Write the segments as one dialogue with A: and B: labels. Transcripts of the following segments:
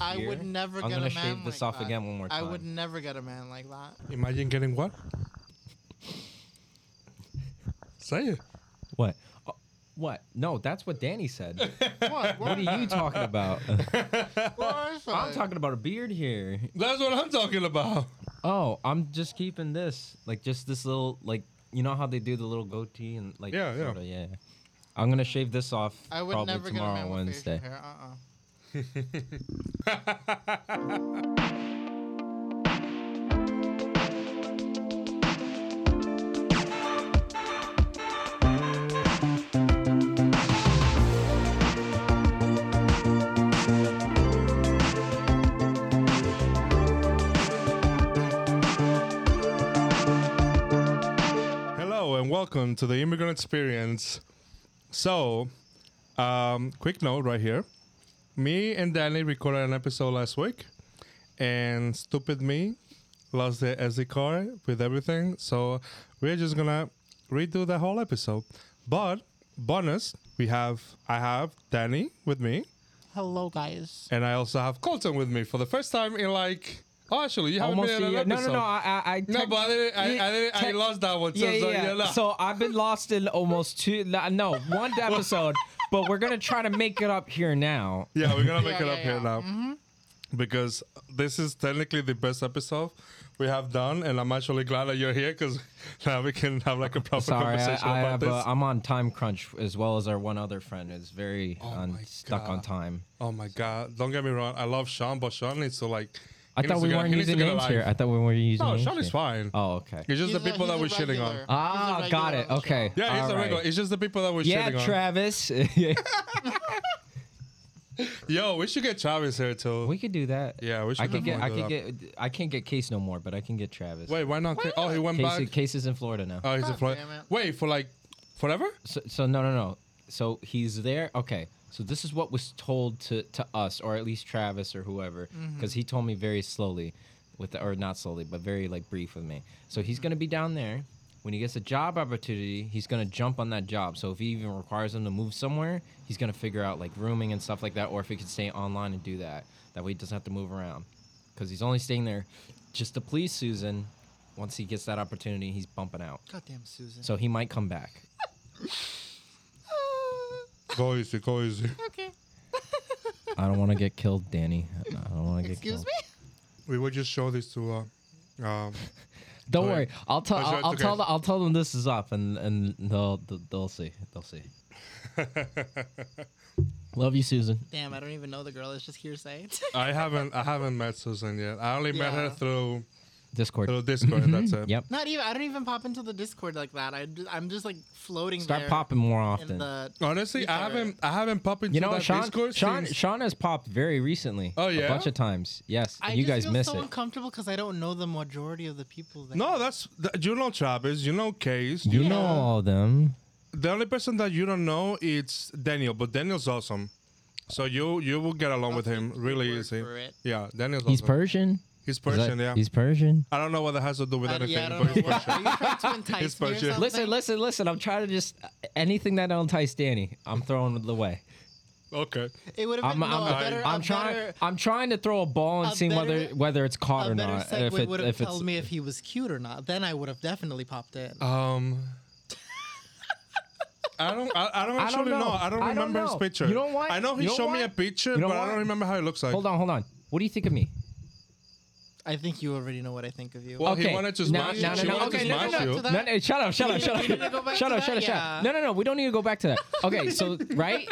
A: I
B: here.
A: would never
B: I'm
A: get
B: gonna
A: a man
B: shave this
A: like
B: off
A: that.
B: again one more time.
A: I would never get a man like that.
C: Imagine getting what? Say it.
B: What? Oh, what? No, that's what Danny said.
A: What?
B: what are you talking about? I'm
A: I'm
B: talking about a beard here.
C: That's what I'm talking about.
B: Oh, I'm just keeping this, like just this little, like you know how they do the little goatee and like
C: Yeah, yeah.
B: sorta, yeah. I'm gonna shave this off
A: I would
B: probably
A: never get a
B: tomorrow,
A: man with
B: Wednesday.
A: facial hair. Uh-uh.
C: Hello and welcome to the Immigrant Experience. So, um, quick note right here. Me and Danny recorded an episode last week, and stupid me lost the SD card with everything. So, we're just gonna redo the whole episode. But, bonus, we have I have Danny with me,
A: Hello, guys.
C: and I also have Colton with me for the first time in like. Oh, actually, you haven't
B: Almost
C: been
B: a
C: in
B: year.
C: an
B: No,
C: episode.
B: no, no. I, I, I
C: No,
B: tech-
C: but I, didn't, I, I, didn't, I
B: tech-
C: lost that one. So,
B: yeah,
C: so
B: yeah.
C: you're not-
B: So I've been lost in almost two. la- No, one episode. but we're gonna try to make it up here now.
C: Yeah, we're gonna make
A: Yeah, yeah,
C: it
A: Mm-hmm.
C: up here
A: yeah.
C: now because this is technically the best episode we have done, and I'm actually glad that you're here because now we can have like a proper
B: Sorry, I,
C: conversation
B: I
C: about
B: have,
C: this.
B: uh, I'm on time crunch as well as our one other friend is very
C: Oh my
B: on, stuck on
C: God.
B: time.
C: oh my god! Don't get me wrong, I love Sean, but Sean needs to like.
B: I
C: he
B: thought
C: needs to
B: we
C: get-
B: weren't
C: he needs to
B: using
C: get a
B: names here.
C: life.
B: I thought we were using
C: No,
B: names
C: Sean is
B: here.
C: fine.
B: Oh, okay.
C: It's just
A: He's
C: the
A: a-
C: people that we're
A: he's a
C: shitting on.
A: regular. He's a
B: Ah,
A: regular
B: got
A: on
B: it.
A: the show.
B: Okay.
C: Yeah, he's
B: All
C: a regular.
B: right.
C: It's just the people that we're
B: Yeah,
C: shitting
B: Travis.
C: on. Yo, we should get Travis here too.
B: we could do that.
C: yeah, we should.
B: I could get. I
C: definitely
B: could
C: do that.
B: get. I can't get Case no more, but I can get Travis.
C: Wait, why not? Oh, he went
B: Case,
C: back.
B: Case is in Florida now.
C: Oh, he's a
A: God
C: Florida.
A: damn it.
C: Wait for like forever.
B: So, so no, no, no. So he's there. Okay. So this is what was told to to us, or at least Travis or whoever, because he told me very slowly, with the, or not slowly, but very like brief with me. So he's gonna be down there. When he gets a job opportunity, he's gonna jump on that job. So if he even requires him to move somewhere, he's gonna figure out like rooming and stuff like that, or if he can stay online and do that. That way he doesn't have to move around, because he's only staying there just to please Susan. Once he gets that opportunity, he's bumping out.
A: Goddamn Susan.
B: So he might come back.
C: Go easy, go easy.
A: okay.
B: I don't want to get killed, Danny. I don't want to get
A: Excuse
B: killed.
A: me?
C: We will just show this to. Uh, um,
B: Don't
C: Go
B: worry.
C: ahead.
B: I'll tell.
C: Oh, sure,
B: I'll,
C: it's
B: I'll tell.
C: okay.
B: The, I'll tell them this is up, and and they'll they'll- they'll see. They'll see. Love you, Susan.
A: Damn, I don't even know the girl. It's just hearsay.
C: I haven't I haven't met Susan yet. I only met her
A: Yeah.
C: through
B: Discord.
C: through Discord. and That's it.
B: Mm-hmm. Yep.
A: Not even. I don't even pop into the Discord like that. I, am just like floating
B: Start
A: there
B: popping more
A: in
B: often.
A: the.
C: Honestly, I
A: Ether.
C: haven't I haven't popped into
B: You know,
C: that
B: Sean.
C: Discord
B: Sean.
C: since.
B: Sean has popped very recently.
C: Oh,
B: A
C: yeah?
B: bunch of times. Yes.
A: I
B: and you
A: just
B: guys
A: feel
B: miss
A: so
B: it.
A: uncomfortable because I don't know the majority of the people there.
C: no, that's that, you know Travis, you know Case.
B: you
A: Yeah.
B: know all of them.
C: the only person that you don't know is Daniel, but Daniel's awesome. So you you will get along with him really
A: word
C: easy.
A: for it.
C: Yeah, Daniel's
B: He's
C: awesome.
B: Persian.
C: he's
B: Is that-
C: Persian, yeah.
B: He's Persian.
C: I don't know what that has to do with
A: I,
C: anything,
A: Uh, yeah, I
C: but
A: don't know.
C: he's
A: What,
C: Persian.
A: are you trying to entice
C: He's
A: me or
C: Persian.
A: something?
B: Listen, listen, listen. I'm trying to just anything that don't entice Danny. I'm throwing it away.
C: Okay.
A: It would have
B: I'm,
A: been
B: I'm,
A: no, a better,
B: I'm
A: a
B: trying.
A: better,
B: I'm trying to throw a ball and
A: a
B: see whether
A: better-
B: whether it's caught
A: a
B: or
A: better
B: not. If
A: segue
B: it,
A: would have
B: if it's
A: told me if he was cute or not. Then I would have definitely popped in.
C: Um I don't. I, I don't
B: I don't
C: actually
B: know.
C: know. I don't
B: I don't
C: remember his
B: know.
C: picture.
B: You know what?
C: I know he
B: You know
C: showed me a
B: what?
C: picture,
B: You know
C: but I
B: what?
C: don't remember how he looks like.
B: hold on, hold on. What do you think of me?
A: I think you already know what I think of you.
C: Well, he
B: Okay.
C: wanted to
B: No, no,
C: smash you.
B: no,
C: She
B: no.
C: wanted to
B: Okay, no, no,
C: smash
B: no.
C: you.
A: To that?
B: No, no, shut up, shut up, shut up.
A: We need to go back
B: Shut
A: to
B: up,
A: that?
B: shut up, shut
A: Yeah.
B: up. No, no, no. We don't need to go back to that. Okay, so right,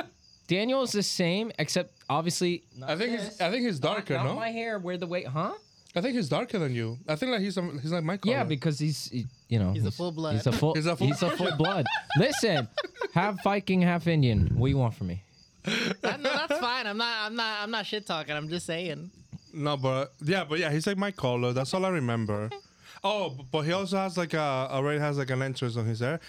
B: Daniel is the same except obviously.
C: I think he's. I think he's darker.
B: not
C: no,
B: my hair. Where the weight? Huh?
C: I think he's darker than you. I think like he's. um, He's like my color.
B: Yeah, because he's he- you know
A: He's a full blood.
B: He's a full.
C: He's a full
B: full blood. Listen, half Viking, half Indian. What do you want from me?
A: That- Uh, no, that's fine. I'm not. I'm not. I'm not shit talking. I'm just saying.
C: no, but yeah, but yeah, he's like my color. That's all I remember. Oh, b- but he also has like a already has like an entrance on his hair.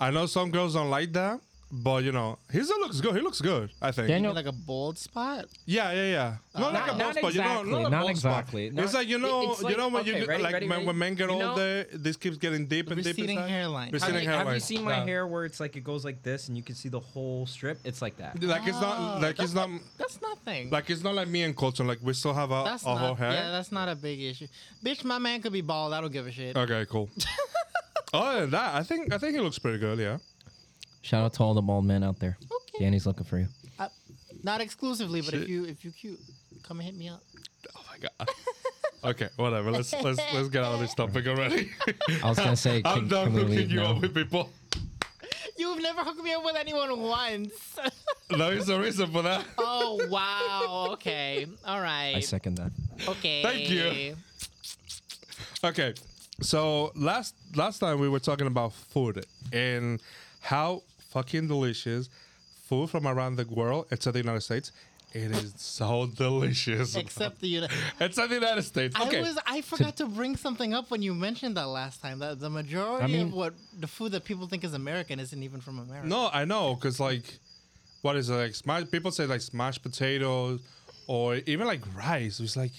C: I know some girls don't like that, But you know, his looks good. He looks good. I think.
B: Daniel-
A: You mean like a bald spot?
C: Yeah, yeah, yeah. Not like a
B: Not- not
C: bald spot, you know.
B: exactly,
C: Not, a
B: not
C: bald spot.
B: exactly.
C: it's
B: Not-
C: like you know,
D: it's
C: you
D: like-
C: know when
D: okay,
C: you get-
D: ready,
C: like
D: ready,
C: men-
D: ready?
C: when men get
D: You know-
C: older, this keeps getting deep and deep
A: receding
C: inside.
A: hairline.
C: Receding
A: Have
B: Have you, have
C: hairline.
B: you seen my
C: Yeah.
B: hair where it's like it goes like this and you can see the whole strip? It's like that.
C: Like it's not like it's not
A: Oh, That's nothing.
C: like it's not like me and Colton. Like we still have our,
A: that's
C: our
A: not,
C: whole hair.
A: Yeah, that's not a big issue. Bitch, my man could be bald. I don't give a shit.
C: Okay, cool. Other than that, I think I think he looks pretty good. Yeah.
B: Shout out to all the bald men out there.
A: Okay.
B: Danny's looking for you.
A: I- not exclusively, but
C: Shit.
A: if you if you cute, come hit me up.
C: Oh my god. okay, whatever. Let's let's let's get out of this topic already.
B: I was gonna say,
C: I'm
B: can-
C: done
B: can we
C: hooking
B: leave
C: you
B: now?
C: up with people.
A: You've never hooked me up with anyone once.
C: There is a reason for that.
A: oh wow. Okay. All
B: I
A: right.
B: second that.
A: Okay.
C: Thank you. Okay, so last last time we were talking about food and how fucking delicious food from around the world except the United States. It is so delicious.
A: Except the United.
C: except the United States. Okay.
A: I was I forgot to bring something up when you mentioned that last time. That the majority
B: mean-
A: of what the food that people think is American isn't even from America.
C: No, I know, cause like, what is it like? Smash, people say like smashed potatoes, or even like rice. It's like,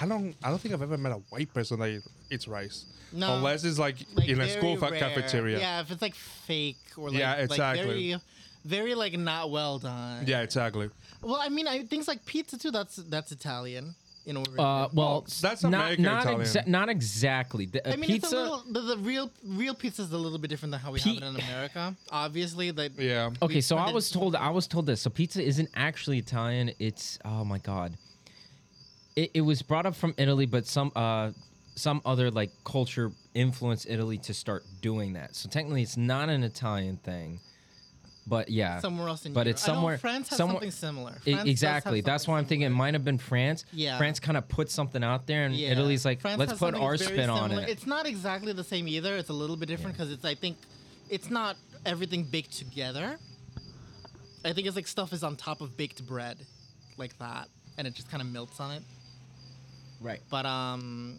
C: I don't, I don't think I've ever met a white person that eats rice,
A: No.
C: unless it's like,
A: Like,
C: in a school
A: very
C: fa-
A: rare.
C: cafeteria.
A: Yeah, if it's like fake or like,
C: Yeah,
A: like
C: exactly.
A: very very like not well done.
C: Yeah, exactly.
A: Well, I mean, I, things like pizza too. That's that's Italian in origin.
B: Uh, well,
C: that's
B: not
C: American
B: not,
C: Italian.
B: exa- not exactly. The, uh,
A: I mean,
B: pizza.
A: it's a little the, the real real pizza is a little bit different than how we have it in America. Obviously, like
C: Yeah.
B: Okay, so I
A: printed-
B: was told I was told this. So pizza isn't actually Italian. It's oh my god. It, it was brought up from Italy, but some uh some other like culture influenced Italy to start doing that. So technically, it's not an Italian thing, but yeah,
A: somewhere else in
B: But
A: Europe.
B: it's
A: I know
B: somewhere-
A: France has
B: somewhere-
A: something similar.
B: I-
A: France does
B: exactly.
A: have
B: That's
A: something
B: why I'm thinking it might have been France.
A: Yeah.
B: France kind of put something out there, and
A: Yeah.
B: Italy's like,
A: France
B: let's
A: has
B: put
A: something
B: our
A: very
B: spin on
A: similar.
B: it.
A: It's not exactly the same either. It's a little bit different because it's I think it's not everything baked together. I think it's like stuff is on top of baked bread, like that, and it just kind of melts on it.
B: Right.
A: But um,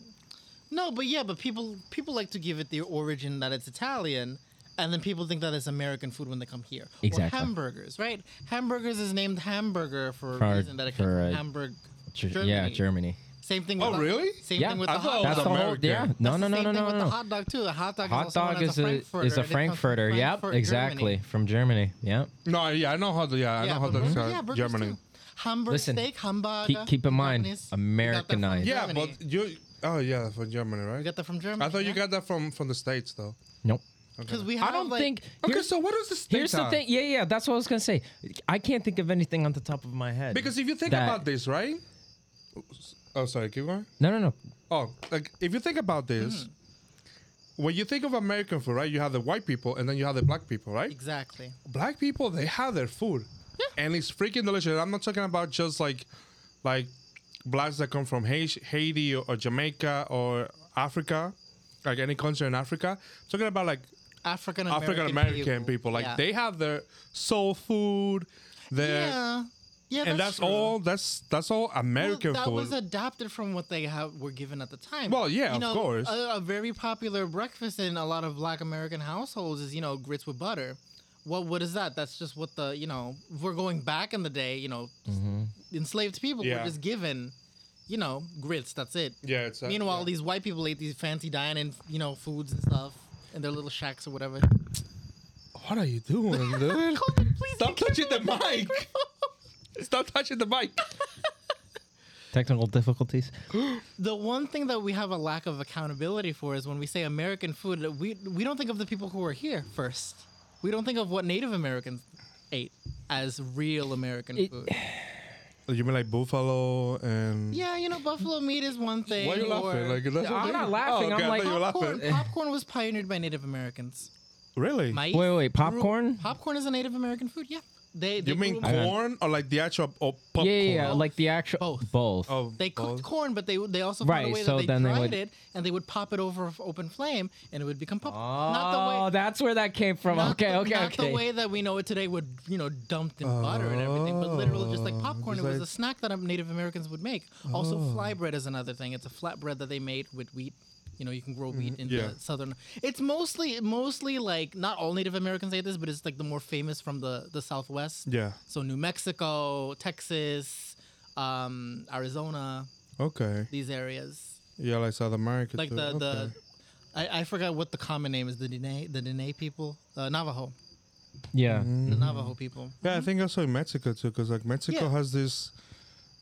A: no, but yeah, but people people like to give it the origin that it's Italian, and then people think that it's American food when they come here.
B: Exactly.
A: Or hamburgers, right? Hamburgers is named hamburger for a
B: For-
A: reason that it
B: for,
A: comes
B: uh,
A: from Hamburg.
B: Ger- Yeah, Germany.
A: Same thing.
C: Oh,
A: with the-
C: really?
A: Same
B: Yeah,
A: thing with
C: I
A: the
C: thought
A: hot
C: that
B: That's
A: dog.
C: was
B: the whole.
C: America.
B: Yeah. No,
A: That's
B: no,
A: the
B: no,
A: same
B: no,
A: thing
B: no,
A: with the
B: no.
A: hot dog too. The hot dog.
B: Hot
A: is also known
B: dog
A: as
B: is a
A: Frankfurter,
B: is a
A: and it comes
B: Frankfurter.
A: from
B: Yep,
A: Frankfurt,
B: exactly
A: Germany.
B: from Germany. Yep.
C: No, yeah, I know how. The, yeah, I know
A: Yeah,
C: how
A: but
C: that's
A: burgers-
C: uh,
A: yeah, burgers
C: Germany.
A: too. Hamburger
B: Listen,
A: steak, hamburger.
B: keep- keep in mind,
A: Japanese. We got that from
B: Americanized.
C: Yeah,
A: Germany.
C: but you. Oh yeah, from Germany,
A: we
C: right?
A: got that from Germany.
C: I thought you
A: yeah?
C: got that from from the states though.
B: Nope.
A: because we. Have,
B: I don't
A: like-
B: think.
C: Okay,
B: here's-
C: so what is the states?
B: Here's the
C: have?
B: thing. Yeah, yeah, that's what I was gonna say. I can't think of anything on the top of my head.
C: Because if you think
B: that-
C: about this, right? Oh, sorry. Keep going.
B: no, no, no.
C: Oh, like if you think about this,
A: Mm.
C: when you think of American food, right? You have the white people and then you have the black people, right?
A: Exactly.
C: Black people they have their food,
A: Hmm.
C: and it's freaking delicious. I'm not talking about just like, like, blacks that come from Haiti, Haiti or, or Jamaica or Africa, like any country in Africa. I'm talking about like
A: African American.
C: African American people. like
A: yeah.
C: they uh, have their soul food, their.
A: Yeah. Yeah,
C: And that's,
A: true.
C: all. That's that's all
A: Well,
C: American
A: that
C: food.
A: was adapted from what they have were given at the time.
C: Well, yeah,
A: You
C: of
A: know,
C: course.
A: A, a very popular breakfast in a lot of Black American households is you know grits with butter. What what is that? That's just what the you know we're going back in the day. You know, enslaved people
C: Mm-hmm. Yeah.
A: were just given, you know, grits. That's it.
C: yeah, it's
A: Meanwhile, these white people ate these fancy dining you know foods and stuff in their little shacks or whatever.
C: What are you doing, dude?
A: Colton, please
C: Stop touching the mic. Stop touching the mic.
B: Technical difficulties.
A: the one thing that we have a lack of accountability for is when we say American food, we we don't think of the people who were here first. We don't think of what Native Americans ate as real American food.
C: You mean like buffalo and?
A: Yeah, you know, buffalo meat is one thing.
C: Why are you
A: or
C: laughing? Like that's what
B: I'm
C: they-
B: not laughing,
C: Oh,
B: I'm
C: okay, I
B: like-
C: thought you were
A: popcorn.
C: laughing.
A: popcorn was pioneered by Native Americans.
C: Really?
A: Mice,
B: Wait, wait, popcorn.
A: popcorn is a Native American food. Yeah, they. they
C: You mean
A: grew up-
C: corn or like the actual or
B: Yeah,
C: popcorn?
B: yeah, yeah, like the actual
A: Both.
B: both.
C: Oh,
A: They cooked
C: both.
A: corn, but they they also found
B: Right,
A: a way
B: so
A: that they
B: then they
A: dried
B: would-
A: it and they would pop it over f- open flame and it would become popcorn.
B: Oh, that's where that came from.
A: Not
B: okay,
A: the,
B: okay,
A: not
B: okay.
A: the way that we know it today would, you know, dumped in butter and everything, but literally just like
C: Oh,
A: popcorn.
C: just
A: it was
C: like- Oh.
A: a snack that um, Native Americans would make. Also, fly bread is another thing. It's a flatbread that they made with wheat You know, you can
C: Mm-hmm.
A: grow wheat in
C: Yeah.
A: the southern. It's mostly mostly like not all Native Americans say this, but it's like the more famous from the the Southwest.
C: Yeah.
A: So New Mexico, Texas, um, Arizona,
C: Okay.
A: these areas.
C: Yeah, like South America.
A: Like
C: too.
A: the the,
C: Okay.
A: I, I forgot what the common name is. The Dene the Dene people, uh, Navajo,
B: Yeah.
A: the
C: Mm-hmm.
A: Navajo people.
C: Yeah, I think also in Mexico too, because like Mexico
A: Mm-hmm. Yeah.
C: has this,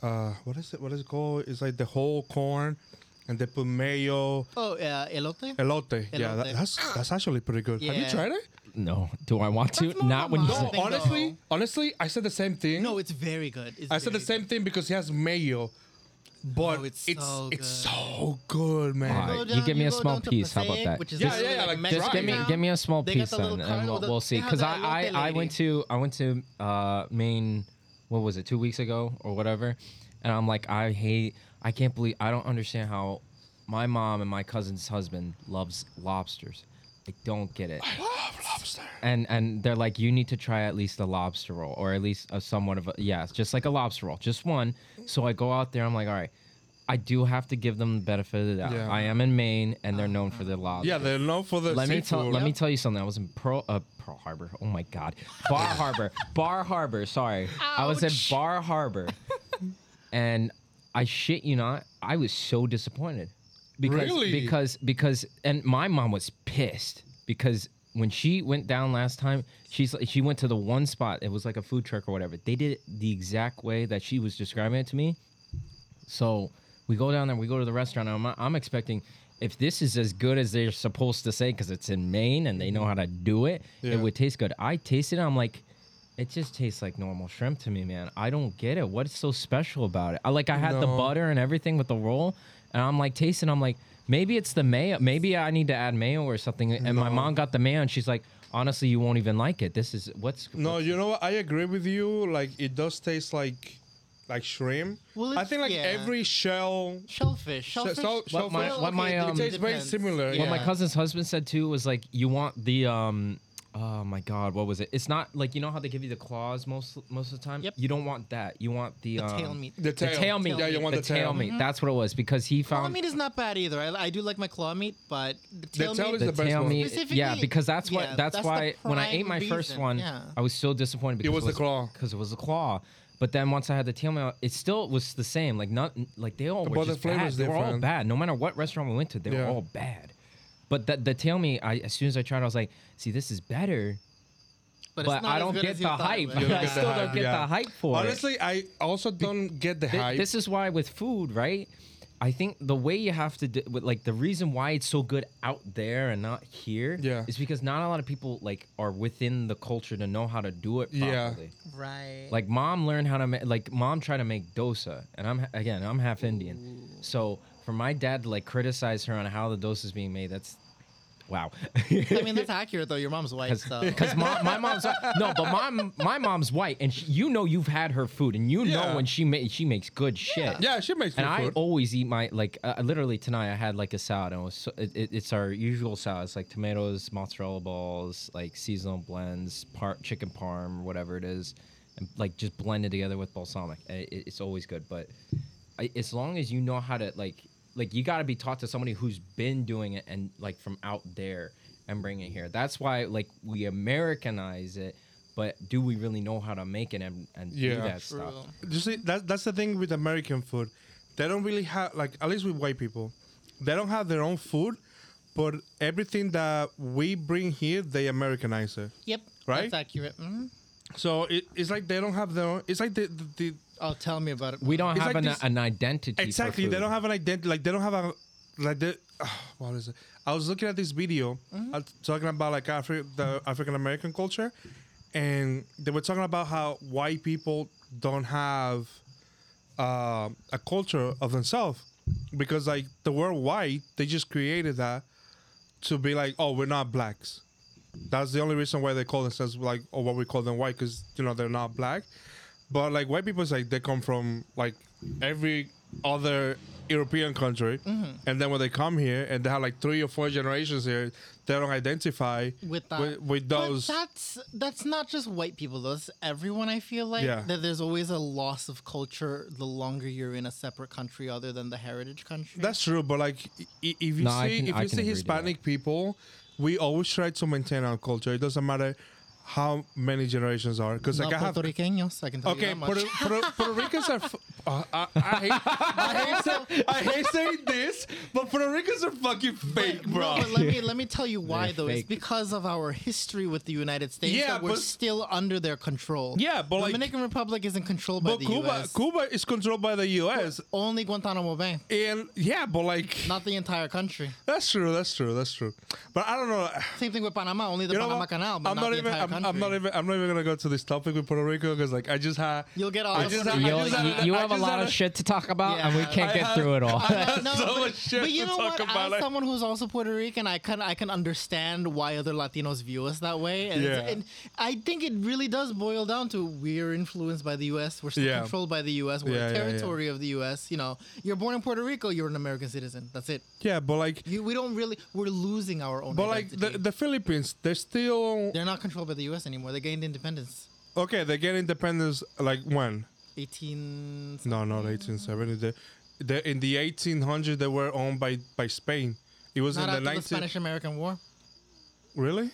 C: uh, what is it? What is it called? It's like the whole corn, and they put mayo,
A: Oh, uh, elote.
C: elote. Yeah, that,
A: Elote.
C: that's that's actually pretty good. Have you
A: Yeah.
C: tried it?
B: No. Do I want to?
A: That's more
B: Not
A: of a
B: when you
A: mild
B: said
A: thing. honestly- though.
C: honestly, I said the same thing.
A: No, it's very good. It's
C: I said the
A: very
C: same thing because he has mayo, but
A: No,
C: it's
A: it's
C: it's so
A: so
C: good,
A: good.
C: man.
B: All
A: Go
B: right, you give me a
A: go
B: small
A: down to
B: piece, how about
A: Passaic,
B: that?
A: Which is
C: Yeah,
A: literally
C: yeah, yeah, like
A: like
C: just
B: Just give me
A: Mexican.
B: give me a small
A: They got
B: piece
A: the little
B: then,
A: cart
B: and we'll,
A: with the-
B: we'll see.
A: they have
B: Because
A: the
B: I, I,
A: elote
B: I went
A: lady.
B: to I went to uh, Maine. What was it? Two weeks ago or whatever, and I'm like, I hate. I can't believe. I don't understand how my mom and my cousin's husband loves lobsters. I don't get it.
C: Love lobster.
B: And and they're like, you need to try at least a lobster roll, or at least a somewhat of a yeah, it's just like a lobster roll, just one. So I go out there. I'm like, all right. I do have to give them the benefit of the doubt.
C: Yeah.
B: I am in Maine, and they're known for their lobster
C: Yeah, they're known for the
B: let me tell
C: seafood.
B: let me tell you something. I was in Pearl uh, Pearl Harbor. Oh my God, Bar Harbor, Bar Harbor. Sorry, I was at
A: Ouch.
B: Bar Harbor, and I shit you not, I was so disappointed because
C: Really?
B: because because and my mom was pissed because when she went down last time, she's like- she went to the one spot. It was like a food truck or whatever. They did it the exact way that she was describing it to me. So we go down there, we go to the restaurant. And I'm, I'm expecting if this is as good as they're supposed to say, because it's in Maine and they know how to do it,
C: Yeah.
B: it would taste good. I tasted it, I'm like, it just tastes like normal shrimp to me, man. I don't get it. What's so special about it? I like I had the
C: No.
B: butter and everything with the roll, and I'm like tasting. I'm like, maybe it's the mayo. Maybe I need to add mayo or something. And my mom got the mayo, and she's like, honestly, you won't even like it. This is what's
C: No, you know what? I agree with you. Like it does taste like like shrimp.
A: Well,
C: I
A: it's-
C: think like
A: yeah.
C: every shell.
A: Shellfish. Shellfish.
C: so- What
B: my-
A: Well,
B: what my,
A: it
B: um,
A: depends.
C: Tastes very similar,
A: Yeah.
B: What my cousin's husband said too was like, you want the um, oh my god, what was it? It's not like you know how they give you the claws most most of the time.
A: Yep.
B: You don't want that. You want the,
A: The
B: um,
A: tail meat.
C: The
B: The
C: tail.
B: tail, meat.
A: Yeah, you
C: want
B: the,
C: the tail.
B: tail meat. That's what it was because he
A: Claw
B: found
A: meat is not bad either. I, I do like my claw meat, but the tail,
C: tail
A: meat
C: is
B: the,
C: the best
B: tail
C: one.
B: meat. Yeah,
A: Specifically-
B: because that's what
A: yeah,
B: that's,
A: that's the
B: why when I
A: prime
B: ate my first
A: reason,
B: one,
A: yeah.
B: I was so disappointed because
C: was the claw.
B: Because it was the claw. But then once I had the tail meat, it still was the same. Like not like they all were
C: But the
B: just
C: flavor's
B: bad. They were all
C: different.
B: bad. No matter what restaurant we went to, they
C: Yeah.
B: were all bad. But the, the tail meat, I, as soon as I tried, it, I was like, "See, this is better."
A: but, it's
B: But
A: not
B: I
A: as
B: don't
A: good
B: get
A: as you
B: the
A: thought it
B: hype.
A: was.
C: Yeah.
B: I still don't get
C: Yeah.
B: the hype for it.
C: Honestly, I also don't get the
B: Thi-
C: hype.
B: This is why with food, right? I think the way you have to do, with like the reason why it's so good out there and not here,
C: Yeah.
B: is because not a lot of people like are within the culture to know how to do it properly.
C: Yeah.
A: Right.
B: Like mom learned how to make, like mom tried to make dosa, and I'm again I'm half Indian, so for my dad to like criticize her on how the dosa is being made, that's wow.
A: I mean, that's accurate though. Your mom's white, so
B: Because my, my mom's no, but my my mom's white, and she, you know you've had her food, and you
C: Yeah.
B: know when she makes she makes good shit.
C: yeah, she makes good
B: And I
C: food.
B: always eat my like uh, literally tonight I had like a salad. And it was so, it, it- it's our usual salad. It's like tomatoes, mozzarella balls, like seasonal blends, par- chicken parm, whatever it is, and like just blended together with balsamic. And It, it's always good. But I, as long as you know how to like like you got to be taught to somebody who's been doing it and like from out there and bring it here. That's why like we Americanize it. But do we really know how to make it and, and do
C: Yeah.
B: that
A: true.
B: stuff?
C: You see, that, that's the thing with American food. They don't really have, like, at least with white people, they don't have their own food, but everything that we bring here, they Americanize it.
A: Yep.
C: Right?
A: That's accurate. Mhm.
C: So it, it's like they don't have their own, it's like the, the, the
A: Oh, tell me about it.
B: We don't
C: It's
B: have
C: like
B: an,
C: this-
B: an identity. for
C: exactly, they
B: food.
C: don't have an identity, like, they don't have a, like, the, what is it? I was looking at this video uh, talking about, like, Afri- the African American culture, and they were talking about how white people don't have uh, a culture of themselves because like the word white they just created that to be like oh we're not blacks that's the only reason why they call themselves like or what we call them white because you know they're not black but like white people is like they come from like every other European country,
A: Mm-hmm.
C: and then when they come here and they have like three or four generations here, they don't identify
A: with that.
C: with, with
A: But
C: those.
A: that's that's not just white people. though. That's everyone. I feel like
C: Yeah.
A: that there's always a loss of culture the longer you're in a separate country other than the heritage country.
C: That's true, but like i- i- if you
B: No, I
C: see
B: can-
C: if
B: I can
C: you see
B: agree to
C: Hispanic people, we always try to maintain our culture. It doesn't matter how many generations are, because
A: not
C: like I have.
A: Puerto Ricanos. I can tell you
C: Okay,
A: that much.
C: Puerto, Puerto, Puerto Ricans are. F- uh, I, I, hate, I, hate say, I hate saying this, but Puerto Ricans are fucking fake,
A: No,
C: bro.
A: but let me let me tell you why
B: They're
A: though. It's
B: fake.
A: because of our history with the United States
C: Yeah,
A: that we're
C: but-
A: still under their control.
C: Yeah, but, like-
A: Dominican Republic isn't controlled by
C: But
A: the
C: Cuba,
A: U.S.
C: Cuba is controlled by the U.S.
A: Only Guantanamo Bay,
C: and yeah, but like
A: not the entire country.
C: that's true, that's true, that's true. But I don't know.
A: Same thing with Panama. Only the
C: You know
A: Panama
C: what?
A: Canal, but
C: I'm
A: not,
C: not
A: the
C: even.
A: entire
C: I'm,
A: country.
C: I'm not even. I'm not even gonna go to this topic with Puerto Rico because like I just had.
A: You'll get all
C: I
A: the
C: just-
A: Puerto
C: I
B: You,
A: Ricans
C: just
A: out
C: had
A: of
C: a-
A: that.
B: you
C: I
B: have a
C: just
B: lot
C: had
B: of
C: a-
B: shit to talk about, and we
A: Yeah.
B: can't
C: I
B: get
C: had-
B: through it all.
C: I had
A: No,
C: so
A: but,
C: much shit
A: but you
C: to
A: know
C: talk
A: what?
C: about.
A: As someone who's also Puerto Rican, I can I can understand why other Latinos view us that way, and, it's-
C: Yeah.
A: and I think it really does boil down to we're influenced by the U.S. We're still
C: Yeah.
A: controlled by the U.S. We're
C: Yeah,
A: a
C: yeah, yeah.
A: territory of the U.S. You know, you're born in Puerto Rico, you're an American citizen. That's it.
C: yeah, but like,
A: You, we don't really we're losing our own.
C: but like the,
A: identity.
C: the Philippines, they're still
A: they're not controlled by the U.S. anymore. They gained independence.
C: okay. They get independence like when?
A: 18
C: No, not 1870. They, they in the 1800s they were owned by by Spain. It was
A: not
C: in
A: after
C: the
A: the
C: 19.
A: Spanish American War.
C: really?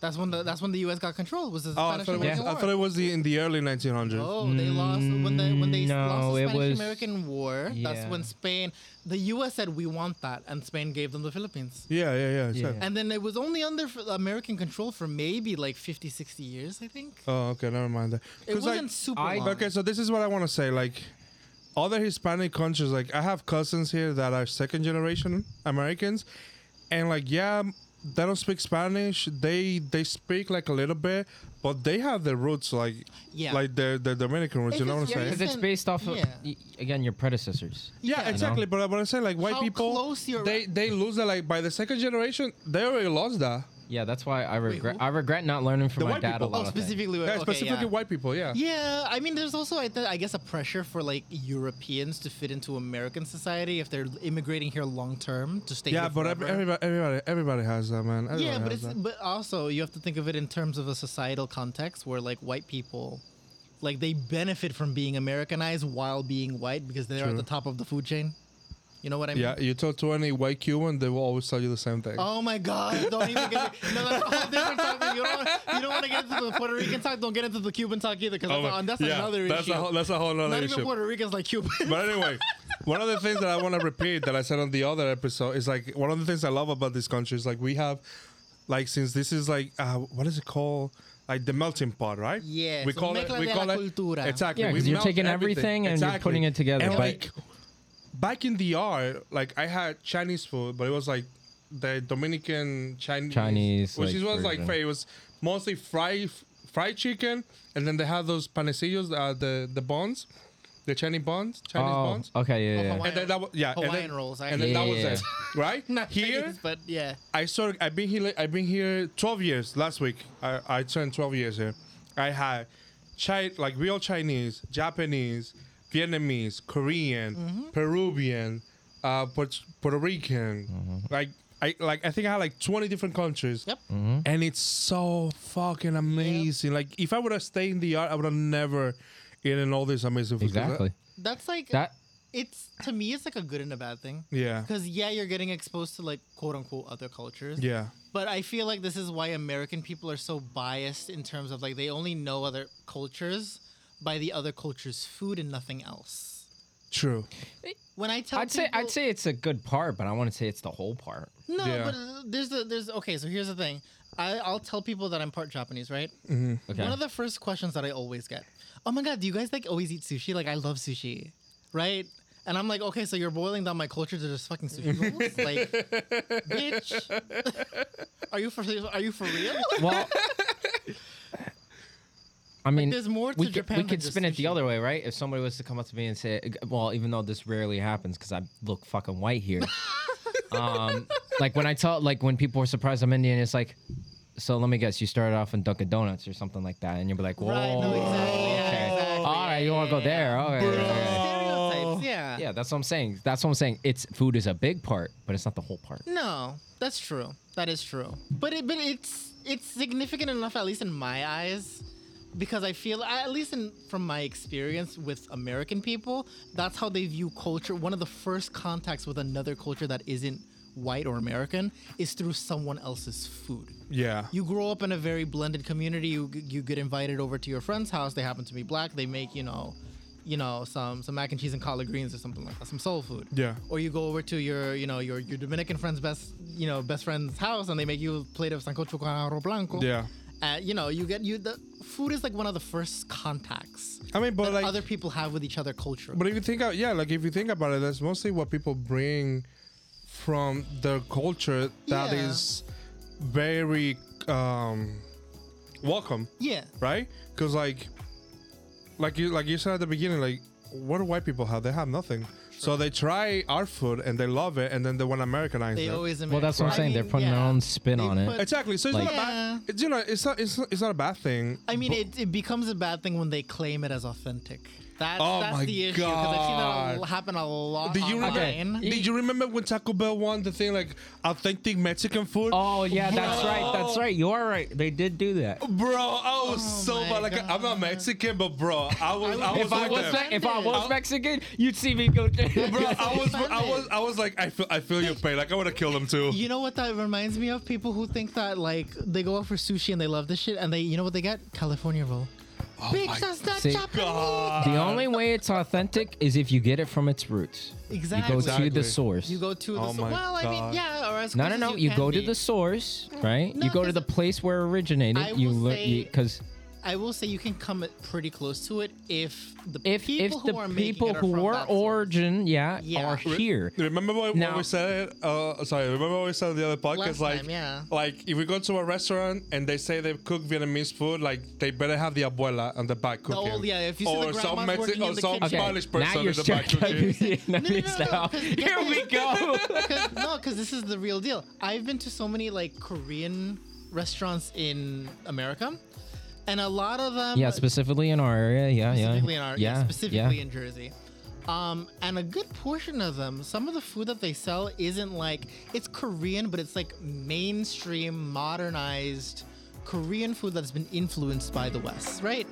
A: That's when the that's when the U.S. got control. Was the
C: Oh, I
A: Spanish
C: thought, it was,
A: American
C: I
A: War?
C: thought it was the in the early 1900s.
A: Oh, they lost when they when they
B: Mm,
A: lost
B: no,
A: the
B: it
A: Spanish
B: was-
A: American War. That's
B: yeah.
A: when Spain, the U.S. said we want that, and Spain gave them the Philippines.
C: Yeah, yeah, yeah. sure.
B: Yeah.
A: And then it was only under f- American control for maybe like 50, 60 years, I think.
C: Oh, okay, never mind that.
A: It
C: 'Cause, like,
A: wasn't super
B: I-
A: long.
C: Okay, so this is what I want to say. Like, other Hispanic countries, like, I have cousins here that are second generation Americans, and like, yeah, they don't speak Spanish. They they speak like a little bit, but they have their roots, like,
A: Yeah.
C: like the the Dominican roots.
A: If
C: you know what
A: it's
C: I'm
A: very
C: saying?
B: Because it's based off of,
A: Yeah.
B: y- again, your predecessors.
C: Yeah,
A: Yeah.
C: exactly. But what I say, like, white
A: How
C: people,
A: close you're-
C: they they lose that. Like, by the second generation, they already lost that.
B: Yeah, that's why I regret
A: who?
B: I regret not learning from
C: The
B: my
C: white
B: dad
C: people.
B: a lot.
A: Oh,
B: of things.
A: specifically,
C: Yeah,
A: okay,
C: specifically
A: yeah.
C: white people. Yeah.
A: Yeah, I mean, there's also, I, th- I guess, a pressure for like Europeans to fit into American society if they're immigrating here long term to stay.
C: Yeah,
A: here
C: but ev-
A: forever.
C: everybody, everybody, everybody has that, man. Everybody
A: Yeah, but
C: has
A: it's
C: that.
A: but also you have to think of it in terms of a societal context where like white people, like they benefit from being Americanized while being white because they're at
C: True.
A: the top of the food chain. You know what I mean?
C: Yeah, you talk to any white Cuban, they will always tell you the same thing.
A: Oh my God! Don't even get me- no. That's a whole different topic. You don't you don't want to get into the Puerto Rican talk. Don't get into the Cuban talk either because
C: Oh
A: that's,
C: my-
A: a- that's
C: yeah,
A: another
C: that's
A: issue.
C: A whole, that's a whole other
A: Not
C: issue.
A: even Puerto Ricans like Cuban.
C: But anyway, one of the things that I want to repeat that I said on the other episode is like one of the things I love about this country is like we have, like since this is like uh, what is it called? Like the melting pot, right?
A: Yeah,
C: we
A: so
C: call it.
A: mezcla
C: We
A: de la
C: call it.
A: cultura.
C: Exactly.
B: Yeah,
C: we
B: 'cause you're
C: melt
B: taking everything and you're putting it together,
C: And
B: but-
C: like back in the art, like I had Chinese food, but it was like the Dominican Chinese,
B: Chinese,
C: which
B: like,
C: is was like
B: version.
C: fa- it was mostly fried fried chicken, and then they had those panecillos, uh, the the buns, the Chinese buns, Chinese
B: Oh,
C: buns.
B: okay, yeah, yeah. yeah.
A: Hawaii.
C: And then that was yeah, and
A: Hawaiian
C: then,
A: rolls,
C: and then that was
B: Yeah.
C: it, right?
A: Not
C: here,
A: Chinese, but yeah.
C: I saw. I've been here. like, I've been here twelve years. Last week, I, I turned twelve years here. I had, chi- like real Chinese, Japanese, Vietnamese, Korean,
A: Mm-hmm.
C: Peruvian, uh, Puerto, Puerto Rican.
B: Mm-hmm.
C: Like I like I think I had like twenty different countries.
A: Yep.
B: Mm-hmm.
C: And it's so fucking amazing. Like if I would have stayed in the art, I would have never eaten all this amazing food. 'Cause I-
B: Exactly.
A: That's like
B: That
A: it's to me. It's like a good and a bad thing.
C: Yeah.
A: Because yeah, you're getting exposed to like quote unquote other cultures.
C: Yeah.
A: But I feel like this is why American people are so biased in terms of like they only know other cultures by the other culture's food and nothing else.
C: True.
A: When I tell
B: I'd say I'd
A: people-
B: say it's a good part, but I want to say it's the whole part.
A: no,
C: Yeah.
A: but uh, there's a, there's okay. So here's the thing. I, I'll tell people that I'm part Japanese, right?
B: Okay.
A: One of the first questions that I always get, oh my god, do you guys like always eat sushi? Like I love sushi, right? And I'm like, okay, so you're boiling down my culture to just fucking sushi rolls? like, bitch, are you for are you for real?
B: well, I mean,
A: there's more to
B: we could,
A: Japan
B: we
A: than
B: could
A: just
B: spin it the
A: sushi.
B: other way, right? If somebody was to come up to me and say, "Well, even though this rarely happens because I look fucking white here," um, like when I tell, like when people are surprised I'm Indian, it's like, "So let me guess, you started off in Dunkin' Donuts or something like that," and you'll be like, "Whoa,
A: Right, no, exactly, yeah,
B: okay.
A: exactly,
B: all right,
A: yeah,
B: you want to
A: yeah,
B: go there? All right,
A: It's all
B: okay.
A: stereotypes, Yeah.
B: Yeah, that's what I'm saying. That's what I'm saying. It's food is a big part, but it's not the whole part.
A: No, that's true. That is true. But it, but it's it's significant enough, at least in my eyes, because I feel, at least in from my experience with American people, that's how they view culture. One of the first contacts with another culture that isn't white or American is through someone else's food
C: Yeah.
A: you grow up in a very blended community. You you get invited over to your friend's house. They happen to be black. They make you know, you know some some mac and cheese and collard greens or something like that, some soul food.
C: Yeah.
A: Or you go over to your you know your your Dominican friend's best you know best friend's house and they make you a plate of sancocho con arroz blanco.
C: Yeah.
A: Uh, you know you get you the food is like one of the first contacts
C: I mean, but
A: that
C: like,
A: other people have with each other culture.
C: but if you think, out, yeah, like if you think about it, that's mostly what people bring from their culture that
A: Yeah.
C: is very um, welcome,
A: yeah.
C: right? Because like, like you like you said at the beginning, like what do white people have? They have nothing. So they try our food and they love it, and then they want to Americanize
A: They
C: it.
A: always.
B: Well, that's what I'm
A: I
B: saying. They're
A: mean,
B: putting their
A: yeah.
B: own spin
A: They
B: on it.
A: put-
C: Exactly. So it's not a
A: Yeah.
C: bad. It's, you know, it's not. It's, not- it's not a bad thing.
A: I mean, it, it becomes a bad thing when they claim it as authentic. That's,
C: Oh
A: that's
C: my
A: the issue because I've seen that a
C: God.
A: l- happen a lot
C: Did you
A: online.
C: remember? Did you remember when Taco Bell won the thing like authentic Mexican food?
B: Oh yeah, that's right. That's right. You are right. They did do that.
C: Bro, I was so
A: Oh my
C: bad. Like I'm not Mexican, but bro, I was. I was,
B: If I
C: like
B: was
C: that.
B: Me- if I
A: I'll-
B: was Mexican, you'd see me go.
C: Bro, I was, I
A: Offended.
C: was, I was like, I feel, I feel your pain. Like I want to kill them too.
A: You know what that reminds me of? People who think that like they go out for sushi and they love this shit, and they you know what they get? California roll. Bitch, that's not
B: See-
A: Japanese.
C: Oh God.
B: The only way it's authentic is is if you get it from its roots. You
A: Exactly.
B: go
A: You
B: to
C: Exactly.
B: the source.
A: go to the
C: Oh
A: so-
C: my
A: well, I mean,
C: God.
A: yeah, or as
B: no, no,
A: close as
B: no. You,
A: can
B: go to
A: be. Mm.
B: the source, right?
A: No,
B: you go to
A: 'cause
B: the place where it originated.
A: I
B: you
A: will
B: learn
A: say-
B: because
A: I will say you can come pretty close to it if the
B: if
A: people
B: if
A: who
B: the
A: are making
B: people
A: it are
B: who
A: from
B: were
A: that source.
B: origin, yeah,
A: Yeah.
B: are
A: Re-
B: here.
C: Remember what, what
B: Now-
C: we said? Uh, sorry, remember what we said on the other podcast?
A: Last
C: like,
A: time, yeah.
C: like if we go to a restaurant and they say they cook Vietnamese food, like they better have the abuela on the back cooking.
A: old- Oh, yeah, if you see the
C: or some
A: grandmas working in
C: or
A: the
C: some
A: kitchen.
C: Spanish
B: now
C: person in
B: you're
C: the back
B: stereotyping
C: cooking.
B: Vietnamese
A: No, no, no, no,
B: now.
A: 'cause
B: Here we go.
A: Cause, no, because this is the real deal. I've been to so many like Korean restaurants in America, and a lot of them,
B: yeah, specifically in our area. Yeah, yeah.
A: specifically in our, yeah,
B: yeah,
A: specifically
B: yeah.
A: in Jersey. Um, and a good portion of them, some of the food that they sell isn't like it's Korean, but it's like mainstream, modernized Korean food that's been influenced by the West, right?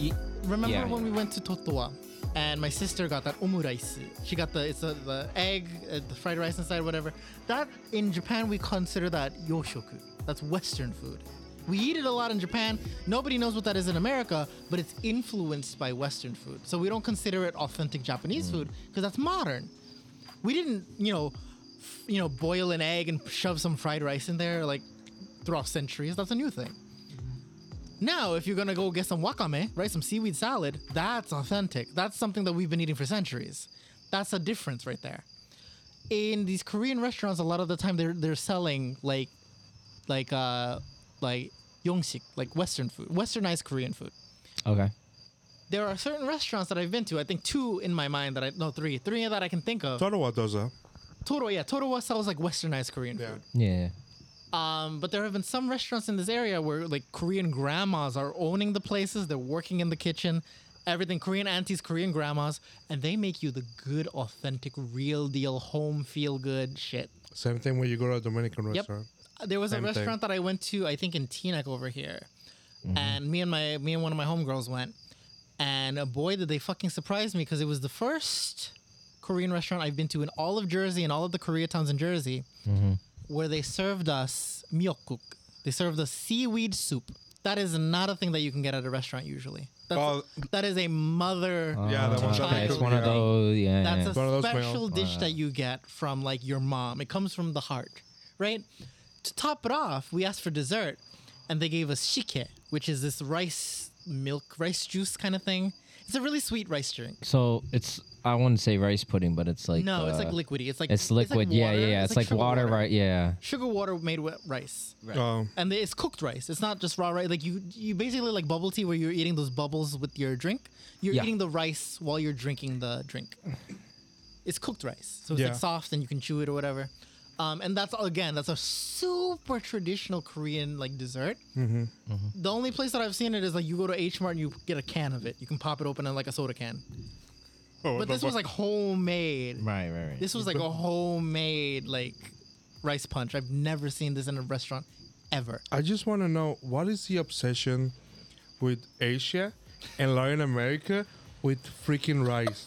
B: Y-
A: Remember
B: Yeah,
A: when
B: yeah.
A: we went to Totowa and my sister got that omurice? She got the it's a, the egg, uh, the fried rice inside, whatever. That in Japan we consider that yoshoku. That's Western food. We eat it a lot in Japan. Nobody knows what that is in America, but it's influenced by Western food. So we don't consider it authentic Japanese food because that's modern. We didn't, you know, f- you know, boil an egg and shove some fried rice in there like throughout centuries. That's a new thing. Now, if you're gonna go get some wakame, right, some seaweed salad, that's authentic. That's something that we've been eating for centuries. That's a difference right there. In these Korean restaurants, a lot of the time they're they're selling like, like uh, like yongsik, like Western food, Westernized Korean food.
B: Okay.
A: There are certain restaurants that I've been to. I think two in my mind that I no three, three that I can think of.
C: Totowa does that.
A: Toro, yeah, Toro sells like Westernized Korean
C: Yeah.
A: food.
B: Yeah.
A: Um, but there have been some restaurants in this area where like Korean grandmas are owning the places. They're working in the kitchen, everything. Korean aunties, Korean grandmas, and they make you the good, authentic, real deal, home feel good shit.
C: Same thing when you go to a Dominican
A: Yep. Uh,
C: restaurant.
A: There was
C: Same
A: a
C: thing.
A: restaurant that I went to, I think in Teaneck over here,
B: Mm-hmm.
A: and me and my me and one of my homegirls went, and uh, boy did they fucking surprise me because it was the first Korean restaurant I've been to in all of Jersey and all of the Koreatowns in Jersey,
B: Mm-hmm.
A: where they served us myeokguk. They served us seaweed soup. That is not a thing that you can get at a restaurant usually. That's,
C: Oh.
A: that is a mother.
C: Yeah, that
B: Uh,
C: one's
B: okay. It's
A: child.
B: one of
A: Yeah.
B: those. uh, Yeah. yeah.
A: That's
C: One of
A: a
C: those my
A: special
C: own.
A: dish that you get from like your mom. It comes from the heart, right? To top it off, we asked for dessert, and they gave us shike, which is this rice milk, rice juice kind of thing. It's a really sweet rice drink.
B: So it's I wouldn't say rice pudding, but it's like
A: No, it's
B: uh,
A: like liquidy. It's like
B: it's liquid. yeah,
A: water.
B: yeah, yeah. It's, like,
A: sugar
B: water, right? Yeah.
A: Sugar water made with rice.
B: Oh.
C: Um,
A: and they- it's cooked rice. It's not just raw rice. Like you, you basically like bubble tea where you're eating those bubbles with your drink. You're
B: Yeah.
A: eating the rice while you're drinking the drink. It's cooked rice, so it's
C: Yeah.
A: like soft and you can chew it or whatever. Um, and that's again, that's a super traditional Korean like dessert.
B: Mm-hmm.
A: The only place that I've seen it is like you go to H Mart and you get a can of it. You can pop it open in like a soda can.
B: Oh,
A: But this was like homemade.
B: Right, right, right.
A: This was like a homemade like rice punch. I've never seen this in a restaurant ever.
C: I just want to know what is the obsession with Asia and Latin America with freaking rice?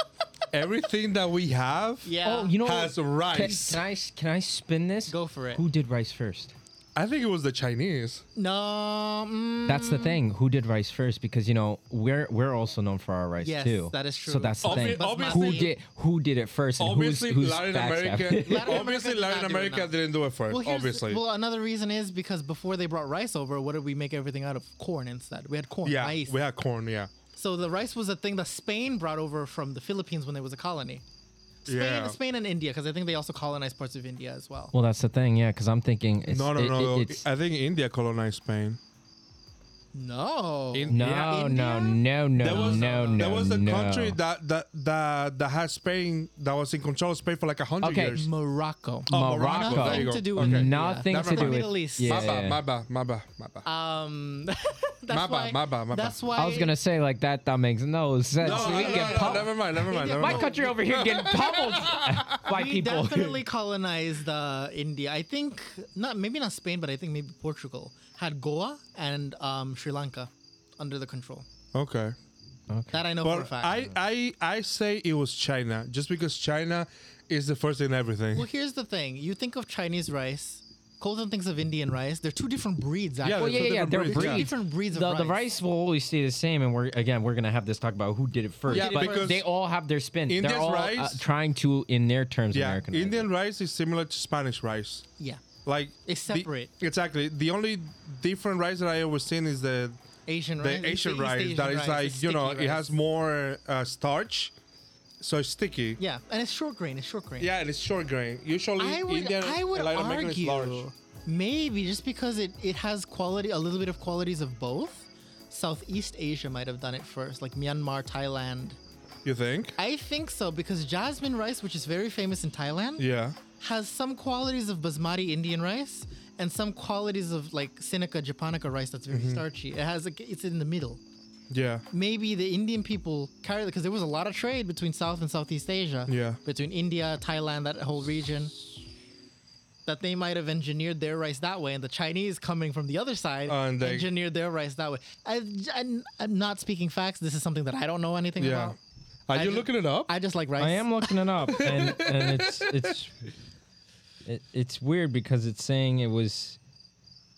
C: Everything that we have
A: Yeah.
B: Oh, you know
C: has
B: what? Can,
C: rice.
B: can I s- can I spin this?
A: uh, Go for it.
B: Who did rice first?
C: I think it was the Chinese.
A: No. mm,
B: That's the thing. Who did rice first? Because you know we're we're also known for our rice
A: Yes,
B: too.
A: that is true.
B: So that's the
C: Obvi-
B: thing.
C: obviously-
B: who did who did it first? And
C: Obviously,
B: who's, who's
C: Latin
B: backstabbing?
C: America.
A: Latin America
C: obviously,
A: did
C: Latin
A: not do it
C: America
A: now.
C: didn't do it first.
A: well, here's,
C: obviously.
A: well, another reason is because before they brought rice over, what did we make everything out of? Corn instead. We had corn,
C: yeah,
A: rice.
C: we had corn. Yeah.
A: so the rice was a thing that Spain brought over from the Philippines when there was a colony. Spain,
C: Yeah.
A: Spain and India, because I think they also colonized parts of India as well.
B: Well, that's the thing. Yeah, because I'm thinking. It's,
C: no, no,
B: it-
C: no. Uh,
B: it- it's,
C: I think India colonized Spain.
A: No.
C: In-
B: no, no,
A: India?
B: no, no,
C: There was
B: no, no.
C: there was a
B: no.
C: country that that that that had Spain that was in control of Spain for like a hundred
B: Okay.
C: years.
A: Morocco.
C: Oh,
B: Morocco.
C: Morocco. There
A: Nothing
C: you go.
A: to do with
C: Okay.
A: it.
B: Nothing
C: Never
B: to do
C: mind.
B: with
A: Middle East.
B: Yeah.
C: My bad, my bad, my bad, my bad.
A: Um, that's
C: My bad,
A: why.
C: my bad, my bad.
A: that's why.
B: I was gonna say like that. That makes no sense.
C: no, no,
B: we
C: no,
B: get
C: no,
B: pum-
C: never mind, never mind, never
B: My
C: mind.
B: country over here getting pummeled by
A: We
B: people.
A: definitely colonized uh, India. I think not, maybe not Spain, but I think maybe Portugal had Goa and um, Sri Lanka under the control.
C: Okay.
A: That I know for a
C: But
A: fact.
C: I, I I say it was China just because China is the first in everything.
A: well, here's the thing: you think of Chinese rice. Colton thinks of Indian rice. They're two different breeds. Actually.
B: Well, yeah,
C: Two
B: yeah,
C: different
B: they're
C: breeds,
A: They're two
C: yeah.
B: breeds.
A: different breeds of
B: the,
A: rice.
B: the rice will always stay the same, and we're again we're gonna have this talk about who did it first.
C: Yeah,
B: but
C: because
B: they all have their spin.
C: Indian
B: They're all uh,
C: rice-
B: trying to, in their terms,
C: yeah.
B: American.
C: Indian rice is similar to Spanish rice.
A: Yeah,
C: Like
A: They
C: the-
A: separate.
C: exactly. The only different rice that I ever seen is the
A: Asian rice.
C: the Asian
A: East
C: rice
A: Asian
C: that is
A: rice,
C: like
A: it's
C: you know
A: sticky
C: it
A: rice.
C: has more uh, starch, so it's sticky.
A: Yeah, and it's short grain. It's short grain.
C: Yeah, and it's short grain. Usually
A: I would,
C: Indian
A: I would
C: Latin American is large.
A: argue maybe just because it, it has quality a little bit of qualities of both. Southeast Asia might have done it first, like Myanmar, Thailand.
C: You think?
A: I think so because jasmine rice, which is very famous in Thailand,
C: Yeah.
A: has some qualities of basmati Indian rice and some qualities of like Seneca japonica rice that's
C: Mm-hmm.
A: very starchy. It has like it's in the middle.
C: Yeah.
A: Maybe the Indian people carry because there was a lot of trade between South and Southeast Asia.
C: Yeah.
A: Between India, Thailand, that whole region. That they might have engineered their rice that way, and the Chinese coming from the other side
C: Uh, And they-
A: engineered their rice that way. I, am not speaking facts. This is something that I don't know anything
C: Yeah.
A: about.
C: Are
A: I
C: you
A: ju-
C: looking it up?
A: I just like rice.
B: I am looking it up, and, and it's it's it, it's weird because it's saying it was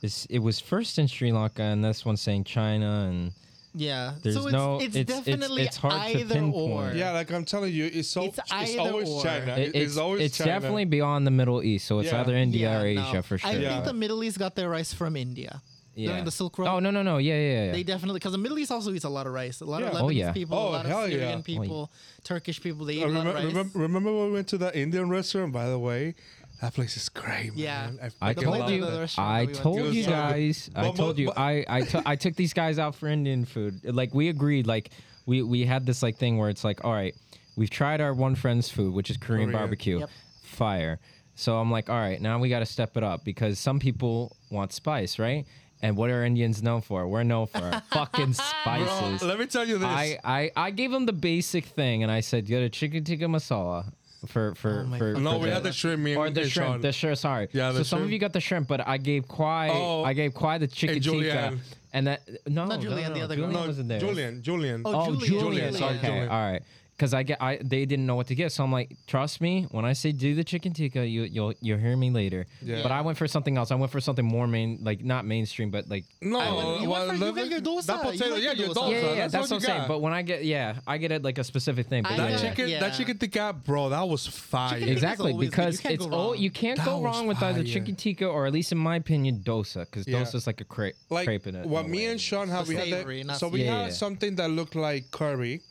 B: it's, it was first in Sri Lanka, and this one's saying China, and
A: Yeah.
B: There's
A: so it's,
B: no-
A: it's,
B: it's- it's-
A: definitely
B: it's hard to
A: either or.
B: pinpoint.
C: yeah, like I'm telling you, it's so
A: It's
C: it's,
A: either
C: always
A: or.
C: China.
B: it-
C: It- it's, always
B: it's
C: China. Uh,
B: definitely beyond the Middle East, so it's
C: Yeah.
B: either India
A: Yeah,
B: or
A: no.
B: Asia for sure.
A: I
C: Yeah.
A: think the Middle East got their rice from India
B: yeah.
A: during the Silk Road.
B: Oh no no no yeah yeah yeah.
A: They definitely because the Middle East also eats a lot of rice. A lot of
C: Yeah.
A: Lebanese
B: Oh, yeah.
A: people,
C: Oh,
A: a lot
C: hell
A: of
C: yeah.
A: Syrian
C: Oh, yeah.
A: people, Turkish people. They eat
C: Uh,
A: a lot
C: remember,
A: of rice.
C: remember, remember when we went to that Indian restaurant? By the way, that place is great.
A: Yeah.
C: man.
B: I
A: The
C: freaking
B: told
A: lady
C: love
B: you.
A: at the
C: it.
A: restaurant
B: I
A: that we went
B: told
C: to.
B: you
C: It was so good.
B: guys. I
C: But-
B: told
C: but-
B: you.
C: but-
B: I I to- I took these guys out for Indian food. Like we agreed. Like we we had this like thing where it's like, all right, we've tried our one friend's food, which is Korean
C: Korean.
B: barbecue,
A: Yep.
B: fire. So I'm like, all right, now we got to step it up because some people want spice, right? And what are Indians known for? We're known for fucking spices.
C: Let me tell you this.
B: I, I I gave them the basic thing, and I said, get a chicken tikka masala for for
A: Oh my
B: for.
A: God.
C: no,
B: for
C: we had the shrimp. Me and
B: or the
C: and
B: shrimp,
C: Sean.
B: the shrimp. Sorry.
C: Yeah, the
B: so some of
C: shrimp.
B: you got the shrimp, but I gave Kwai.
C: Oh.
B: I gave Kwai the chicken
C: And
B: tikka,
C: Julianne.
B: and that no,
A: Not
B: no,
A: Julianne,
B: no,
A: the other
B: Julianne
A: girl.
C: No,
B: wasn't there.
C: Julian, Julian.
A: Oh,
B: Oh,
A: Julian,
B: Julian.
A: Julian.
B: Okay,
C: Julian.
B: all right. Because I get, I they didn't know what to get, so I'm like, trust me, when I say do the chicken tikka, you you'll you'll hear me later.
C: Yeah.
B: But I went for something else. I went for something more main, like not mainstream, but like
C: No,
B: I-
A: went- you went for- you
C: that-
A: got your dosa.
C: That
A: You
C: potato,
A: like
C: yeah,
A: your
C: your
A: dosa.
C: dosa.
B: yeah, yeah, yeah, that's what I'm
C: you
B: saying.
C: got.
B: But when I get, yeah, I get it like a specific thing. But
A: I
B: yeah,
A: got-
C: that
B: yeah.
C: chicken, that
A: yeah.
C: chicken tikka, bro, that was fire.
A: Chicken tikka-
B: Exactly,
A: always good. You
B: because
A: can't
B: it's
A: go
B: all
A: wrong.
B: you can't
C: That
B: go
C: was
B: wrong with either
C: fire.
B: chicken tikka or at least in my opinion dosa, because
C: Yeah.
B: dosa's like a cra-
C: like
B: crepe in it.
C: what
B: in a
C: me
B: way.
C: and Sean have,
A: So
C: we had
A: savory,
C: that,
A: not
C: so we
B: sweet. Yeah,
C: had
B: yeah.
C: something that looked like curry,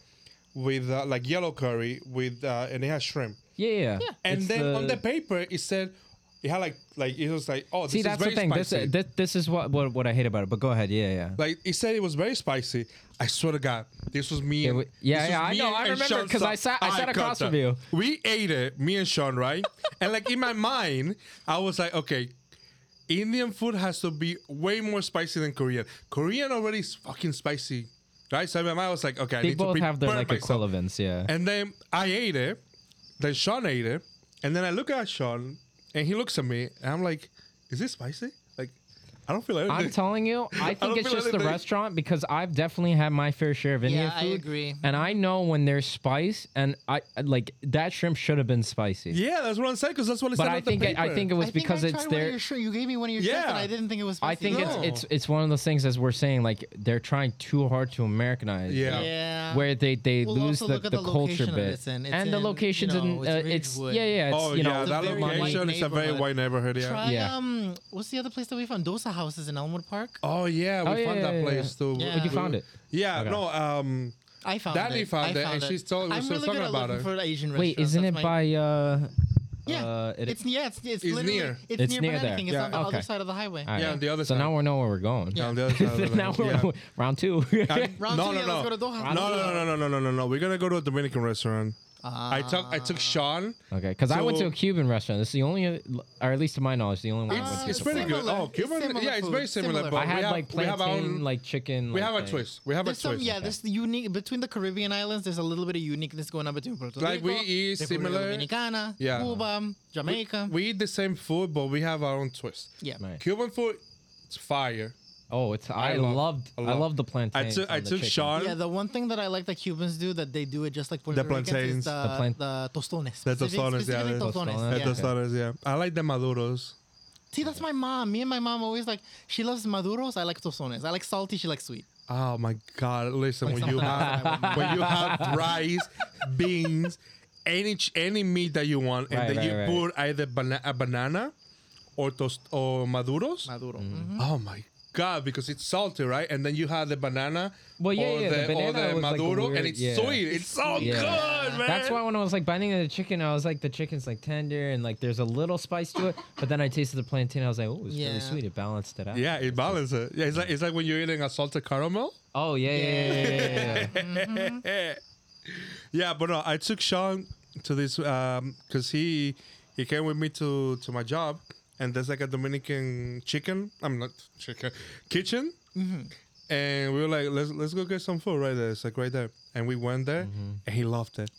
C: with uh, like yellow curry with, uh, and it had shrimp.
B: yeah, yeah.
C: And
B: It's
C: then on the paper it said it had like like it was like oh this
B: see
C: is
B: that's the
C: very
B: thing. This,
C: spicy.
B: this this is what, what what I hate about it. But go ahead, yeah, yeah.
C: like it said it was very spicy. I swear to God, this was me.
B: It
C: and-
B: wa- yeah,
C: this
B: yeah,
C: was
B: I
C: me
B: know,
C: and-
B: I
C: and
B: remember,
C: Sean's
B: 'cause I
C: stuff.
B: sat- I sat
C: cut
B: across
C: that.
B: from you.
C: We ate it, me and Sean, right? and like in my mind, I was like, okay, Indian food has to be way more spicy than Korean. Korean already is fucking spicy. Right? So in my mind, I was like, okay, I
B: They
C: need
B: both
C: to
B: have their
C: prepare
B: like
C: myself.
B: equivalents, yeah.
C: And then I ate it. Then Sean ate it. And then I look at Sean and he looks at me and I'm like, is this spicy? Like, I don't feel anything.
B: I'm telling you, I think
C: don't
B: it's
C: feel
B: just the
C: anything.
B: restaurant because I've definitely had my fair share of Indian
A: Yeah, I
B: food.
A: agree.
B: And I know when there's spice, and I like that shrimp should have been spicy.
C: yeah, that's what I'm saying because that's what it
B: but
C: said
B: I
C: on the
B: think I, I
C: paper.
B: think it was because
A: I
B: it's
A: tried one of
B: their.
A: your shrimp- you gave me one of your shrimp
C: Yeah.
A: and I didn't think it was. Spicy
B: I think
A: enough.
C: No.
B: it's it's it's one of those things as we're saying like they're trying too hard to Americanize. it,
C: Yeah.
A: Yeah.
B: Where they, they
A: Well,
B: lose
A: also
B: the,
A: look
B: the,
A: at the
B: culture
A: location that
B: bit
A: it's in. It's
B: and the
A: in, you
B: locations
A: know,
B: in
A: it's
B: uh, it's
A: Ridgewood.
B: yeah yeah it's
C: Oh
B: you
C: yeah,
B: know
C: that
A: a very white
C: location is a very
A: neighborhood.
C: white neighborhood. Yeah.
A: Try
B: Yeah.
A: um. What's the other place that we found? Dosa houses in Elmwood Park.
C: Oh yeah, we
B: Oh, yeah,
C: found
B: yeah,
C: that
B: yeah,
C: place
B: yeah.
C: too.
A: Yeah.
B: Like, you
A: Uh,
B: found it.
C: Yeah,
B: Okay.
C: no, um,
A: I found
C: Danny
A: it.
C: found
A: I
C: it, and she's told-
A: I'm
C: she was
A: really
C: talking
A: good at
C: about
A: looking
C: it.
A: for Asian
B: Wait,
A: restaurants.
B: isn't it
A: That's my-
B: by uh
A: Yeah.
B: uh, it-
A: it's yeah. It's it's,
C: It's
A: literally
C: near.
A: It's,
B: It's
A: near,
B: near there.
A: Burger King. It's
C: Yeah.
A: on the other
B: Okay.
A: side of the highway.
B: all
C: Yeah, on the other
B: so
C: side.
B: now we know where we're going.
A: Yeah.
C: on the other side of the
B: now
C: line,
B: we're
C: yeah.
B: round two.
A: Round two,
C: no, no,
A: yeah,
C: no.
A: let's go to Doha.
C: No, no, no, no, no, no, no, no. We're gonna go to a Dominican restaurant. I took I
B: Ah.
C: took Sean.
B: Okay, because I went to
C: So-
B: a Cuban restaurant. This is the only, uh, or at least to my knowledge, the only one. I
C: It's,
B: went to
C: it's
B: so
C: pretty
B: far.
A: similar.
C: good. Oh,
A: It's
C: Cuban.
A: similar
C: yeah, it's very
A: food.
C: similar.
A: Similar.
B: I
C: But
B: had
C: we have,
B: like
C: we have
B: plantain,
C: our own.
B: like chicken.
C: we
B: like,
C: have a
B: thing.
C: twist. We have a
A: There's some
C: twist.
A: yeah. There's the unique between the Caribbean islands. There's a little bit of uniqueness going on between Puerto
C: Like, we
A: Rico,
C: eat
A: República
C: similar-
A: Dominicana,
C: Yeah.
A: Cuba, Jamaica.
C: We eat the same food, but we have our own twist.
A: yeah.
B: Right.
C: Cuban food, it's fire.
B: Oh, it's I,
C: love-
B: loved
C: I
B: I
C: love-
B: loved the
C: I
B: plantain.
C: took I took Sean.
A: Yeah, the one thing that I like that Cubans do that they do it just like Puerto
C: The
A: Ricans is
C: plantains.
A: the,
B: The plant-
A: the tostones.
C: The
A: Specific-
C: tostones, yeah,
A: specifically
C: the
A: tostones,
B: tostones.
C: At
A: yeah.
C: the starters, yeah. I like the maduros.
A: See, that's my mom. Me and my mom always like she loves maduros. I like tostones. I like salty. She likes sweet.
C: Oh my God! Listen, when you
A: sometimes I
C: have when you have rice, beans, any ch- any meat that you want, and
B: Right,
C: then
B: right,
C: you
B: right.
C: put either bana- a banana or toast or maduros.
A: Maduro.
B: Mm-hmm.
C: Oh my God! Because it's salty, right? And then you have the banana
B: Well, yeah,
C: or
B: yeah,
C: the,
B: the
C: or
B: banana
C: the
B: was, like,
C: maduro, and
B: weird,
C: it's
B: yeah.
C: sweet. It's so
B: Yeah.
C: good, man.
B: That's why when I was like biting into the chicken, I was like the chicken's like tender and like there's a little spice to it, but then I tasted the plantain. I was like, oh, it's
A: Yeah.
B: really sweet. It balanced it out.
C: Yeah, it balances. it. Yeah, it's like it's like when you're eating a salted caramel.
B: Oh yeah yeah yeah yeah. yeah, yeah.
C: Yeah, but no, I took Sean to this because he he came with me to to my job, and there's like a Dominican chicken. I'm not chicken kitchen, and we were like, let's let's go get some food right there. It's like right there, and we went there, and he loved it.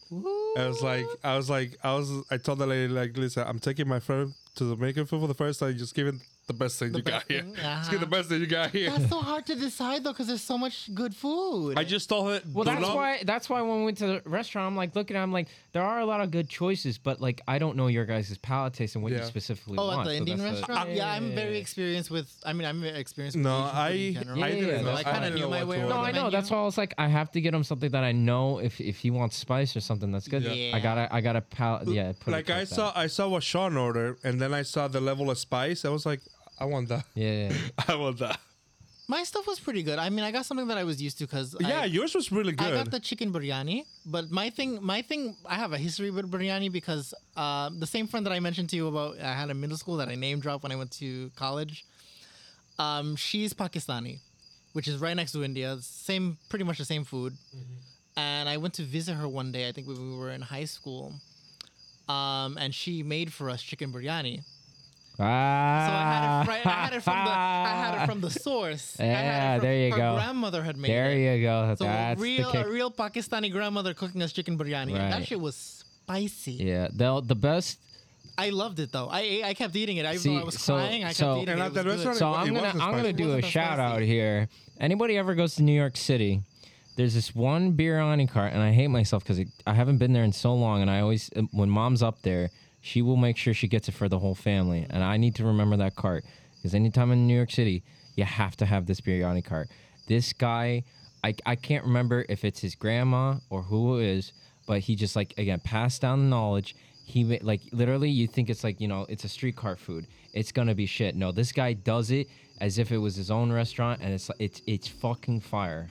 C: I was like, I was like, I was, I told the lady like, listen, I'm taking my friend to Dominican food for the first time. Just give it the best thing you
A: best
C: got here.
A: thing,
C: Just give the
A: uh-huh.
C: best thing you got here.
A: That's so hard to decide though, because there's so much good food.
C: I just told her.
B: Well,
C: do
B: that's
C: not-
B: why. That's why when we went to the restaurant, I'm like looking. I'm like, there are a lot of good choices, but like I don't know your guys' palate taste and what
C: Yeah.
B: you specifically
A: oh,
B: want.
A: at the
B: so
A: Indian
B: that's the-
A: restaurant. Uh, yeah, I'm very
B: yeah.
A: experienced with. I mean, I'm very experienced. With
C: No,
A: Asian food in general.
C: I I
B: Yeah,
C: didn't
B: yeah,
C: know.
B: so I
A: kinda
C: didn't
A: knew
C: know
A: my
C: what
A: way
C: to
A: around
B: No,
C: order.
B: I know.
A: menu.
B: That's why I was like, I have to get him something that I know. If if he wants spice or something that's good,
A: Yeah.
B: I gotta I gotta palate. Yeah, put it
C: like I
B: towards that.
C: saw I saw what Sean ordered, and then I saw the level of spice. I was like, I want that.
B: Yeah, yeah.
C: I want that.
A: My stuff was pretty good. I mean, I got something that I was used to because
C: Yeah,
A: I,
C: yours was really
A: I
C: good.
A: got the chicken biryani, but my thing, my thing, I have a history with biryani because uh, the same friend that I mentioned to you about, I had in middle school that I name dropped when I went to college. Um, she's Pakistani, which is right next to India. Same, pretty much the same food.
B: Mm-hmm.
A: And I went to visit her one day. I think when we were in high school, um, and she made for us chicken biryani. So I had
B: Ah,
A: it, fri- I had it from the I had it from the source. I had
B: Yeah,
A: it from,
B: there you
A: her
B: go.
A: grandmother had made it.
B: there you go.
A: So a
B: that's
A: real,
B: the kick.
A: a real Pakistani grandmother cooking us chicken biryani. and That
B: Right.
A: shit was spicy.
B: yeah, the the best.
A: I loved it though. I ate- I kept eating it. Even
B: See,
A: though I was
B: so-
A: crying, I kept
B: so-
A: eating
C: And
A: it.
C: at
A: It
C: that
A: was good.
C: restaurant-
B: So
C: It
B: I'm gonna
C: wasn't
B: I'm gonna
C: spicy.
B: do a
A: Wasn't that
B: shout out
A: spicy?
B: here. Anybody ever goes to New York City? There's this one beer on cart, and I hate myself because I haven't been there in so long. And I always, uh, when mom's up there, she will make sure she gets it for the whole family. And I need to remember that cart because anytime in New York City, you have to have this biryani cart. This guy, I, I can't remember if it's his grandma or who it is, but he just like again passed down the knowledge. He ma- like literally, you think it's like you know, it's a street cart food. It's gonna be shit. No, this guy does it as if it was his own restaurant, and it's it's it's fucking fire.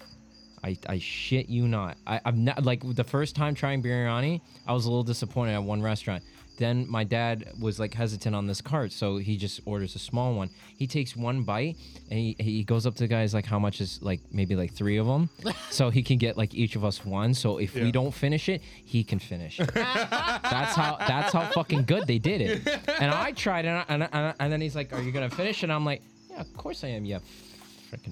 B: I, I shit you not. I, I'm not like the first time trying biryani, I was a little disappointed at one restaurant. Then my dad was like hesitant on this cart, so he just orders a small one. He takes one bite and he, he goes up to the guys like, "How much is like maybe like three of them, so he can get like each of us one. So if we don't finish it, he can finish." it." that's how that's how fucking good they did it. And I tried it, and I, and, I, and then he's like, "Are you gonna finish?" And I'm like, "Yeah, of course I am. Yeah,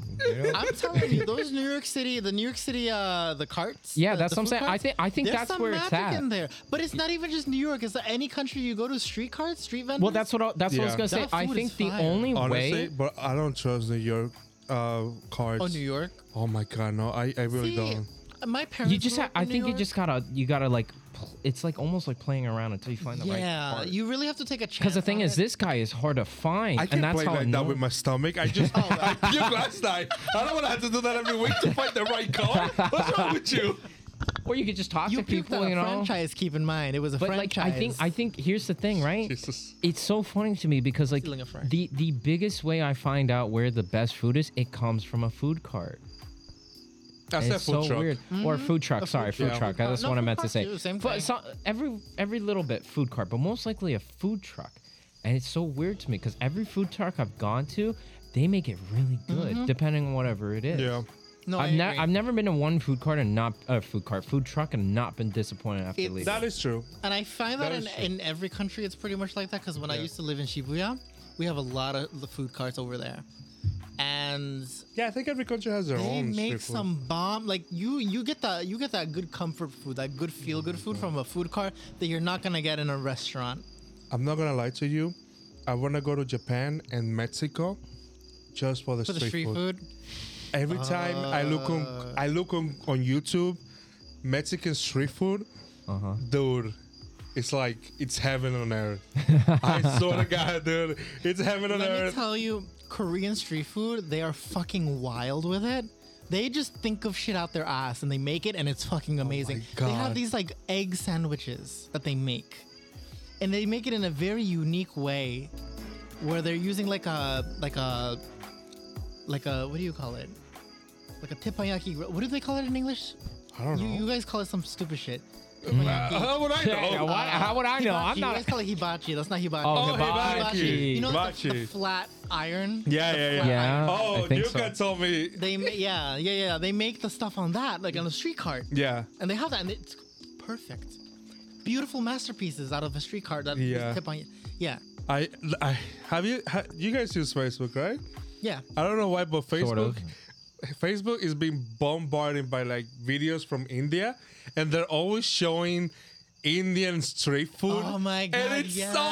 B: freaking.
A: I'm telling you, those New York City, the New York City, uh, the carts.
B: Yeah,
A: the-
B: that's what
A: the
B: I'm
A: food
B: saying. I
A: carts,
B: think I think
A: There's
B: that's
A: some
B: where it's
A: magic
B: at.
A: in there, but it's not even just New York. It's that any country you go to, street carts, street vendors.
B: Well, that's what I, that's what I was
C: Yeah.
B: gonna say.
A: That
B: I
A: food
B: think
A: is
B: the
A: fire.
B: only
C: Honestly,
B: way.
C: but I don't trust New York uh, cards.
A: Oh, New York.
C: Oh my god, no, I, I
A: See,
C: really don't.
A: My parents.
B: You just
A: grew
B: ha-
A: up in
B: I
A: New
B: think you
A: York.
B: just gotta you gotta like pl- it's like almost like playing around until you find the
A: Yeah,
B: right part.
A: you really have to take a chance.
B: Because the thing
A: on
B: is,
A: it.
B: this guy is hard to find,
C: I
B: and
C: can't
B: that's
C: play
B: how I
C: like
B: know.
C: that with my stomach. I just I puked last night. I don't want to have to do that every week to find the right card. What's wrong with you?
B: or you could just talk
A: you
B: to
A: picked
B: people,
A: on
B: you
A: a
B: know.
A: franchise. Keep in mind, it was a
B: But like,
A: franchise.
B: I think I think here's the thing, right?
C: Jesus.
B: It's so funny to me because like
A: Stealing a frank.
B: the the biggest way I find out where the best food is, it comes from a food cart.
C: That's
B: And
C: that
B: it's
C: food
B: so
C: truck.
B: weird. Or food truck. sorry, food
C: yeah.
B: truck.
A: No,
B: That's
A: Mm-hmm. no,
B: what I
A: food
B: meant to
A: cart
B: say.
A: too, same
B: but
A: thing.
B: so, every every little bit food cart, but most likely a food truck. And it's so weird to me because every food truck I've gone to, they make it really good, depending on whatever it is.
C: Yeah.
A: Mm-hmm. no, I
B: I've, ne-
A: agree.
B: I've never been to one food cart and not a uh, food cart food truck and not been disappointed after
A: It's-
B: leaving.
C: That is true.
A: And I find that,
C: That
A: in,
C: is true.
A: in every country, it's pretty much like that. Because when I
C: Yeah.
A: used to live in Shibuya, we have a lot of the food carts over there, and
C: Yeah, I think every country has their
A: they
C: own.
A: make
C: street food.
A: some bomb. Like you, you get that you get that good comfort food, that good feel
C: Mm,
A: good food from a food cart that you're not gonna get in a restaurant.
C: I'm not gonna lie to you. I wanna go to Japan and Mexico just for the,
A: For the
C: street,
A: street food,
C: food.
A: Ah.
C: Every time I look on I look on, on YouTube, Mexican street food,
B: Uh-huh.
C: dude, it's like it's heaven on earth. I swear to God, dude, it's heaven on
A: let me
C: earth.
A: tell you, Korean street food, they are fucking wild with it. They just think of shit out their ass and they make it, and it's fucking amazing. they have
C: Oh God.
A: these like egg sandwiches that they make, and they make it in a very unique way, where they're using like a like a like a what do you call it? Like a teppanyaki. What do they call it in English?
C: I don't
A: You,
C: know.
A: you guys call it some stupid shit.
C: Uh, how would I
B: Yeah,
C: know?
B: why- how would I know?
A: Uh, Hibachi.
B: I'm
A: You
B: not.
A: guys call it hibachi. That's not hibachi.
B: Oh,
C: Oh,
B: Hibachi.
A: You know like the, the
C: Hibachi.
A: flat iron.
C: Yeah,
A: The
C: yeah,
A: flat
C: yeah.
A: iron?
B: Yeah. I
C: Oh,
B: think
C: you
B: so.
C: can tell me.
A: They ma- yeah yeah yeah they make the stuff on that like on a street cart
C: Yeah.
A: and they have that and it's perfect, beautiful masterpieces out of a street cart that
C: Yeah.
A: tip on you. Yeah
C: I, I have you. Ha, you guys use Facebook, right?
A: yeah.
C: I don't know why, but Facebook,
B: Sort of.
C: Facebook is being bombarded by like videos from India, and they're always showing Indian street food.
A: Oh my God,
C: And it's
A: yes.
C: so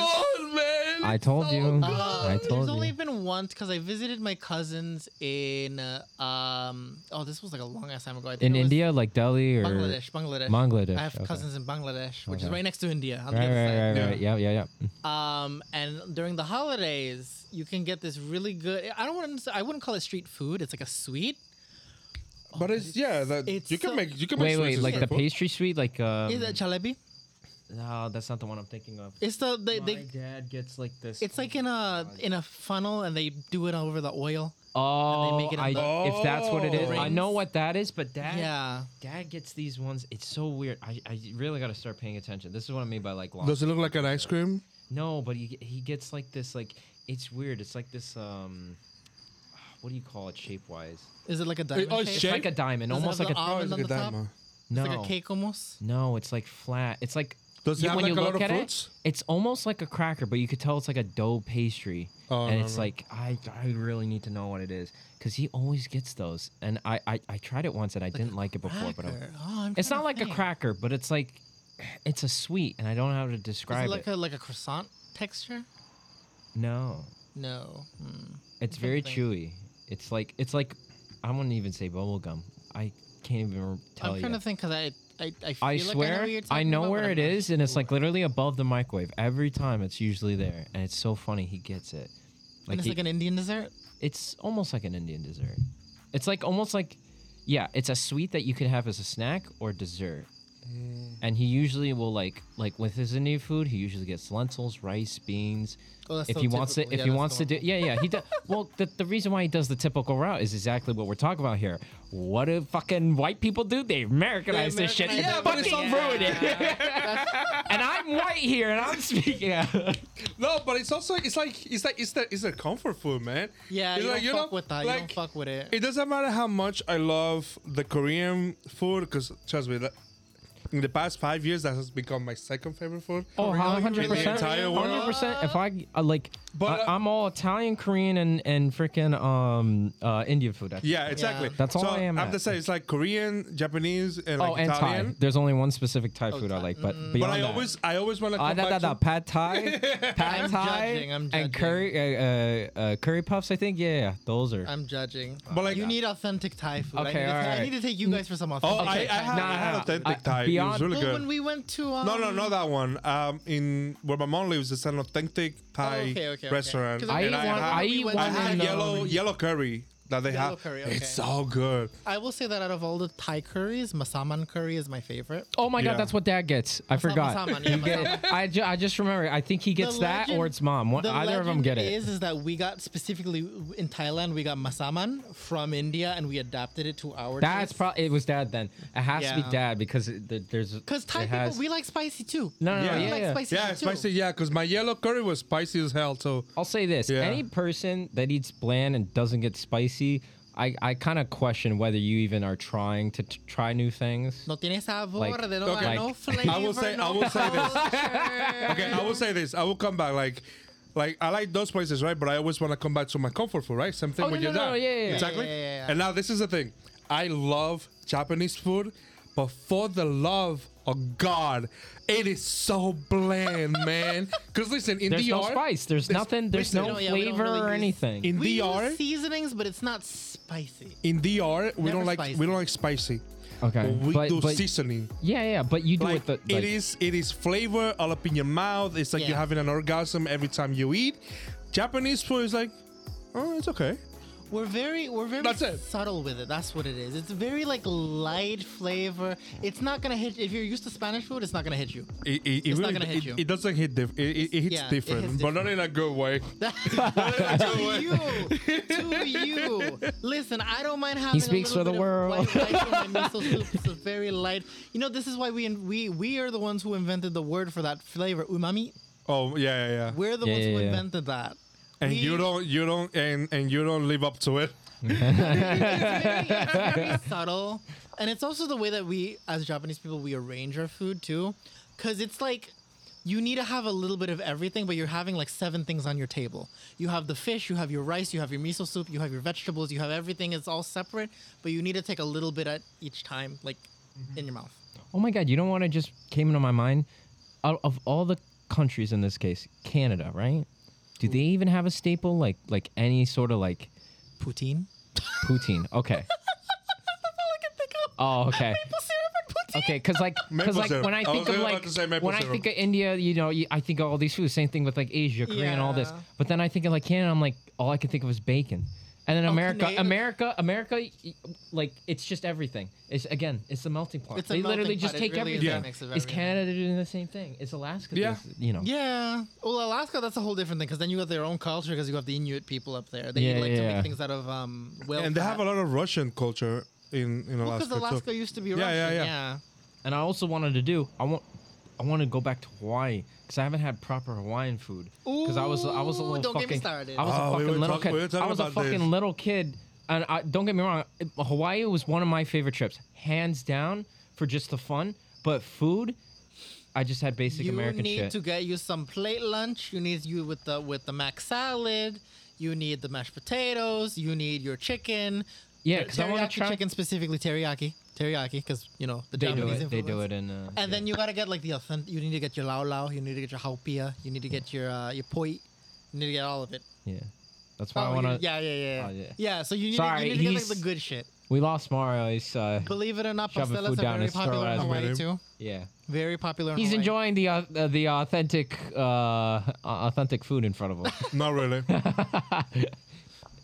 C: good, man.
B: I
C: It's
B: told
C: so
B: you.
C: good.
B: I told
A: There's
B: you.
A: only been once because I visited my cousins in uh, um oh this was like a long ass time ago I think
B: in
A: it was
B: India, like Delhi or
A: Bangladesh Bangladesh
B: Bangladesh,
A: I have
B: okay.
A: cousins in Bangladesh which is
B: Okay.
A: right next to India on the
B: Right,
A: other side.
B: right, right,
C: Yeah.
B: right. Yeah, yeah, yeah.
A: Um, and during the holidays, you can get this really good. I don't want to. I wouldn't call it street food. It's like a sweet.
C: But it's yeah. That
A: it's
C: you can
A: so-
C: make. You can
B: Wait,
C: make
B: wait,
C: sweets
B: like
C: with
B: the
C: street food.
B: pastry sweet, like um,
A: Is it jalebi?
B: no, that's not the one I'm thinking of.
A: It's the they, they
B: dad gets like this.
A: It's like in a in a funnel, and they do it over the oil.
B: oh,
A: make it in
B: I,
A: the-
B: if that's what it is,
A: Oh.
B: I know what that is. But dad,
A: Yeah.
B: dad gets these ones. It's so weird. I, I really got to start paying attention. This is what I mean by like long.
C: Does it look like an ice cream?
B: No, but he he gets like this. Like it's weird. It's like this. Um, what do you call it shape wise?
A: Is it like a diamond?
C: oh,
A: shape?
B: It's like a diamond,
A: Does it
B: almost
A: have
B: like a
A: the almond
C: it's
A: on
C: like
A: the
C: a
A: top.
C: diamond.
B: no.
A: It's like a cake almost.
B: No, it's like flat. It's like
C: Does it
B: you-
C: have
B: when
C: like
B: you
C: a lot
B: look
C: of
B: at
C: fruits?
B: it, it's almost like a cracker, but you could tell it's like a dough pastry.
C: Oh,
B: and
C: no,
B: it's
C: no.
B: like I, I really need to know what it is because he always gets those, and I, I, I tried it once and I didn't like it before, but I'm,
A: Cracker. Oh, I'm
B: it's not
A: trying to
B: like a
A: think.
B: cracker, but it's like it's a sweet, and I don't know how to
A: Is
B: describe
A: it
B: it.
A: like a like a croissant texture?
B: no,
A: No. Hmm.
B: it's very
A: something.
B: chewy. It's like it's like I wouldn't even say bubble gum. I can't even re- tell
A: I'm
B: you.
A: trying to think because I I I, feel
B: I
A: like
B: swear,
A: I know,
B: I know where it is, and it's like literally above the microwave. Every time, it's usually there, and it's so funny. He gets it.
A: Like and it's
B: he-
A: like an Indian dessert.
B: it's almost like an Indian dessert. It's like almost like, yeah, it's a sweet that you could have as a snack or dessert.
A: Mm.
B: And he usually will like like with his Indian food, he usually gets lentils, rice, beans.
A: Oh, that's
B: if
A: so
B: he wants to,
A: typical.
B: if
A: Yeah,
B: he
A: that's
B: wants
A: the
B: to do,
A: one.
B: yeah, yeah, he does. well, the, the reason why he does the typical route is exactly what we're talking about here. What do fucking white people do? They Americanize this shit.
A: Americanize
B: Yeah,
A: it.
B: but it's
A: Yeah.
B: ruin it. and I'm white here, and I'm speaking. out.
C: No, but it's also it's like it's like it's the it's a comfort food, man.
A: Yeah,
C: it's
A: you
C: like,
A: don't
C: know,
A: fuck with that. You don't
C: like,
A: fuck with it.
C: It doesn't matter how much I love the Korean food, because trust me, that, in the past five years, that has become my second favorite food.
B: Oh,
A: Really? In the
B: 100 percent,
C: entire world?
B: 100 percent. If I uh, like,
C: But, uh,
B: I, am all Italian, Korean, and and freaking um uh Indian food. actually.
C: Yeah, exactly.
B: That's all
C: so
B: I am
C: I have
B: at.
C: to say, it's like Korean, Japanese, and like
B: oh, and
C: Italian.
B: Thai. There's only one specific Oh, Thai Mm. food I
A: Thai.
B: like, but
C: But
B: beyond
C: I
B: that,
C: always, I always want to.
B: uh, da, da, da, pad Thai, pad
A: I'm
B: Thai,
A: judging, I'm judging.
B: and curry uh, uh, uh, curry puffs. I think yeah, yeah, those are.
A: I'm judging.
C: But, like-
A: you need authentic Thai food. I,
B: Okay,
A: need to,
B: alright.
A: I need to take you guys for some
C: Oh,
A: authentic.
C: I,
A: Thai
C: I had,
A: food.
B: No,
C: I
B: no,
C: had
B: no.
C: authentic
B: I-
C: Thai. it was
B: beyond-
C: really
A: Well,
C: good.
A: when we went to um,
C: no, no, not that one. Um, in where my mom lives, it's an authentic
B: Oh,
C: Thai
A: Oh, okay, okay, okay.
C: restaurant.
A: 'Cause
B: I eat
C: and
B: one.
C: I had,
B: I eat
A: I
B: one.
C: I had
B: in,
A: and,
C: yellow,
B: um,
C: yellow curry that they
A: Yellow
C: have.
A: curry, okay.
C: It's so good.
A: I will say that out of all the Thai curries, masaman curry is my favorite.
B: Oh my
C: Yeah.
B: god, that's what Dad gets. I forgot.
A: Masaman, yeah,
B: You get it. I, ju- I just remember. I think he gets
A: The
B: that
A: legend-
B: or it's mom. One,
A: the
B: either of them
A: legend
B: get it.
A: Is is that we got specifically in Thailand we got masaman from India and we adapted it to our.
B: That's probably it was Dad then. It has to
A: Yeah.
B: be Dad because it, there- there's
A: because Thai
B: it
A: people
B: has-
A: we like spicy too.
B: No, no, no,
C: Yeah.
A: we
B: yeah,
A: like
B: yeah.
A: spicy
C: Yeah,
A: too.
C: it's spicy. Yeah, because my yellow curry was spicy as hell. So
B: I'll say this:
C: Yeah.
B: any person that eats bland and doesn't get spicy, I, I kind of question whether you even are trying to t- try new things.
A: No tiene sabor.
B: Like-
A: they don't
B: okay.
A: have no flavor.
C: I will say-
A: no
C: I will say this.
A: culture.
C: okay, I will say this. I will come back. Like, like I like those places, right? But I always want to come back to my comfort food, right? Same thing
B: Oh,
C: with
B: no,
C: your
B: no,
C: dad.
B: no, yeah, yeah, yeah.
C: exactly.
A: Yeah, yeah, yeah.
C: And now this is the thing. I love Japanese food, but for the love of God, it is so bland, man. Because listen, in
B: There's
C: the
B: no spice. There's, nothing. There's
C: listen,
B: no
A: No, Oh, yeah, we don't
B: flavor
A: really
B: or
A: use-
B: anything.
C: in
A: We
C: DR,
A: use seasonings, but it's not spicy.
C: in DR, we
A: Never
C: don't like
A: spicy.
C: we don't like spicy.
B: okay,
C: We
B: but,
C: do
B: but-
C: seasoning.
B: yeah, yeah, but you do
C: Like,
B: it the. Like,
C: it is it is flavor all up in your mouth. It's like
A: Yeah.
C: you're having an orgasm every time you eat. Japanese food is like, oh, it's okay.
A: We're very we're very
C: That's it.
A: subtle with it. That's what it is. It's very like light flavor. It's not gonna hit if you're used to Spanish food. It's not gonna hit you.
C: It, it, it
A: It's not
C: really-
A: gonna hit
C: it-
A: you.
C: it doesn't hit diff- it, it, it hits
A: Yeah, it
C: different,
A: hits
C: but not in a good way.
A: to you, to you. Listen, I don't mind having.
B: speaks
A: a
B: for
A: little
B: the
A: bit of
B: world.
A: White rice in my miso soup. It's a very light. You know, this is why we in, we we are the ones who invented the word for that flavor, umami.
C: Oh yeah, yeah, yeah.
A: We're the
B: Yeah,
A: ones
B: yeah,
A: who
B: yeah.
A: invented that.
C: and
A: we-
C: you don't, you don't, and and you don't live up to it.
A: It's very, it's very subtle, and it's also the way that we, as Japanese people, we arrange our food too, because it's like. You need to have a little bit of everything, but you're having like seven things on your table. You have the fish, you have your rice, you have your miso soup, you have your vegetables, you have everything. It's all separate, but you need to take a little bit at each time, like in your mouth.
B: Oh my God! You don't want to just came into my mind. Out of all the countries in this case, Canada, right? Do they even have a staple like like any sort of like
A: Poutine.
B: poutine? Okay. Oh, okay. Okay, because like,
C: Maple
B: because like
C: syrup.
B: when I
C: I
B: think
C: was
B: of
C: about
B: like
C: to say maple
B: when I
C: syrup.
B: think of India, you know, you- I think of all these foods. Same thing with like Asia, Korea, and all this.
A: Yeah.
B: But then I think of like Canada, I'm like, all I can think of is bacon. And
A: Oh,
B: then America,
A: Canadian-
B: America, America, y- like it's just everything. It's again, it's the melting pot.
A: It's a
B: they literally
A: melting
B: just
A: pot. It
B: take
A: really is a
B: everything.
A: mix of
B: Is
A: everything.
B: Canada doing the same thing? Is Alaska?
C: Yeah.
B: this- you know.
A: Yeah. Well, Alaska, that's a whole different thing because then you got their own culture because you have the Inuit people up there. They
B: Yeah,
A: like to
B: yeah.
A: make things out of um.
B: Oh,
A: Whale
C: And they have a
A: fat.
C: lot of Russian culture in in Alaska.
A: because
C: too.
A: Alaska used to be Russian.
C: Yeah, yeah,
A: Yeah,
C: yeah.
B: And I also wanted to do. I want. I want to go back to Hawaii because I haven't had proper Hawaiian food. Because I was I was a
A: Ooh,
B: little
A: don't get me
B: fucking
A: started.
B: I was
C: Oh,
B: a
C: we
B: fucking
C: were
B: little
C: talk-
B: kid.
C: we were talking
B: I was a
C: about
B: fucking
C: this.
B: little kid, and I, don't get me wrong, it- Hawaii was one of my favorite trips, hands down, for just the fun. But food, I just had basic
A: You
B: American
A: need
B: shit.
A: to get you some plate lunch. You need you with the with the mac salad. You need the mashed potatoes. You need your chicken.
B: Yeah,
A: Ter-
B: 'cause I wanna
A: teriyaki
B: try-
A: chicken specifically teriyaki, teriyaki, because you know the
B: they do
A: Japanese
B: it. They do
A: influence.
B: it in. Uh,
A: And then you gotta get like the authentic. You need to get your lao lao. You need to get your haupia. You need to get your uh, your poi. You need to get all of it.
B: yeah, that's why I
A: you-
B: want to.
A: yeah, yeah, yeah,
B: Oh, yeah.
A: So you need,
B: Sorry,
A: you need to get like
B: he's-
A: the good shit.
B: We lost Mario. He's uh,
A: Believe it or not,
B: Shoving
A: pastelas
B: food
A: are
B: down
A: very
B: his throat
A: popular in
B: as we
A: Hawaii
C: do.
A: too.
B: yeah.
A: Very popular. In
B: He's
A: Hawaii.
B: enjoying the uh, uh, the authentic uh, uh, authentic food in front of him.
C: Not really.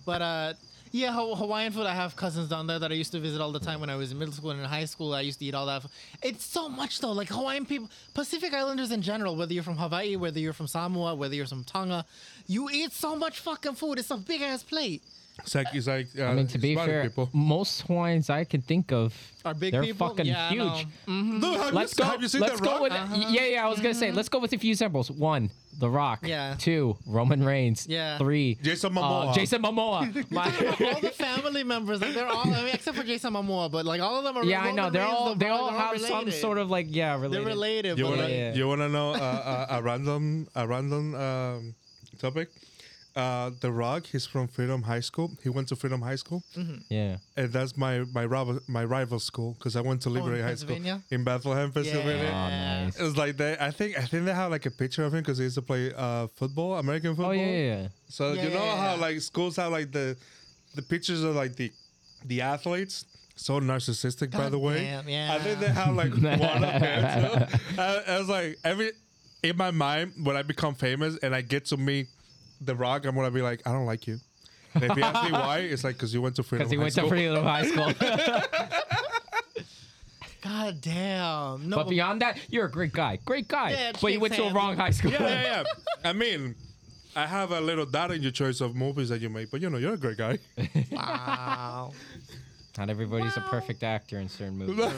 A: But uh, yeah, Ha- Hawaiian food. I have cousins down there that I used to visit all the time when I was in middle school and in high school. I used to eat all that. fu- It's so much though. Like Hawaiian people, Pacific Islanders in general, whether you're from Hawaii, whether you're from Samoa, whether you're from Tonga, you eat so much fucking food. It's a big ass plate.
C: It's like it's like uh,
B: I mean, to be
C: Hispanic
B: fair, mm,
C: people.
B: most Hawaiians I can think of
A: Are big
B: they're
A: people?
B: fucking
A: Yeah, I know.
B: huge.
C: Dude, have,
B: Let's
C: you,
B: go.
C: have you seen Uh,
B: let's
C: that
B: go
C: rock?
B: with
A: Uh-huh.
B: yeah, yeah. I was gonna say, let's go with a few examples. One, The Rock.
A: Mm-hmm. Yeah.
B: Two, Roman Reigns.
A: Yeah.
B: Three,
C: Jason
B: uh,
C: Momoa.
B: Jason Momoa. My-
A: all the family members, like they're all, I mean, except for Jason Momoa, but like all of them are.
B: yeah, I know.
A: Roman
B: They're
A: Reigns,
B: all
A: the
B: they
A: brother,
B: all
A: they're
B: have some sort of like yeah related.
A: They're related,
C: You
A: but
C: wanna
A: like,
B: yeah.
C: you wanna know uh, a, a random a random um, topic? Uh, the Rock. He's from Freedom High School. He went to Freedom High School,
A: Mm.
B: Yeah.
C: and that's my my rival my rival school because I went to Liberty High School
A: Oh, Pennsylvania?
C: in Bethlehem, Pennsylvania.
B: Oh,
A: Yeah.
B: nice.
C: It's like they. I think. I think they have like a picture of him because he used to play uh, football, American football.
B: Oh yeah, yeah. yeah.
C: So
A: Yeah,
C: you know
A: yeah,
C: how
A: yeah.
C: like schools have like the the pictures of like the the athletes. So narcissistic, by
A: God
C: the way.
A: damn, yeah.
C: I think they have like one of them. too. I, I was like, every in my mind when I become famous and I get to meet The Rock, I'm gonna be like, I don't like you. And if you ask me why, it's like because you went to freedom.
B: Because he
C: High
B: went to
C: School.
B: Freedom High School.
A: God damn. No,
B: but beyond that, you're a great guy. Great guy.
A: Yeah,
B: but you
A: shake
B: went to a
A: hands.
B: wrong high school.
C: Yeah, yeah, yeah. I mean, I have a little doubt in your choice of movies that you make, but you know, you're a great guy.
A: wow.
B: Not everybody's a perfect actor in certain movies.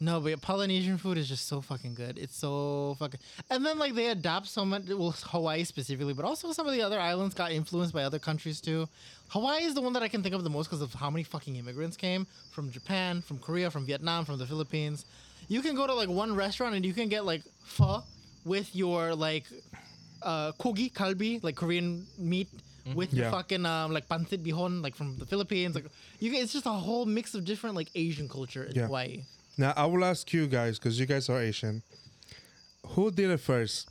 A: No, but Polynesian food is just so fucking good. It's so fucking. And then like they adopt so much. Well, Hawaii specifically, but also some of the other islands got influenced by other countries too. Hawaii is the one that I can think of the most because of how many fucking immigrants came from Japan, from Korea, from Vietnam, from the Philippines. You can go to like one restaurant and you can get like pho with your like uh kogi kalbi, like Korean meat. With your
C: Mm-hmm. Yeah.
A: fucking um, like pancit bihon, like from the Philippines, like you, get- it's just a whole mix of different like Asian culture in
C: Yeah.
A: Hawaii.
C: Now I will ask you guys because you guys are Asian. Who did it first,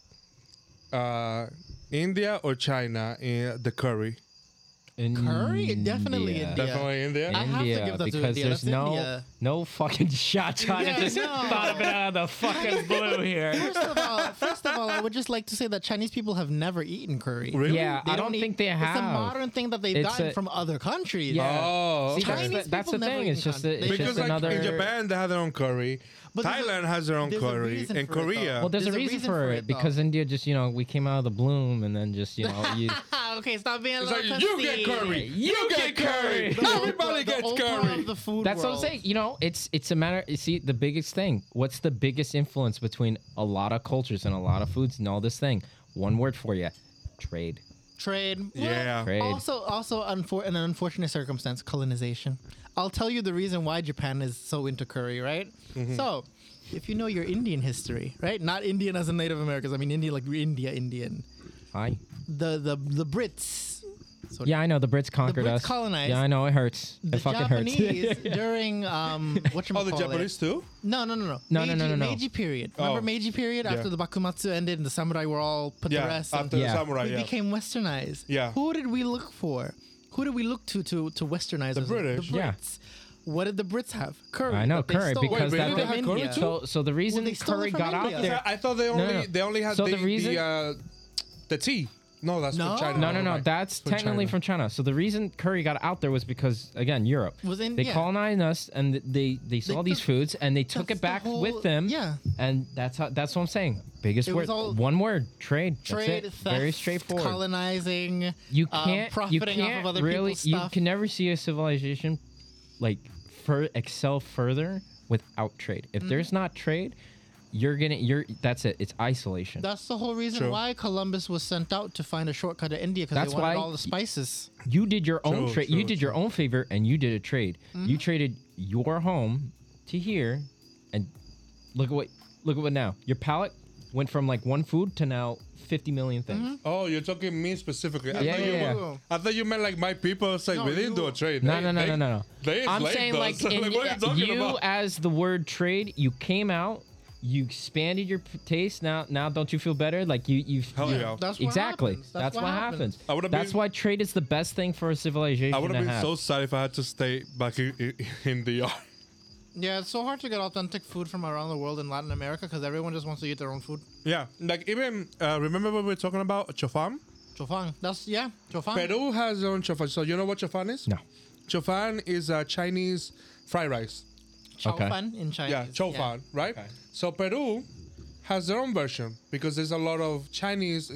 C: uh, India or China in the curry?
A: Curry?
B: India.
A: Definitely India.
C: Definitely India.
A: I have to
B: India,
A: give that to
B: because
A: India.
B: there's
A: That's
B: no
A: India.
B: no fucking shot trying
A: Yeah,
B: to just
A: no.
B: thought of it out of the fucking blue here.
A: First of all, first of all, I would just like to say that Chinese people have never eaten curry.
C: Really?
B: Yeah,
A: They
B: I don't,
A: eat-
B: think they have.
A: It's a modern thing that they've
B: It's
A: gotten
B: a-
A: from other countries.
B: yeah.
C: Oh,
B: See,
A: okay.
B: that's,
A: Chinese
B: the, that's the
A: people never
B: thing. It's
A: eat
B: just a, it's
C: because
B: just
C: like
B: another.
C: in Japan they have their own curry.
A: But there's a-
C: Thailand has their own
A: there's a
C: curry.
A: reason
C: In
A: for it, though.
C: Korea,
B: well, there's, a reason, for it
A: though.
B: because India just you know we came out of the bloom and then just you know you.
A: Ah, okay, stop being a
C: it's
A: little
C: like you
A: pussy.
C: get curry,
B: You get curry.
A: The
C: everybody
A: Oprah- the
C: gets
A: Oprah
C: curry.
A: Of the food
B: That's
A: world.
B: what I'm saying. You know, it's it's a matter. You see, the biggest thing. What's the biggest influence between a lot of cultures and a lot of foods and all this thing? One word for you: trade.
A: Trade. Well,
C: Yeah.
B: Trade.
A: Also, also unfor- in an unfortunate circumstance, colonization. I'll tell you the reason why Japan is so into curry, right?
C: Mm-hmm.
A: So, if you know your Indian history, right? Not Indian as in Native Americans. I mean, Indian like India, Indian.
B: Hi.
A: The the the Brits. So
B: Yeah, I know the Brits conquered
A: Brits
B: us.
A: colonized.
B: Yeah, I know it hurts.
A: The
B: it fucking
A: Japanese
B: hurts.
A: during um what you
C: Oh, the Japanese too.
A: No, no, no, no.
B: No, no,
A: Meiji,
B: no, no, no.
A: Meiji period. Remember
C: Oh.
A: Meiji period after the Bakumatsu ended and the samurai were all put to
C: Yeah,
A: rest. and-
C: after
B: Yeah.
C: the samurai,
A: we
C: yeah.
A: became westernized.
C: Yeah.
A: Who did we look for? Who did we look to to to westernize? The
C: British.
A: The
B: Yeah.
A: Brits. What did the Brits have? Curry.
B: I know,
A: that they
B: curry,
A: stole
B: because
A: from
C: that- Wait, they had
A: India.
C: curry too?
B: so, so the reason
A: they stole
B: curry
A: it from
B: got
A: India.
B: out there.
C: I thought they only
B: no.
C: they only had
B: So
C: the
B: the
C: the,
B: reason-
C: uh, the tea. No, that's
A: No.
C: from China.
B: No, no, no.
C: Right.
B: That's
C: From
B: technically
C: China.
B: from China. So the reason curry got out there was because again, Europe.
A: Was in-
B: they
A: yeah.
B: colonized us and th- they they saw these
A: took-
B: foods and they took
A: that's
B: it
A: the
B: back
A: whole-
B: with them.
A: yeah.
B: And that's how that's what I'm saying. Biggest
A: It was
B: word.
A: all
B: one word. Trade. That's
A: Trade,
B: it.
A: theft,
B: Very straightforward.
A: colonizing.
B: you
A: um,
B: can't. you
A: profiting
B: can't
A: off of other
B: really.
A: people's
B: You
A: stuff.
B: can never see a civilization like fur excel further without trade.
A: Mm-hmm.
B: If there's not trade, you're gonna. You're. That's it. It's isolation.
A: That's the whole reason
C: True.
A: why Columbus was sent out to find a shortcut to India because
B: That's
A: they wanted
B: why
A: all the spices.
B: you did your own
C: True,
B: trade.
C: true,
B: You did your own favor, and you did a trade.
A: Mm-hmm.
B: You traded your home to here, and look at what look at what now. Your palate went from like one food to now fifty million things.
A: Mm-hmm.
C: Oh, you're talking me specifically. I,
B: Yeah,
C: thought
B: yeah,
C: you
B: yeah.
C: Meant, I thought you meant like my people. It's like
A: No,
C: we didn't
A: you-
C: do a trade.
B: No,
C: They-
B: no, no,
C: they-
B: no, no,
C: They
B: no. I'm
C: enslaved
B: saying like,
C: us.
B: in,
C: what are you talking
B: you
C: about?
B: as the word trade, you came out, you expanded your p- taste. Now, now don't you feel better? Like you, you've
C: Hell
B: you-
C: yeah. Yo.
A: That's what
B: exactly.
A: happens.
B: That's, what happens.
C: I would've
B: That's
C: been-
B: why trade is the best thing for a civilization
C: I would
B: to
C: have been
B: have.
C: so sad if I had to stay back in, in, in the yard.
A: Yeah, it's so hard to get authentic food from around the world in Latin America because everyone just wants to eat their own food.
C: Yeah, like even uh, remember when we were talking about chofan?
A: Chofang. That's yeah. Chofang.
C: Peru has their own chofan. So you know what chofan is?
B: No.
C: Chofan is uh, Chinese fried rice.
A: Chow
B: Okay.
A: fan in Chinese.
C: Yeah, chofan, right? So Peru has their own version because there's a lot of Chinese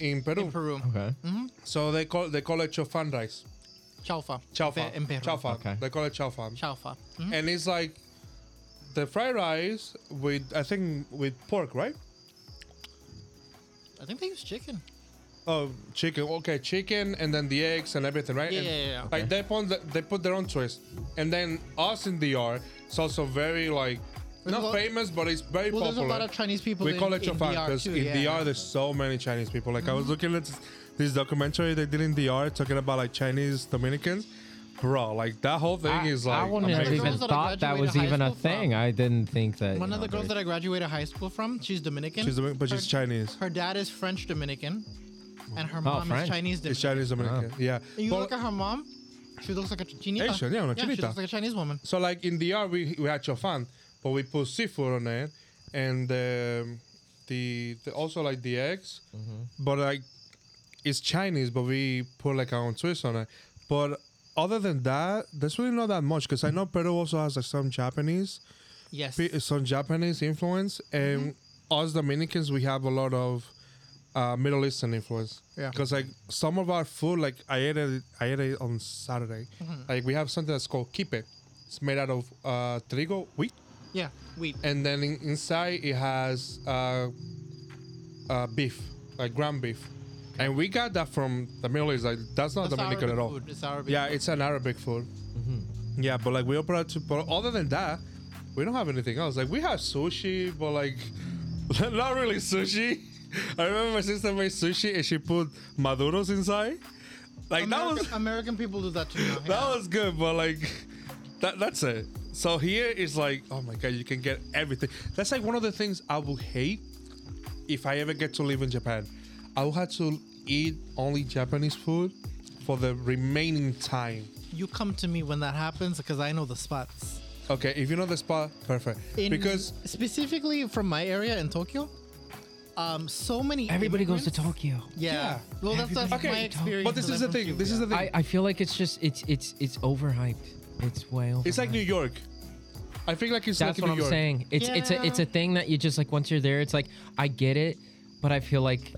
B: Influence?
C: in Peru.
A: in Peru.
B: Okay.
C: So they call they call it chofan rice.
A: Chaufa.
C: Chaufa.
A: In Peru.
C: Chaufa.
B: Okay.
C: They call it chaufa.
A: Chaufa. Mhm.
C: and it's like the fried rice with I think with pork, right?
A: I think they use chicken.
C: Oh, chicken. Okay, chicken, and then the eggs and everything, right?
A: Yeah,
C: And,
A: yeah, yeah.
C: Like they put the, they put their own twist, and then us in DR it's also very like
A: There's a
C: not
A: lot-
C: famous, but it's very
A: Well, there's a
C: popular.
A: lot of Chinese people.
C: we
A: in,
C: call it
A: in
C: chofan
A: DR
C: because
A: too,
C: in
A: yeah,
C: DR
A: yeah. Mm-hmm.
C: there's so many Chinese people. Like I was looking at this, this documentary they did in DR talking about like Chinese Dominicans. Bro, like that whole thing
B: I,
C: is like
B: I wouldn't have
A: amazing.
B: even
A: Girls that I
B: thought that was
A: graduated
B: even
A: high
B: a
A: school from.
B: thing. I didn't think that.
A: One
B: you
A: of the
B: know,
A: girls
B: there-
A: that I graduated high school from, she's Dominican.
C: She's Dominican, but
A: Her-
C: she's Chinese.
A: Her dad is French Dominican, and her mom
B: Oh, French.
A: is Chinese
C: It's
A: Dominican.
C: Chinese Dominican. Yeah.
A: And you
C: But-
A: look at her mom, she looks like a chinita.
C: Asian, yeah, una
A: she
C: chinita.
A: looks like a Chinese woman.
C: So like in the art, we we had chofan, but we put seafood on it, and um, the, the also like the eggs, but like it's Chinese, but we put like our own twist on it. But other than that, there's really not that much because I know Peru also has like some Japanese,
A: Yes.
C: pe- some Japanese influence, and
A: Mm-hmm.
C: us Dominicans we have a lot of uh, Middle Eastern influence.
A: Yeah.
C: Because like some of our food, like I ate it, I ate it on Saturday.
A: Mm-hmm.
C: Like we have something that's called kipe. It's made out of uh, trigo wheat,
A: yeah. Wheat.
C: and then in, inside it has uh, uh, beef, like ground beef. And we got that from the Middle East. Like that's not
A: That's
C: Dominican
A: Arabic
C: at all.
A: Food. It's Arabic.
C: Yeah, it's an Arabic food. Yeah, but like we operate to, but other than that, we don't have anything else. Like we have sushi, but like not really sushi. I remember my sister made sushi and she put maduros inside. Like
A: American,
C: that was
A: American people do that too. Now, yeah.
C: that was good, but like that that's it. So here is like, oh my god, you can get everything. That's like one of the things I would hate if I ever get to live in Japan. I would have to eat only Japanese food for the remaining time.
A: you come to me when that happens because I know the spots.
C: Okay, if you know the spot, perfect.
A: In,
C: because
A: specifically from my area in Tokyo, um, so many.
B: Everybody goes to
A: immigrants-
B: Tokyo.
A: Yeah.
C: Yeah.
A: Well, that's, that's
C: okay,
A: my experience.
C: but this
A: that
C: is the
A: I'm
C: thing.
A: from
C: This is the
A: Cuba.
C: thing.
B: I, I feel like it's just it's it's it's overhyped. It's way over.
C: it's like New York. I feel like it's
B: That's
C: like
B: what
C: New
B: I'm
C: York.
B: saying. It's it's a it's
A: Yeah.
B: a thing that you just like once you're there, it's like I get it, but I feel like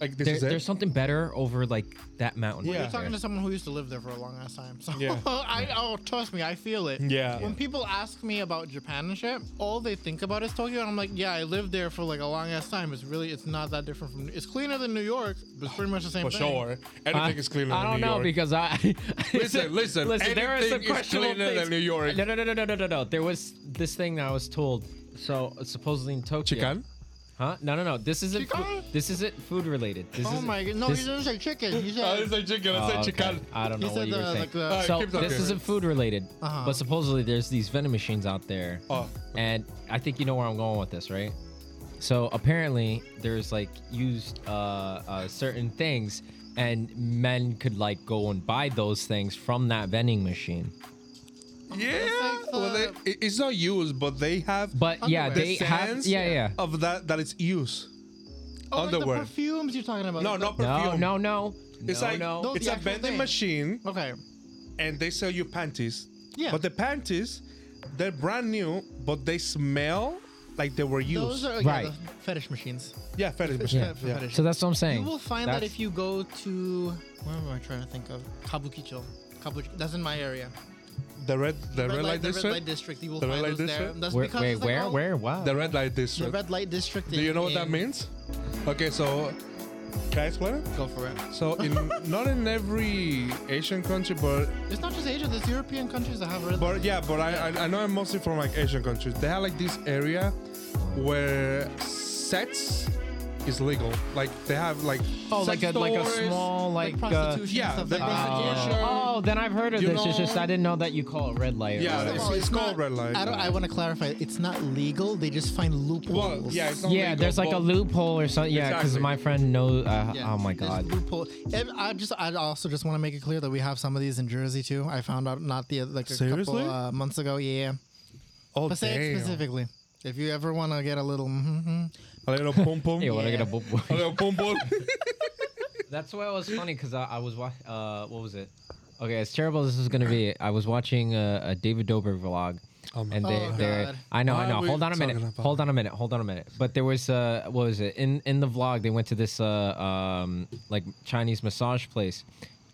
C: Like this
B: there,
C: is it.
B: there's something better over like that mountain.
C: Yeah.
B: right
A: You're talking
B: there.
A: to someone who used to live there for a long ass time. So
C: Yeah.
A: I oh trust me, I feel it.
C: Yeah.
A: When people ask me about Japan and shit, all they think about is Tokyo. And I'm like, yeah, I lived there for like a long ass time. It's really it's not that different from it's cleaner than New York, but it's pretty much the same
C: for
A: thing.
C: sure. Anything is cleaner
B: I
C: than
B: don't
C: New
B: know
C: York.
B: because I
C: Listen, listen,
B: there are
C: anything
B: some
C: is
B: questionable
C: cleaner
B: things.
C: than New York.
B: No, no, no, no, no, no, no, no. There was this thing that I was told. So supposedly in Tokyo.
C: Chicken?
B: Huh? No, no, no. This isn't. Fu-
A: Chicken?
B: this isn't food related. This
A: Oh
B: is
A: my god. No,
B: this-
A: he didn't say chicken. He
C: I
A: said
C: didn't say chicken. I
B: Oh,
C: said
B: okay.
C: chicken.
B: I don't know
A: he
B: what
A: said
B: you were
A: the,
B: saying.
A: like the Oh,
C: Alright,
B: so
C: keep talking.
B: this isn't food related,
A: Uh-huh.
B: but supposedly there's these vending machines out there,
C: Oh.
B: and I think you know where I'm going with this, right? So apparently there's like used uh, uh, certain things, and men could like go and buy those things from that vending machine.
C: Yeah.
A: like
C: well,
A: the-
C: they, it- it's not used, but they have.
B: uh, But yeah,
A: Underwear.
B: they
C: the
B: have
C: sense
B: yeah yeah.
C: Of that, that it's used.
A: oh, like the
C: underwear.
A: perfumes you're talking about.
C: No,
A: Like
C: not
A: the-
B: No
C: perfume.
B: no no.
C: It's
B: no,
C: like
B: no.
A: No,
C: it's
A: the
C: a
A: actual
C: vending
A: thing.
C: machine,
A: Okay.
C: and they sell you panties.
A: Yeah.
C: But the panties, they're brand new, but they smell like they were used.
A: Those are yeah,
B: Right.
A: the fetish machines.
C: yeah, fetish machine.
A: Yeah,
C: yeah.
A: fetish.
B: So that's what I'm saying.
A: You will find that
B: That's-
A: if you go to where am I trying to think of Kabukicho. Kabukicho. That's in my area.
C: The red, the red, light
A: the red
C: district.
A: light district. You will
C: The red
A: find
C: light
A: those there.
C: district?
A: That's
B: Where,
A: because
B: wait,
A: it's like,
B: where,
A: oh,
B: where? Wow.
C: The red light
A: The
C: district.
A: red light district.
C: Do you know what that means? Okay, so can I explain it?
A: Go for it.
C: So in not in every Asian country, but
A: It's not just Asia. There's European countries that have red.
C: but yeah, but I I, I know I'm mostly from like Asian countries. They have like this area where sets is legal. Like they have like
B: Oh, like a
C: sex
B: like a
C: stores.
B: small like,
A: like
B: uh,
A: prostitution.
C: yeah,
A: and stuff
C: the
A: like that.
C: prostitution.
B: Oh, oh, then I've heard of
C: You
B: this. It's
C: know-
B: just I didn't know that you call it red light. or
C: Yeah,
B: whatever.
A: First of
C: it's-
A: all,
C: it's
A: not-
C: called red light.
A: I, don't, I want to clarify. It's not legal. They just find loopholes.
C: Well, yeah, it's not
B: yeah.
C: legal,
B: There's like a
C: but-
B: loophole or something. Yeah, because
C: Exactly.
B: my friend knows. Uh,
A: Yeah,
B: oh my
A: there's
B: god.
A: Loophole. And I just, I also just want to make it clear that we have some of these in Jersey too. I found out not the like a
C: Seriously?
A: couple uh, months ago. Yeah,
C: Oh,
A: Passaic
C: damn.
A: specifically. If you ever want to get a little, mm-hmm,
C: A little pom pom.
B: Yo, what I
A: Yeah.
B: gotta bo- bo-
C: A little pom pom.
B: That's why it was funny because I, I was wa- uh what was it? Okay, as terrible as this is gonna be, I was watching a, a David Dobrik vlog,
C: Oh my
B: and they,
A: Oh,
B: they're
A: God.
B: I know,
C: Why
B: I know.
C: are we
B: Hold on a minute.
C: talking about
B: Hold on a minute. Hold on a minute. But there was uh, what was it in in the vlog? They went to this uh, um, like Chinese massage place,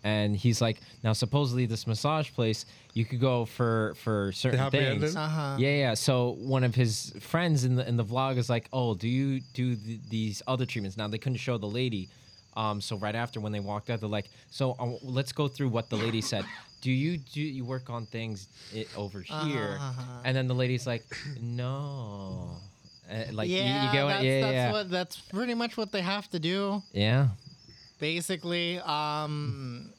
B: and he's like, now supposedly this massage place you could go for for certain
C: happy
B: things.
C: ending?
A: Uh-huh.
B: Yeah, yeah. So one of his friends in the in the vlog is like, oh, do you do th- these other treatments? Now they couldn't show the lady. Um, so right after when they walked out, they're like, so uh, let's go through what the lady said. Do you do you work on things it, over here?
A: Uh-huh.
B: And then the lady's like, no. Uh, like you-
A: yeah,
B: you, get what?
A: that's,
B: Yeah,
A: that's
B: yeah,
A: what that's pretty much what they have to do.
B: yeah.
A: Basically, um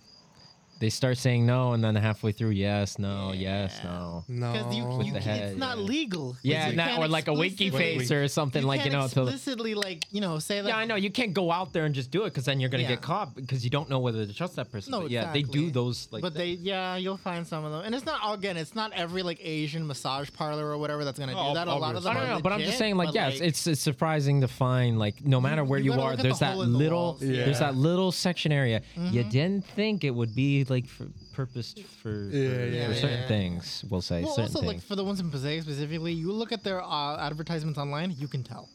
B: They start saying no, and then halfway through, yes, no, yes,
A: Yeah.
B: no.
C: No.
A: because you, you
B: With the
A: can't-
B: head,
A: it's not
B: yeah.
A: legal. 'cause
B: Yeah,
A: you
B: and that-
A: can't
B: or like a winky
A: explicitly-
B: face or something like you
A: can't
B: know. to-
A: explicitly like you know say like
B: Yeah, I know. You can't go out there and just do it because then you're gonna
A: Yeah.
B: get caught because you don't know whether to trust that person.
A: No,
B: But yeah, they do
A: exactly.
B: those like.
A: but
B: th-
A: they, yeah, you'll find some of them, and it's not again. It's not every like Asian massage parlor or whatever that's gonna do
C: Oh,
A: that. A lot of
C: obviously.
A: them.
B: I don't
A: are
B: know, but I'm just
A: legit,
B: saying, like,
A: but,
B: yes, it's it's surprising to find, like, no matter where
A: you
B: you,
A: gotta
B: are,
A: look at
B: there's
A: the
B: that
A: hole in the Mm-hmm.
B: little,
A: walls. Yeah.
B: there's that little section area. You didn't think it would be like for, purposed for, for,
C: yeah,
B: for
A: yeah,
B: certain
A: yeah.
B: things. We'll say
A: Well,
B: certain
A: also
B: things.
A: like for the ones in Passaic specifically, you look at their uh, advertisements online, you can tell.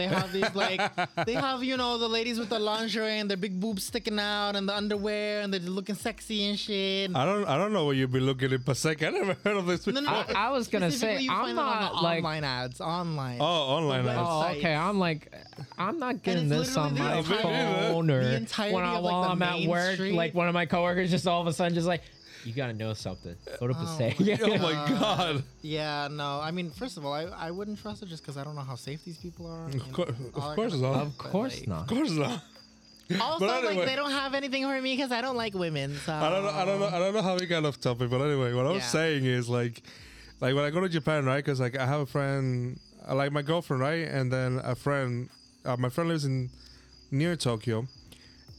A: They have these like they have you know the ladies with the lingerie and their big boobs sticking out and the underwear and they're looking sexy and shit.
C: I don't. I don't know what you'd be looking at Pasek. I never heard of this.
A: No,
C: Before.
A: no, no.
B: Uh, I, I was gonna say
A: Specifically, you
B: I'm
A: find them on the
B: not like.
A: online ads online.
C: Oh, online.
A: Well,
C: ads.
B: Oh,
A: sites.
B: okay. I'm like, I'm not getting
A: it's
B: this on my
A: literally
C: the entire-
B: phone or
A: the entirety
B: when I,
A: of, like,
B: while
A: the
B: I'm at
A: main
B: work.
A: street.
B: Like one of my coworkers just all of a sudden just like, you gotta know something. Go to Passaic.
C: Oh my god.
A: Yeah, no. I mean, first of all, I, I wouldn't trust it just because I don't know how safe these people are. you know,
C: cour-
A: and
C: of
A: all that kind stuff,
C: course not.
B: Of
A: but,
B: course
A: like-
C: Of
B: not.
C: course not.
A: Also,
C: anyway.
A: like they don't have anything for me because I don't like women. So
C: I don't know. I don't know. I don't know how we got off topic, but anyway, what I was
A: Yeah.
C: saying is like, like when I go to Japan, right? Because like I have a friend, I like my girlfriend, right? And then a friend, uh, my friend lives in near Tokyo,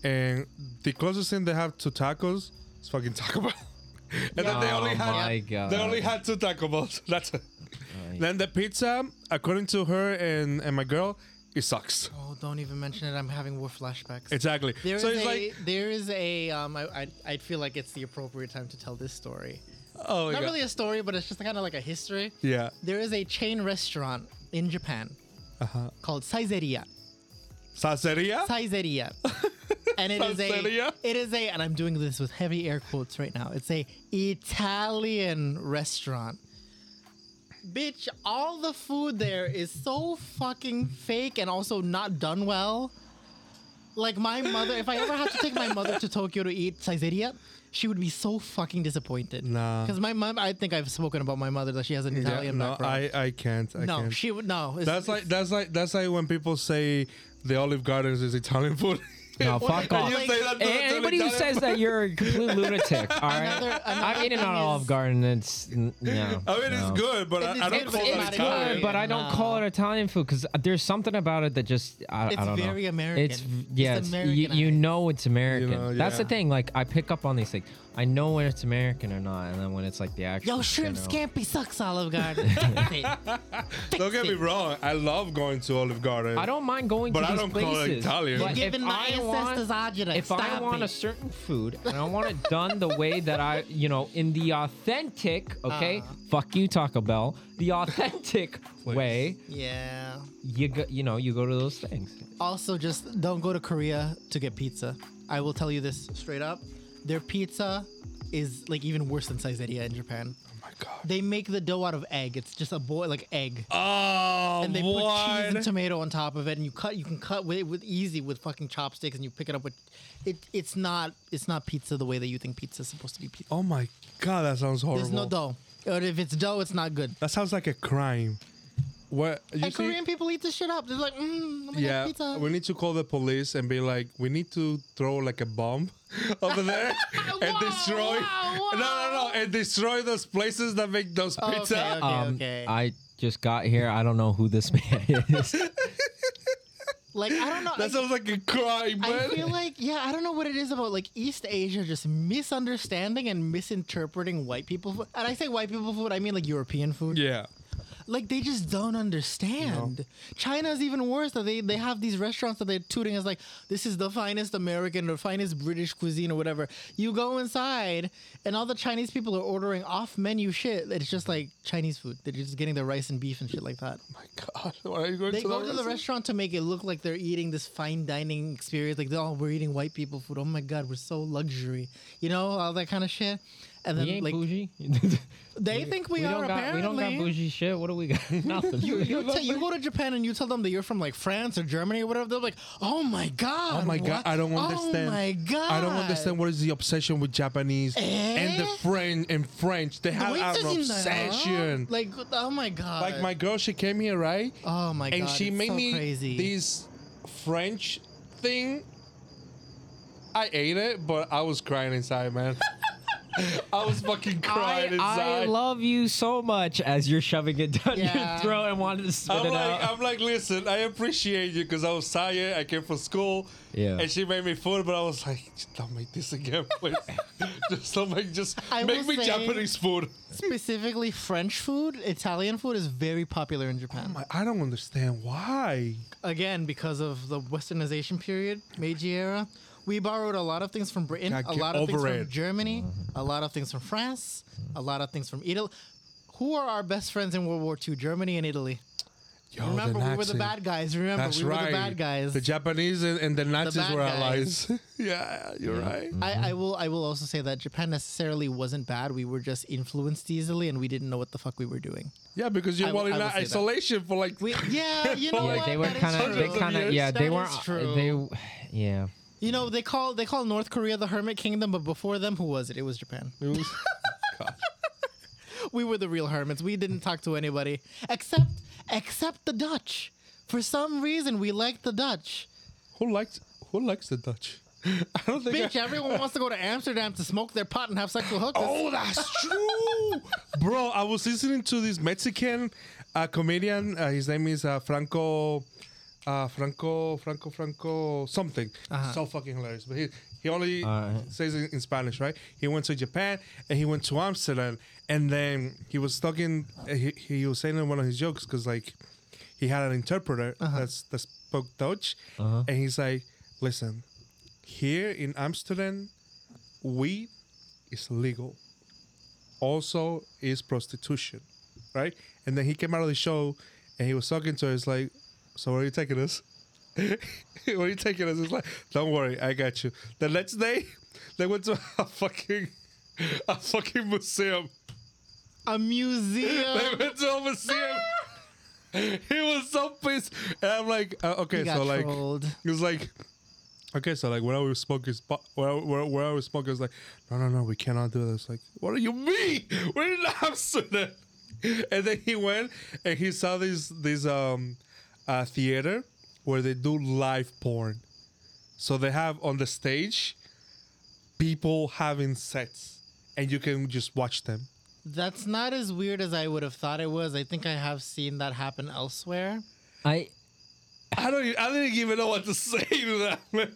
C: and the closest thing they have to tacos is fucking Taco Bell. and then they
B: Oh
C: only had
B: my God.
C: they only had two Taco Bells. That's it. Then the pizza, according to her and and my girl, it sucks.
A: Oh, don't even mention it. I'm having war flashbacks.
C: Exactly.
A: There is
C: so it's
A: a
C: like,
A: there is a um I, I I feel like it's the appropriate time to tell this story.
C: oh, my
A: Not
C: God.
A: really a story, but it's just kind of like a history.
C: yeah.
A: There is a chain restaurant in Japan
C: Uh-huh.
A: called Saizeria.
C: Salseria?
A: Saizeria. And it is a
C: Saizeria?
A: it is a and I'm doing this with heavy air quotes right now. It's a Italian restaurant. Bitch, all the food there is so fucking fake and also not done well. Like my mother, if I ever had to take my mother to Tokyo to eat Saizeria, she would be so fucking disappointed.
C: Nah.
A: Because my mom, I think I've spoken about my mother that she has an
C: Yeah,
A: Italian
C: no,
A: background.
C: I, I can't. I
A: no,
C: can't.
A: she would no. it's-
C: that's like that's like that's like when people say the Olive Gardens is Italian food.
B: No, fuck
C: And
B: off.
C: you say that to-
B: A-
C: to an
B: Anybody who
C: Italian
B: says that you're a complete lunatic, all right?
A: Another-
B: I've
A: another
B: eaten
A: thing
B: on
A: is-
B: Olive Garden. and It's n- no.
C: I mean,
B: no.
C: it's good, but
A: It is
C: I, I
A: good,
C: don't call
A: but
C: it
A: it's
B: It's
A: not
B: good,
C: Italian.
B: but I don't call it Italian food because there's something about it that just I,
A: It's
B: I don't know.
A: very American.
B: It's v-
A: It's
B: yeah, it's, you, you
A: Americanized.
B: know it's American.
C: You know,
B: That's the
C: yeah.
B: thing. Like I pick up on these things. I know when it's American or not, and then when it's like the actual.
A: Yo, shrimp
B: general-
A: scampi sucks, Olive Garden. Fix it.
C: don't get me
A: Fix it.
C: wrong. I love going to Olive Garden.
B: I don't mind going
C: But
B: to
C: I
B: these
C: don't call it
B: places.
C: Italian.
B: but
A: You're
B: if
A: giving my
B: I want-
A: ancestors agita.
B: If I
A: Stop
B: want a
A: it.
B: certain food and I want it done the way that I, you know, in the authentic, okay,
A: Uh.
B: fuck you Taco Bell, the authentic way,
A: Yeah.
B: you go, you know, you go to those things.
A: Also, just don't go to Korea to get pizza. I will tell you this straight up. Their pizza is like even worse than Saizeria in Japan.
C: Oh my god.
A: They make the dough out of egg. It's just a boy like egg.
C: Oh,
A: and they put cheese
C: what?
A: and tomato on top of it, and you cut. You can cut with, with easy with fucking chopsticks, and you pick it up with. It, it's not. It's not pizza the way that you think pizza's supposed to be pizza.
C: oh my god, that sounds horrible.
A: There's no dough, or if it's dough, it's not good.
C: That sounds like a crime. What you
A: And
C: see?
A: Korean people eat this shit up. They're like, mm, oh my
C: yeah,
A: god, pizza.
C: we need to call the police and be like, we need to throw like a bomb over there and
A: Whoa,
C: destroy.
A: whoa, whoa.
C: No, no, no, and destroy those places that make those
A: Oh, okay,
C: pizza.
A: okay. okay.
B: Um, I just got here. I don't know who this man is.
A: like I don't know.
C: That
A: I,
C: sounds like a crime,
A: I
C: man.
A: feel like yeah, I don't know what it is about like East Asia just misunderstanding and misinterpreting white people food. And I say white people food, I mean like European food.
C: yeah. Oh
A: Like they just don't understand. China's even worse. That they they have these restaurants that they're tooting as like this is the finest American or finest British cuisine or whatever. You go inside and all the Chinese people are ordering off menu shit. It's just like Chinese food. They're just getting their rice and beef and shit like that.
C: My God, why are you going
A: They
C: to
A: go
C: the
A: to the restaurant to make it look like they're eating this fine dining experience. Like, oh, we're eating white people food. Oh my God, we're so luxury. You know, all that kind of shit. And
B: We
A: then,
B: ain't
A: like,
B: bougie.
A: they think we, are
B: don't got, we
A: apparently.
B: don't got bougie shit. What do we got? Nothing.
A: You, you, t- you go to Japan and you tell them that you're from like France or Germany or whatever. They're like, oh my God.
C: Oh my God,
A: what?
C: I don't
A: Oh
C: understand.
A: my God.
C: I don't understand what is the obsession with Japanese and the
A: Eh?
C: French and French. They have an obsession.
A: Like, oh my God.
C: Like my girl, she came here, right?
A: Oh my God.
C: and she
A: it's
C: made
A: so
C: me
A: crazy.
C: this French thing. I ate it, but I was crying inside, man. I was fucking
B: I,
C: crying
B: I
C: inside.
B: love you so much as you're shoving it down
A: Yeah.
B: your throat and wanted to spit
C: I'm
B: it
C: like,
B: out.
C: I'm like, listen, I appreciate you because I was tired. I came from school.
B: Yeah.
C: And she made me food, but I was like, "Just don't make this again, please. just don't make, just
A: I
C: make
A: will
C: me
A: say-
C: Japanese food.
A: Specifically, French food, Italian food is very popular in Japan.
C: I'm like, I don't understand why.
A: again because of the westernization period meiji era we borrowed a lot of things from britain
C: God,
A: a
C: get
A: lot of things
C: over
A: from
C: it.
A: germany a lot of things from france a lot of things from italy who are our best friends in world war ii germany and italy
C: Yo,
A: remember we were the
C: Oh, Nazis.
A: bad guys remember
C: That's
A: we were
C: right.
A: the bad guys
C: The Japanese and, and the Nazis
A: bad
C: were
A: guys.
C: allies. yeah, you're right.
A: I, I will I will also say that Japan necessarily wasn't bad. We were just influenced easily and we didn't know what the fuck we were doing.
C: Yeah, because you're
A: I
C: well
A: will-
C: in
A: I will say that.
C: isolation for like.
A: We, yeah, you know
C: Yeah,
A: what?
B: they were
A: That is
B: kind of,
A: true.
B: they
C: Hundreds of
B: kind of,
C: years.
B: yeah, they
A: That
B: weren't, uh,
A: is true.
B: they, yeah.
A: You know, they call they call North Korea the Hermit Kingdom, but before them, who was it? It was Japan.
C: God.
A: we were the real hermits. We didn't talk to anybody except except the Dutch. For some reason, we like the Dutch.
C: who likes who likes the Dutch? I don't think.
A: Bitch,
C: I-
A: everyone wants to go to Amsterdam to smoke their pot and have sexual hookers.
C: Oh, that's true, bro. I was listening to this Mexican uh, comedian. Uh, his name is uh, Franco, uh, Franco, Franco, Franco something.
A: Uh-huh.
C: So fucking hilarious. But he he only says it in Spanish, right? He went to Japan and he went to Amsterdam, and then he was talking. uh, He, he was saying in one of his jokes because like he had an interpreter that's, that spoke Dutch, and he's like, "Listen, here in Amsterdam, weed is legal. Also is prostitution, right? And then he came out of the show and he was talking to her. It's like, so where are you taking us? where are you taking us? It's like, don't worry, I got you. The next day, they went to a fucking a fucking museum.
A: A museum.
C: They went to a museum. he was so pissed. And I'm like, uh, okay,
A: We got
C: so like,
A: trolled.
C: he was like, okay, so like, where are we smoking? Spot, where, where, where are we smoking? It's like, no, no, no, we cannot do this. Like, what do you mean? We're in Amsterdam. And then he went and he saw this this um uh, theater where they do live porn. So they have on the stage people having sets, and you can just watch them.
A: That's not as weird as I would have thought it was. I think I have seen that happen elsewhere.
B: I,
C: I don't. e- I didn't even know what to say to that. Man.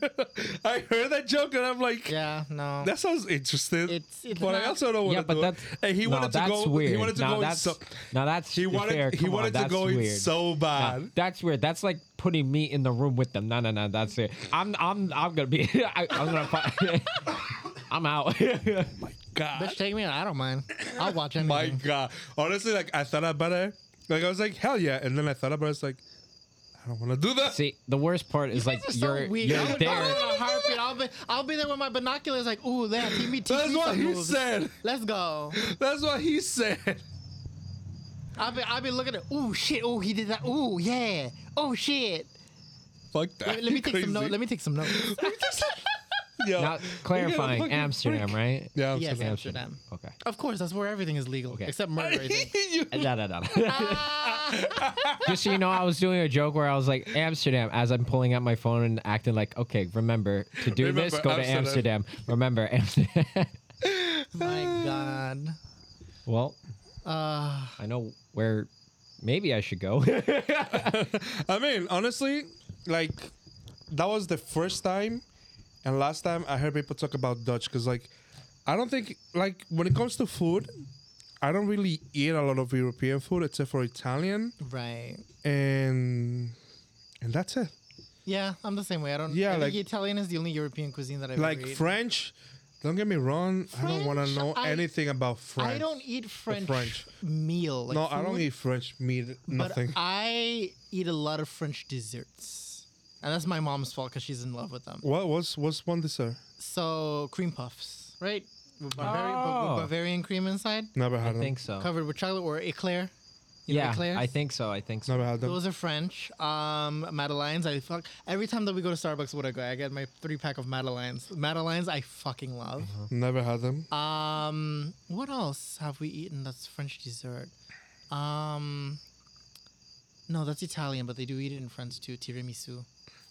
C: I heard that joke and I'm like,
A: Yeah, no.
C: that sounds interesting.
A: It's- it's
C: but I
A: not-
C: also don't want
B: yeah,
C: to
B: but
C: do
B: that's,
C: it. And he
B: no,
C: wanted to
B: that's
C: go.
B: weird.
C: He wanted to
B: now
C: go. in
B: that's,
C: so,
B: now that's
C: he wanted.
B: fair.
C: he
B: Come
C: wanted
B: on,
C: to
B: that's
C: go in
B: weird.
C: so bad.
B: Uh, That's weird. That's like putting me in the room with them. No, no, no. That's it. I'm, I'm, I'm gonna be. I, I'm gonna. fi- I'm out.
C: God.
A: Bitch, take me. I don't mind. I'll watch anything.
C: My God. Honestly, like I thought about it. Like I was like, hell yeah. And then I thought about it. It's like, I don't want to do that.
B: See, the worst part is like
A: This is so
B: you're,
A: weird. I
B: you're
A: would go
B: there.
A: in a heartbeat. I'll be, I'll be there with my binoculars. Like, ooh, there. Teach me, teach
C: That's
A: me
C: what
A: some
C: he
A: moves.
C: said.
A: Let's go.
C: That's what he said.
A: I've been, I've been looking at, ooh, shit, ooh, he did that, ooh, yeah, oh, shit.
C: Fuck that.
A: Let, let me take
C: Crazy.
A: some notes. Let me take some notes.
C: Yo,
B: Now,
C: you gotta
B: clarifying
C: fucking
B: Amsterdam,
C: freak.
B: right?
C: Yeah,
A: yes,
C: Amsterdam.
A: Amsterdam.
B: Okay.
A: Of course, that's where everything is legal
B: Okay.
A: except murder. I think.
C: You-
B: No, no, no.
A: Ah.
B: Just so you know, I was doing a joke where I was like Amsterdam as I'm pulling out my phone and acting like, okay, remember to do this,
C: Remember
B: go to
C: Amsterdam."
B: Amsterdam. Remember Amsterdam.
A: My God.
B: well,
A: Uh,
B: I know where maybe I should go.
C: I mean, honestly, like that was the first time and last time I heard people talk about Dutch because, like, I don't think like when it comes to food, I don't really eat a lot of European food except for Italian,
A: Right.
C: and and that's it.
A: Yeah, I'm the same way. I don't.
C: Yeah,
A: I think
C: like-
A: Italian is the only European cuisine that I
C: like
A: ever eat.
C: French. Don't get me wrong. I don't want to
A: French,
C: know
A: I-
C: anything about French.
A: I don't eat French,
C: French.
A: meal. Like
C: no, I don't
A: food,
C: eat French meat. Nothing.
A: But I eat a lot of French desserts, and that's my mom's fault because she's in love with them.
C: what was what's one dessert?
A: So cream puffs, right? With Bavarian, but
B: Oh.
A: with Bavarian cream inside,
C: Never
B: I
C: had them.
B: think so.
A: covered with chocolate or eclair. You know
B: yeah,
A: eclairs?
B: I think so. I think so.
C: Never had them.
A: Those are French. Um, Madeleines. I fuck every time that we go to Starbucks. What I go, I get my three pack of Madeleines. Madeleines, I fucking love.
C: Never had them.
A: Um, what else have we eaten that's French dessert? Um, no, that's Italian, but they do eat it in France too. Tiramisu.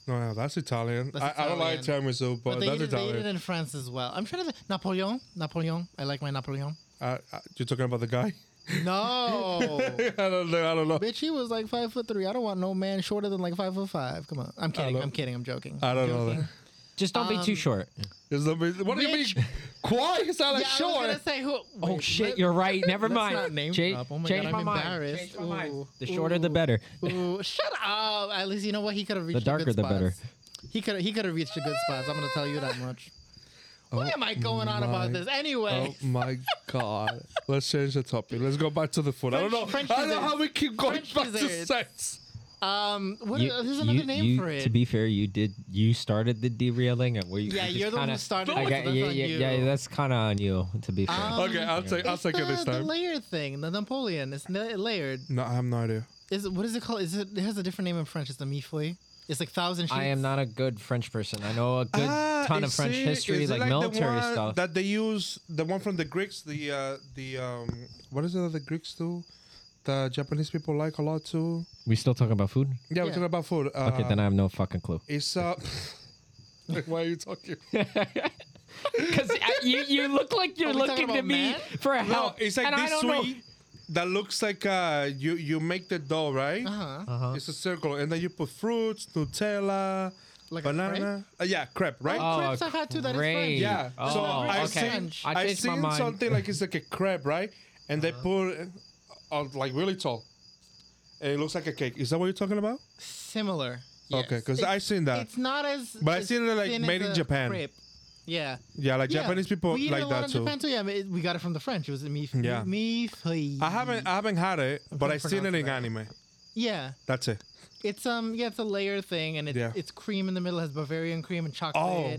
C: No, no, Oh, that's Italian.
A: That's
C: I, I don't like
A: Italian.
C: tiramisu, but,
A: But they
C: that's
A: eat, it, they eat
C: Italian.
A: it in France as well. I'm trying to think. Napoleon. Napoleon. I like my Napoleon.
C: I, I, you're talking about the guy?
A: No.
C: I don't know. I don't know.
A: Bitch, he was like five foot three. I don't want no man shorter than like five foot five. Come on. I'm kidding.
C: don't-
A: I'm kidding. I'm joking.
C: I don't
A: I'm
C: know.
A: joking.
C: That.
B: Just don't be too
A: Um,
B: short.
C: It's not, what do you mean?
A: Bitch.
C: Why? It's not like
A: Yeah,
C: short.
A: I was gonna say who.
B: Oh
A: wait,
B: shit,
A: let-
B: you're right. Never
A: let's
B: mind.
A: Not name
B: Cha-
A: drop. Oh my
B: change
A: god,
B: my
A: I'm
B: mind.
A: embarrassed.
B: Change my mind.
A: Ooh,
B: The shorter, the
A: ooh,
B: better.
A: Ooh, shut up. At least you know what he could have reached. a
B: darker,
A: good
B: the better.
A: spots. He could he could have reached a good spot. I'm gonna tell you that much. Why am I going on
C: Oh my-
A: about this anyway?
C: Oh my god. Let's change the topic. Let's go back to the food. I don't
A: French-
C: know.
A: French
C: I don't know
A: desserts.
C: how we keep going
A: French
C: back to
A: desserts.
C: sex.
A: Um, what
B: You-
A: there's
B: you-
A: another name
B: you-
A: for it.
B: To be fair, you did. You started the derailing. Of where you,
A: yeah,
B: you just
A: you're the one who
B: kinda-
A: started.
B: I got-
A: it, so that's
B: yeah,
A: on
B: yeah,
A: you.
B: yeah, that's kind of on you. To be fair,
A: Um,
C: Okay, I'll take I'll
A: It's
C: take it
A: the,
C: this
A: the
C: time.
A: layered thing, the Napoleon. It's na- layered.
C: No, I have no idea.
A: Is it, what is it called? Is it? It has a different name in French. It's the mifle. It's like thousand. Sheets.
B: I am not a good French person. I know a good
A: Ah,
C: Ah,
B: ton of French history, like, military stuff.
C: That they use the one from the Greeks, the uh the um what is it that the Greeks do? The Japanese people like a lot too.
B: we still talking about food?
C: Yeah, we're
A: Yeah.
C: talking about food. Uh,
B: Okay, then I have no fucking clue.
C: It's uh why are you talking?
B: Because you, you look like you're
A: Are we talking about man?
B: for
C: No, it's like this sweet that looks like uh you you make the dough, right?
A: Uh-huh.
B: Uh-huh.
C: It's a circle, and then you put fruits, Nutella,
A: Like a
C: banana. Uh, yeah, crepe, right?
A: Oh,
B: Oh,
A: crepes I've had too. That is
B: great.
A: French.
C: yeah. so
B: Oh,
C: I
A: okay.
C: seen
A: French.
B: I
C: I,
B: changed my
C: seen
B: mind.
C: something like it's like a crepe, right?
A: Uh-huh.
C: And they put uh, uh, like really tall, and it looks like a cake. Is that what you're talking about?
A: Similar.
C: Okay,
A: yes.
C: because
A: It's-
C: I seen that.
A: It's not as.
C: But I
A: as
C: seen it, like,
A: thin as
C: made in
A: a
C: Japan.
A: crepe. Yeah.
C: Yeah, like
A: Yeah.
C: Japanese people
A: we eat it
C: like
A: a lot
C: that
A: in
C: too.
A: Japan too. Yeah, it- we got it from the French. It was me.
C: Yeah.
A: Me.
C: I haven't I haven't had it, but
A: gonna
C: I seen it
A: pronounce
C: in
A: that.
C: anime.
A: Yeah.
C: That's it.
A: It's um. Yeah, it's a layer thing, and it's
C: Yeah.
A: it's cream in the middle. Has Bavarian cream and chocolate.
C: Oh.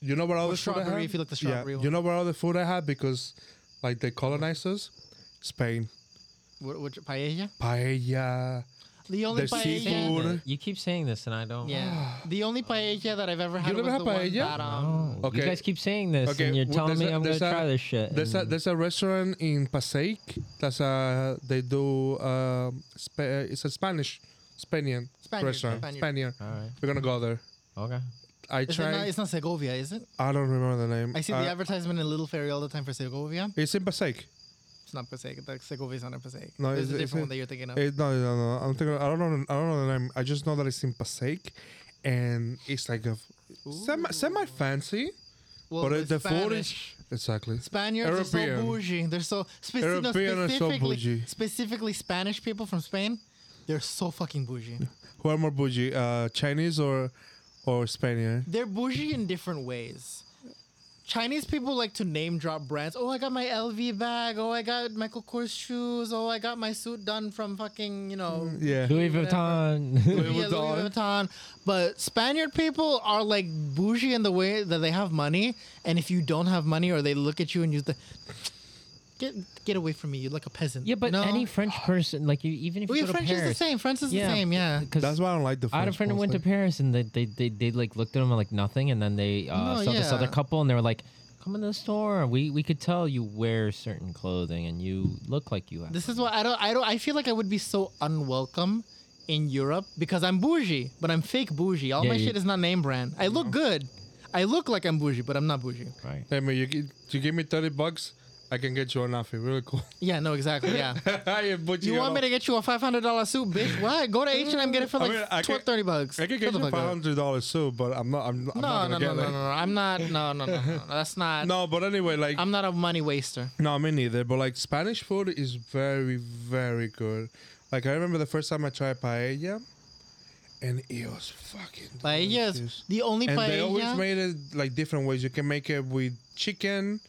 C: You know what other food I
A: strawberry,
C: had?
A: if you look the strawberry
C: yeah.
A: one.
C: You know what other food I had because, like, they colonized us? Spain.
A: What, what, paella.
C: Paella.
A: The only
C: The
A: paella.
C: seafood.
B: Saying that- You keep saying this, and I don't.
A: Yeah. the only paella that I've ever had
C: never
A: was
C: had
A: the one
C: paella?
A: that um.
B: Oh,
C: Okay.
B: You guys keep saying this,
C: Okay,
B: and you're
C: well,
B: telling
C: there's
B: me
C: a-
B: i I'm gonna
C: there's a-
B: try this shit.
C: There's a
A: Mm.
B: and-
C: there's a restaurant in Pasaic. That's a they do um spa- it's a Spanish, Spanian
A: Spaniard,
C: restaurant.
A: Spaniard.
C: Spaniard.
B: All right.
C: We're gonna go there.
B: Okay.
C: I
A: Is it not,
C: tried.
A: it's not Segovia, is it?
C: I don't remember the name.
A: I see
C: Uh,
A: the advertisement in Little Ferry all the time for Segovia.
C: It's in Pasaic.
A: It's not Passaic. That Segovia's not in Passaic.
C: No,
A: There's
C: is
A: a
C: it- is
A: different
C: it- Eh,
A: one that you're thinking of.
C: It, no, no, no. I'm thinking. I don't know. I don't know the name. I just know that it's in Pasaic, and it's like a semi semi fancy.
A: well,
C: But uh,
A: it's
C: the food is
A: Spanish.
C: exactly.
A: Spaniards are
C: European.
A: so bougie. They're so speci- no,
C: European are so
A: specifically,
C: bougie.
A: Specifically, Spanish people from Spain, they're so fucking bougie.
C: Who are more bougie, uh, Chinese or or Spaniard?
A: They're bougie in different ways. Chinese people like to name drop brands. Oh, I got my LV bag. Oh, I got Michael Kors shoes. Oh, I got my suit done from fucking you know
C: Mm, Yeah.
B: Louis
A: Whatever.
B: Vuitton.
A: Yeah, Louis Vuitton. But Spaniard people are like bougie in the way that they have money, and if you don't have money, or they look at you and you, the, get get away from me, you're like a peasant.
B: yeah, but
A: No.
B: any French person, like you, even if
A: well,
B: you
A: yeah,
B: go to
A: French
B: Paris,
A: is the same. France is
B: Yeah,
A: the same. Yeah.
C: That's why I don't like the.
B: I had a
C: French
B: friend who went to
C: mostly.
B: Paris and they they, they, they like looked at him like nothing and then they uh,
A: No,
B: saw this
A: yeah.
B: other couple and they were like, "Come in the store. We we could tell you wear certain clothing and you look like you." Have
A: This is why I don't. I don't. I feel like I would be so unwelcome in Europe because I'm bougie, but I'm fake bougie. All
B: Yeah,
A: my
B: you-
A: shit is not name brand. I look good. I look like I'm bougie, but I'm not bougie.
B: right.
C: Hey man, you gi- you give me thirty bucks, I can get you an outfit really cool.
A: Yeah, no, exactly. Yeah.
C: I am butchering
A: You want me
C: all-
A: to get you a five hundred dollar suit, bitch? What? Go to H and M, get it for
C: I
A: like
C: mean, I
A: 12,
C: can-
A: 30 bucks.
C: I can get
A: Shut the
C: you
A: fuck
C: five
A: up.
C: hundred dollars too, but I'm not. I'm,
A: No,
C: I'm not
A: no, no,
C: gonna get
A: no,
C: that.
A: no, no. I'm not. No, no, no, no. no. That's not.
C: No, but anyway, like
A: I'm not a money waster.
C: no, me neither. But like Spanish food is very, very good. Like I remember the first time I tried paella, and it was fucking
A: Paella
C: delicious.
A: is the only
C: And they always
A: paella.
C: made it like different ways. You can make it with chicken,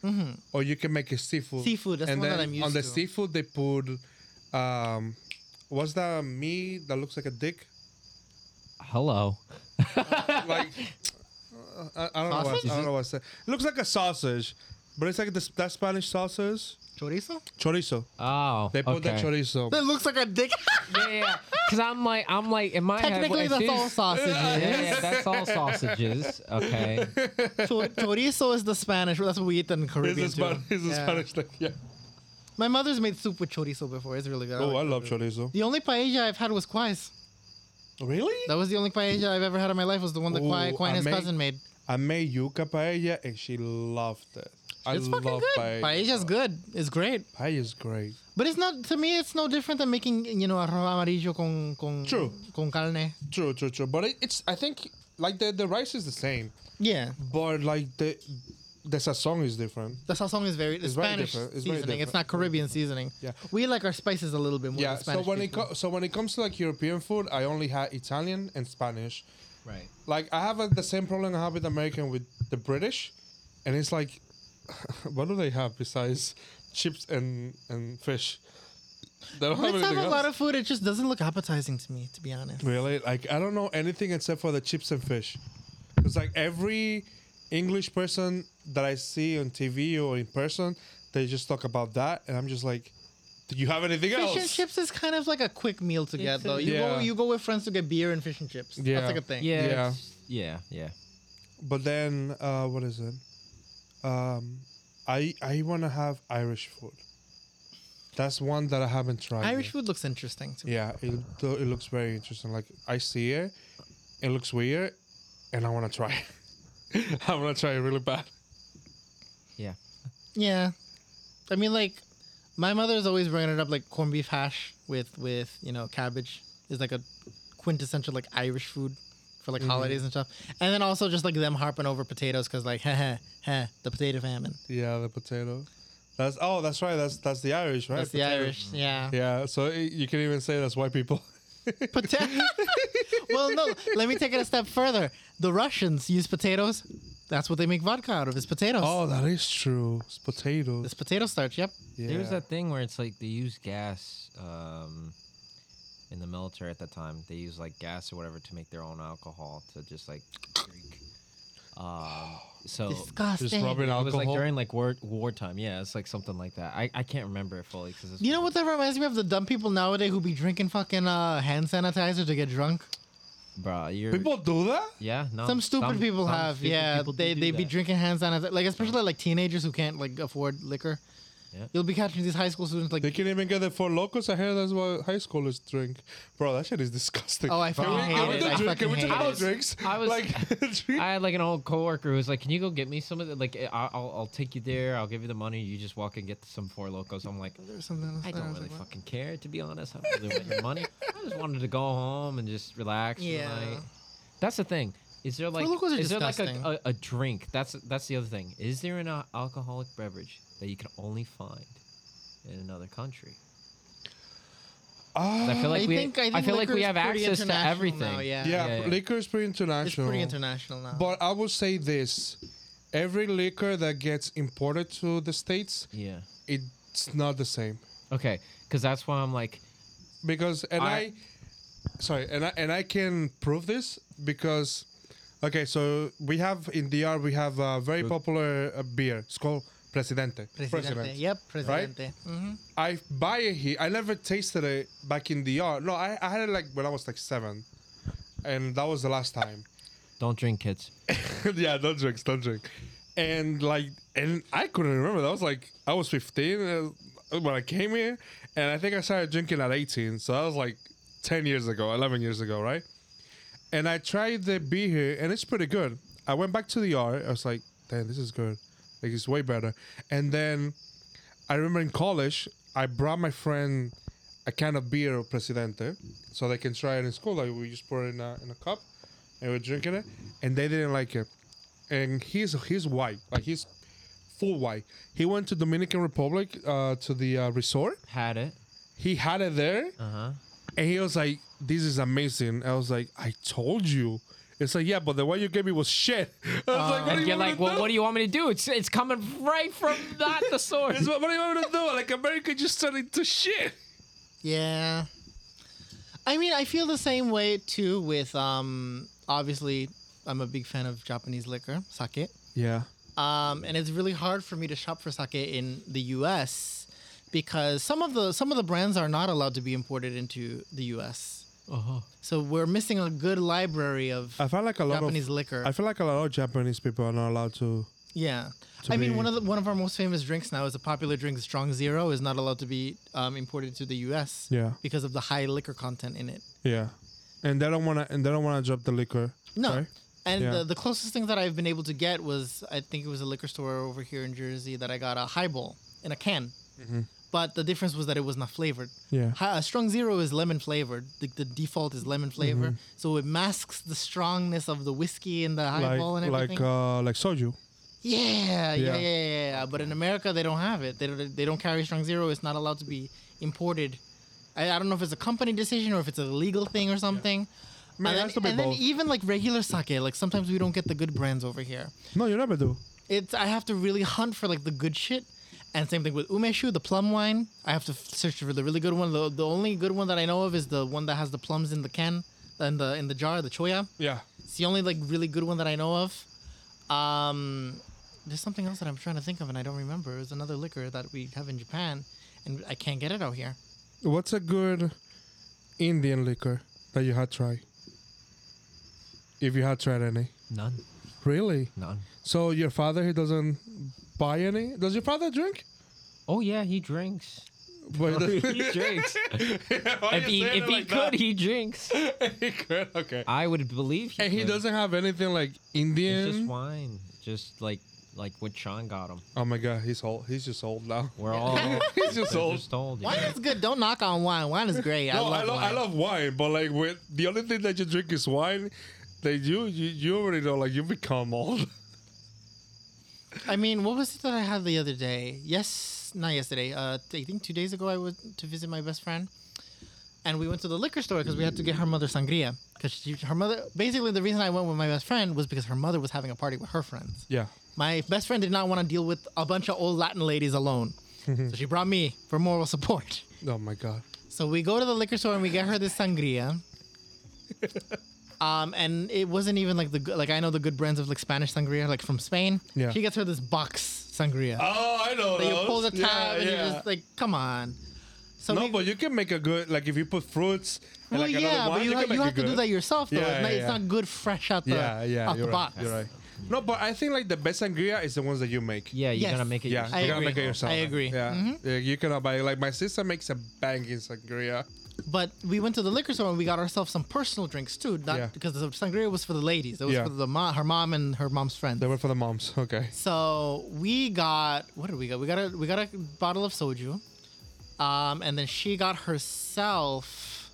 C: or you can make it seafood.
A: Mm-hmm. Seafood, that's
C: and
A: the one
C: then
A: that I'm used
C: on the
A: to.
C: seafood they put, um, what's that meat that looks like a dick?
B: Hello.
C: like I, I don't know. What,
A: Sausage?
C: I don't know what I said. It looks like a sausage, but it's like the, that Spanish sausage
A: Chorizo.
C: chorizo.
B: Oh.
C: They put the chorizo.
A: That looks like a dick.
B: Yeah, because I'm like, I'm like, in my
A: Technically,
B: head, what-
A: that's
B: as soon
A: all
B: as-
A: sausages.
B: Yeah, yeah, that's all sausages. Okay.
A: Chor- Chorizo is the Spanish. That's what we eat in the
C: This
A: Caribbean
C: is Spanish.
A: too.
C: This is
A: Yeah.
C: Spanish. Like, yeah.
A: My mother's made soup with chorizo before. It's really good.
C: Oh,
A: like
C: I
A: that
C: love
A: too.
C: chorizo.
A: The only paella I've had was Quai's.
C: Really?
A: That was the only paella I've ever had in my life. Was the one that Quai,
C: Ooh,
A: Quai and his
C: ama-
A: cousin made.
C: I made yuca paella and she loved it. I
A: It's
C: love
A: fucking good.
C: paella.
A: Paella's good. It's great.
C: Paella's great.
A: But it's not to me. It's no different than making you know arroz amarillo con con
C: True.
A: con carne.
C: True, true, true. But it, it's I think like the the rice is the same,
A: Yeah,
C: but like the the sazon is different.
A: the sazon is very
C: It's very
A: Spanish
C: different. It's very
A: seasoning. It's
C: different.
A: not Caribbean seasoning.
C: Yeah.
A: we like our spices a little bit more.
C: Yeah.
A: than
C: So
A: Spanish
C: when it
A: people.
C: co- so when it comes to like European food, I only had Italian and Spanish.
B: Right.
C: like I have uh, the same problem I have with American with the British, and it's like, what do they have besides chips and and fish? They don't
A: Brits have a
C: anything
A: lot
C: else.
A: of food. It just doesn't look appetizing to me, to be honest.
C: really like I don't know anything except for the chips and fish. It's like every English person that I see on TV or in person, they just talk about that, and I'm just like, do you have anything else?
A: Fish and chips is kind of like a quick meal to get,
B: It's a-
A: though. You go
C: Yeah.
A: you go with friends to get beer and fish and chips.
C: Yeah.
A: That's like a thing.
B: Yeah.
C: Yeah.
B: it's- Yeah. Yeah.
C: But then, uh, what is it? Um, I I want to have Irish food. That's one that I haven't tried.
A: Irish
C: yet.
A: food looks interesting to me.
C: Yeah, it lo- it looks very interesting. Like I see it, it looks weird, and I want to try. it. I want to try it really bad.
B: Yeah.
A: Yeah, I mean, like my mother's always bringing it up, like corned beef hash with with you know cabbage is like a quintessential like Irish food for
C: Mm-hmm.
A: like holidays and stuff, and then also just like them harping over potatoes because like heh heh heh the potato famine.
C: Yeah, the potato. That's oh, that's right. That's that's the Irish, right?
A: That's the
C: Potato.
A: Irish, yeah.
C: Yeah, so it, you can even say that's white people.
A: Pota- well, no, let me take it a step further. The Russians use potatoes. That's what they make vodka out of. Is potatoes.
C: Oh, that is true. It's potatoes.
A: It's potato starch. Yep.
C: Yeah.
B: There's that thing where it's like they use gas um, in the military at the time. They use like gas or whatever to make their own alcohol to just like drink. Um, so
A: Disgusting.
C: just rubbing
B: it was
C: alcohol.
B: like during like war wartime. Yeah, it's like something like that. I, I can't remember it fully because
A: You know what that reminds me of? The dumb people nowadays who be drinking fucking uh, hand sanitizer to get drunk.
B: bro. You're
C: people do that.
B: yeah. No,
A: Some stupid people
B: some
A: have,
B: stupid
A: yeah.
B: people do
A: they
B: do
A: they be
B: that.
A: drinking hand sanitizer, like especially like teenagers who can't like afford liquor.
B: Yeah.
A: You'll be catching these high school students like,
C: They can even get it for locals. I hear that's what high schoolers drink. Bro, that shit is disgusting.
A: oh, I
C: Can
A: fucking
C: we-
A: hate
C: can we
A: it.
C: do
A: I
C: drink-
A: fucking
C: can we
A: hate
C: talk
A: it.
C: about
B: I was-
C: drinks?
B: I was-
C: like, drink?
B: I had like an old coworker who was like, "Can you go get me some of the like? I- I'll, I'll take you there. I'll give you the money. You just walk and get some four locos." I'm like,
A: Or something else.
B: I
A: I
B: don't
A: was
B: really
A: like, what?
B: fucking care to be honest. I don't really want your money. I just wanted to go home and just relax. for the
A: Yeah.
B: night. That's the thing. Is there like
A: Locos are
B: is there like a,
A: disgusting.
B: a, a drink? That's that's the other thing. Is there an uh, alcoholic beverage that you can only find in another country? 'Cause I feel like
A: I
B: we
A: think- I think
B: feel like we
A: liquor's
B: have
A: pretty
B: access to
A: international
B: everything.
A: now, yeah.
C: Ah, yeah,
B: yeah, yeah.
C: liquor is pretty international.
A: It's pretty international now.
C: But I will say this every liquor that gets imported to the States,
B: Yeah.
C: it's not the same.
B: Okay, because that's why I'm like,
C: because and I,
B: I-
C: sorry and I and I can prove this because okay so we have in DR we have a very popular uh, beer it's called Presidente
A: Presidente.
C: President.
A: Yep, presidente. hmm
C: I buy it here I never tasted it back in DR no I, I had it like when I was like seven and that was the last time
B: don't drink, kids.
C: yeah don't drink don't drink and like and I couldn't remember that was like I was 15 uh, when I came here and I think I started drinking at 18 so that was like 10 years ago 11 years ago right and I tried the beer here, and it's pretty good. I went back to the yard. I was like, "Damn, this is good. Like, it's way better." And then I remember in college, I brought my friend a can of beer of Presidente, so they can try it in school. Like we just pour it in a, in a cup, and we're drinking it, and they didn't like it. And he's he's white, like he's full white. He went to Dominican Republic uh, to the uh, resort.
B: Had it.
C: He had it there,
B: Uh huh.
C: and he was like, "This is amazing." I was like, "I told you." It's like, yeah, but the one you gave me was shit. I was like, what do
B: And
C: you
B: you're
C: want me
B: Uh, like,
C: to
B: well,
C: do?"
B: what do you want me to do? It's it's coming right from not the source.
C: It's what, what do you want me to do? Like America just turned into shit.
A: Yeah. I mean, I feel the same way too with um obviously I'm a big fan of Japanese liquor, sake.
C: Yeah.
A: Um and it's really hard for me to shop for sake in the US because some of the some of the brands are not allowed to be imported into the US.
B: Uh-huh.
A: So we're missing a good library of
C: I feel like a lot
A: Japanese
C: of
A: liquor.
C: I feel like a lot of Japanese people are not allowed to.
A: yeah.
C: to
A: I mean,
C: be-
A: one of the, one of our most famous drinks now is a popular drink, Strong Zero, is not allowed to be um, imported to the U.S.
C: Yeah.
A: because of the high liquor content in it.
C: Yeah, and they don't wanna and they don't wanna drop the liquor.
A: No.
C: right?
A: And
C: Yeah.
A: the, the closest thing that I've been able to get was I think it was a liquor store over here in Jersey that I got a highball in a can. But the difference was that it was not flavored.
C: Mm-hmm. Yeah.
A: Hi, uh, strong zero is lemon flavored. The, the default is lemon flavor,
C: Mm-hmm.
A: so it masks the strongness of the whiskey and the highball
C: Like
A: and everything.
C: like uh like soju.
A: yeah, yeah,
C: Yeah.
A: yeah, yeah, yeah. But in America, they don't have it. They don't, they don't carry strong zero. It's not allowed to be imported. I, I don't know if it's a company decision or if it's a legal thing or something.
C: Man, it
A: and
C: has to
A: then,
C: be
A: and then
C: both.
A: even like regular sake, like sometimes we don't get the good brands over here.
C: No, you never do.
A: It's I have to really hunt for like the good shit. And same thing with umeshu, the plum wine. I have to f- search for the really good one. The, the only good one that I know of is the one that has the plums in the can, in the in the jar, the choya.
C: Yeah.
A: It's the only like really good one that I know of. Um, there's something else that I'm trying to think of and I don't remember. It's another liquor that we have in Japan, and I can't get it out here.
C: What's a good Indian liquor that you had tried? If you had tried any,
B: None.
C: really?
B: None.
C: So your father he doesn't buy any. Does your father drink?
B: Oh yeah, he drinks.
C: But
B: he drinks.
C: Oh,
B: if he if he could, he drinks.
C: he could. Okay.
B: I would believe he.
C: And he
B: could.
C: doesn't have anything like Indian.
B: It's just wine, just like like what Sean got him.
C: Oh my god, he's old. He's just old now.
B: We're all
C: He's just
B: they're
C: old.
B: just old. yeah.
A: Wine is good. Don't knock on wine. Wine is great. I
C: no,
A: love
C: I love
A: wine.
C: I love wine, but like with the only thing that you drink is wine. That you, you you already know like you become old.
A: I mean, what was it that I had the other day? Yes, not yesterday. Uh, I think two days ago I went to visit my best friend, and we went to the liquor store because we had to get her mother sangria. Because her mother, basically, the reason I went with my best friend was because her mother was having a party with her friends.
C: Yeah.
A: My best friend did not want to deal with a bunch of old Latin ladies alone, so she brought me for moral support.
C: Oh my god.
A: So we go to the liquor store and we get her this sangria. Um, and it wasn't even like the good, like I know the good brands of like Spanish sangria, like from Spain.
C: Yeah.
A: She gets her this box sangria.
C: Oh, I know.
A: Like, you pull the
C: those.
A: tab and you're just like, come on. So
C: no,
A: we-
C: but you can make a good like if you put fruits and
A: well,
C: like
A: yeah,
C: another wine,
A: but you,
C: you,
A: ha-
C: can make
A: you
C: it
A: have to do
C: good.
A: that yourself though.
C: Yeah,
A: it's, not,
C: yeah,
A: it's
C: yeah.
A: not good fresh out the,
C: Yeah, yeah,
A: out
C: you're
A: the
C: right.
A: box.
C: You're right. No, but I think like the best sangria is the ones that you make.
B: Yeah, you
A: Yes.
B: gotta make it.
C: Yeah,
B: yourself.
A: I
C: you gotta
A: agree.
C: make it yourself.
A: I agree. Mm-hmm.
C: Yeah. yeah, you cannot buy like my sister makes a banging sangria.
A: But we went to the liquor store and we got ourselves some personal drinks too. Not
C: Yeah.
A: because the sangria was for the ladies. It was
C: Yeah.
A: for the mo- her mom and her mom's friends.
C: They were for the moms. Okay.
A: So we got what did we get? We got a we got a bottle of soju, um, and then she got herself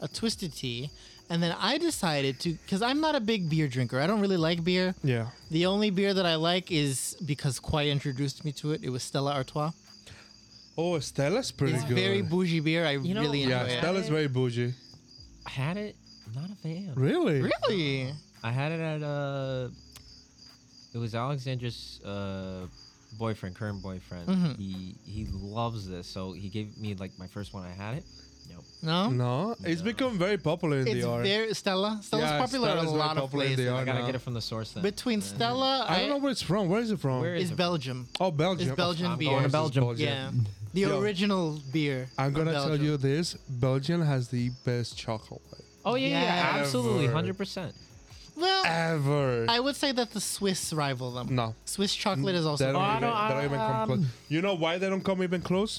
A: a twisted tea, and then I decided to because I'm not a big beer drinker. I don't really like beer.
C: Yeah.
A: The only beer that I like is because Kwai introduced me to it. It was Stella Artois.
C: Oh, Stella's pretty
A: It's
C: good.
A: very bougie beer. I
B: know-
A: really enjoy
C: yeah,
A: it.
C: Stella's very bougie.
B: I had it. Not a fan.
C: Really?
A: really?
B: I had it at uh, it was Alexandra's uh, boyfriend, current boyfriend. He he loves this, so he gave me like my first one. I had it. Nope.
A: No.
C: No, it's
B: No.
C: become very popular in
A: It's
C: the art.
A: very Stella. Stella's
C: Yeah,
A: popular in
C: Stella's
A: a
C: very
A: lot of
C: popular in the
A: places.
B: I
C: art.
B: gotta
C: No.
B: get it from the source then.
A: Between Stella,
C: I don't know where it's from. Where is it from?
B: Where
A: is
B: Is it-
A: Belgium.
C: oh, Belgium.
A: It's
C: Of
A: Belgian
C: course
A: beer.
B: going to
C: it's
B: Belgium.
A: Yeah. The
C: Yo.
A: original beer.
C: I'm
A: from
C: gonna tell
A: Belgium.
C: you this: Belgium has the best chocolate
B: Oh yeah, yeah,
A: Yeah.
B: absolutely,
C: Ever.
B: hundred percent.
A: Well,
C: ever.
A: I would say that the Swiss rival them.
C: no,
A: Swiss chocolate is
C: Mm. they
A: also.
C: don't,
B: Oh, I
C: even,
B: don't-
C: they don't
B: I-
C: even come close.
B: um,
C: You know why they don't come even close?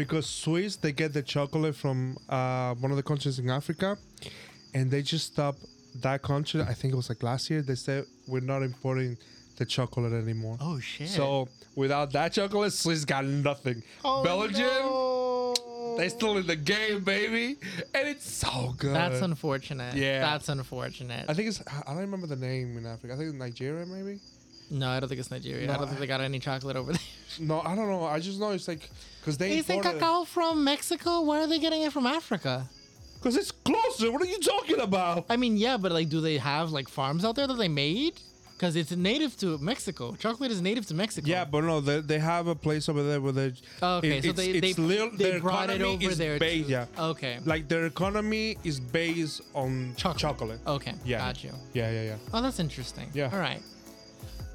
C: Because Swiss, they get the chocolate from uh, one of the countries in Africa, and they just stop that country. I think it was like last year. They said we're not importing the chocolate anymore.
A: Oh shit.
C: So without that chocolate, Swiss got nothing.
A: Oh,
C: Belgium,
A: no.
C: they still in the game, baby, and it's so good.
A: That's unfortunate.
C: Yeah.
A: That's unfortunate.
C: I think it's I don't remember the name in Africa. I think it's Nigeria maybe.
A: no, I don't think it's Nigeria. I
C: No,
A: don't think
C: I-
A: they got any chocolate over there.
C: No, I don't know. I just know it's like because they
A: Isn't
C: imported-
A: cacao from Mexico? Why are they getting it from Africa?
C: Cause it's closer. What are you talking about?
A: I mean, yeah, but like, do they have like farms out there that they made? Because it's native to Mexico. Chocolate is native to Mexico. Oh,
C: Yeah, but no, they, they have a place over there where they.
A: Okay,
C: it-
A: so
C: it's-
A: they
C: it's
A: they,
C: little-
A: they
C: their
A: brought it
C: economy
A: over
C: is
A: there.
C: ba-
A: to- Oh.
C: yeah,
A: Okay.
C: like their economy is based on
A: Chocolate. Oh,
C: chocolate.
A: Okay.
C: Yeah.
A: Got you.
C: Yeah, yeah, yeah.
A: Oh, that's interesting.
C: Yeah.
A: All right.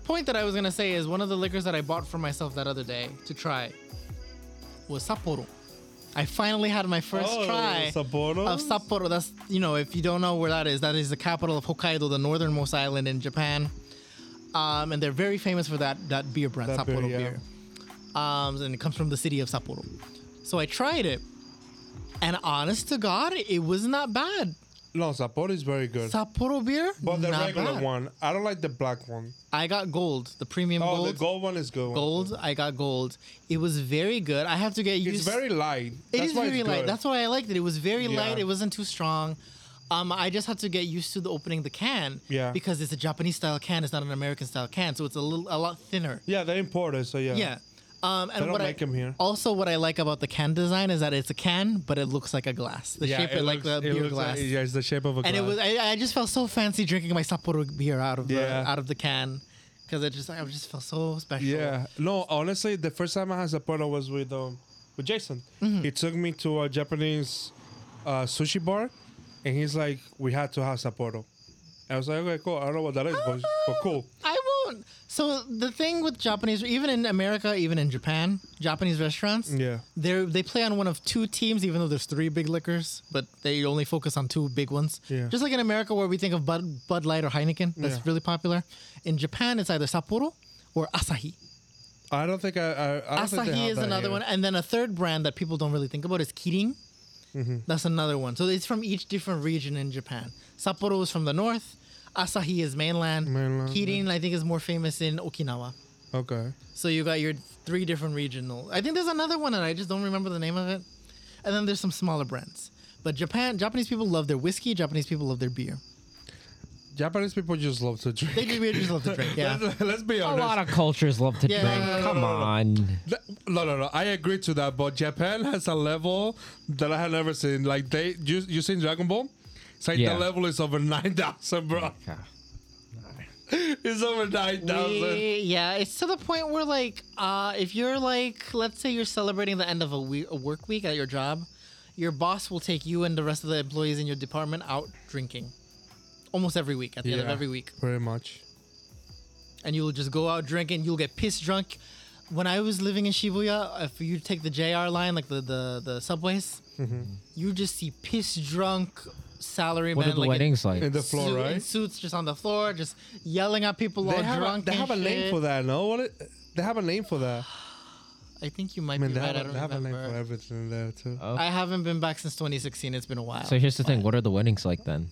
A: Point that I was gonna say is one of the liquors that I bought for myself that other day to try was Sapporo. I finally had my first try
C: Oh, Sapporo.
A: of Sapporo. That's you know, if you don't know where that is, that is the capital of Hokkaido, the northernmost island in Japan. Um, and they're very famous for that that beer brand,
C: That beer,
A: Sapporo
C: yeah.
A: beer. Um, and it comes from the city of Sapporo. So I tried it, and honest to God, it was not bad.
C: No, Sapporo is very good.
A: Sapporo beer,
C: but the
A: not
C: regular
A: bad.
C: one, I don't like the black one.
A: I got gold, the premium
C: Oh,
A: gold.
C: the gold one is good.
A: gold. I got gold. It was very good. I have to get used.
C: It's very light.
A: It
C: That's
A: is
C: why
A: very
C: it's
A: light.
C: good.
A: That's why I liked it. It was very
C: Yeah.
A: light. It wasn't too strong. Um, I just had to get used to the opening the can.
C: Yeah.
A: Because it's a Japanese style can. It's not an American style can, so it's a little a lot thinner.
C: yeah, they import it, so yeah.
A: Yeah. Um, and
C: don't
A: what I,
C: make 'em here.
A: Also, what I like about the can design is that it's a can, but it looks like a glass. The shape it like the
C: looks- it
A: beer
C: looks
A: glass.
C: Like, yeah, it's the shape of a glass.
A: And it was I, I just felt so fancy drinking my Sapporo beer out of
C: Yeah.
A: the out of the can, because it just I just felt so special.
C: Yeah. No, honestly, the first time I had Sapporo was with um with Jason.
A: Mm-hmm.
C: He took me to a Japanese uh, sushi bar, and he's like, "We had to have Sapporo." I was like, "Okay, cool. I don't know what that is, but, but cool."
A: I won't. So the thing with Japanese, even in America, even in Japan, Japanese restaurants,
C: Yeah.
A: they they play on one of two teams, even though there's three big liquors, but they only focus on two big ones.
C: Yeah.
A: Just like in America, where we think of Bud Bud Light or Heineken, that's
C: Yeah.
A: really popular. In Japan, it's either Sapporo or Asahi.
C: I don't think I. I, I don't think they
A: Asahi
C: have
A: is
C: that
A: another
C: here.
A: one, and then a third brand that people don't really think about is Kirin.
C: Mm-hmm.
A: That's another one. So it's from each different region in Japan. Sapporo is from the north. Asahi is mainland.
C: Mainland,
A: Kirin, I think, is more famous in Okinawa.
C: Okay.
A: So you got your three different regional. I think there's another one, and I just don't remember the name of it. And then there's some smaller brands. But Japan, Japanese people love their whiskey. Japanese people love their beer.
C: Japanese people just love to drink.
A: They do really just love to drink. Yeah.
C: Let's, let's be
B: A
C: honest.
B: lot of cultures love to
A: Yeah,
B: drink.
A: no, no, no,
B: Come
C: no, no.
B: on.
C: Th- No, no, no. I agree to that, but Japan has a level that I have never seen. Like they, you, you seen Dragon Ball? It's like
B: Yeah.
C: the level is over nine thousand, bro.
B: God.
C: It's over nine thousand.
A: We- yeah, it's to the point where like, uh, if you're like, let's say you're celebrating the end of a, we- a work week at your job, your boss will take you and the rest of the employees in your department out drinking, almost every week at the end of
C: Yeah.
A: every week,
C: Pretty much.
A: and you'll just go out drinking. You'll get piss drunk. When I was living in Shibuya, if you take the JR line, like the the, the subways,
C: Mm-hmm.
A: you just see piss drunk salarymen.
B: What are the
A: like in-
B: weddings like?
C: In the floor,
A: suit- in
C: right?
A: suits just on the floor, just yelling at people all drunk.
C: they
A: and
C: have a name
A: shit.
C: for that. No, what? It, they have a name for that.
A: I think you might
C: I mean,
A: be
C: they
A: right.
C: have,
A: I
C: a,
A: don't
C: they have a name for
A: remember. Oh,
C: everything there too.
A: I haven't been back since 2016. It's been a while.
B: So here's the thing. What are the weddings like then?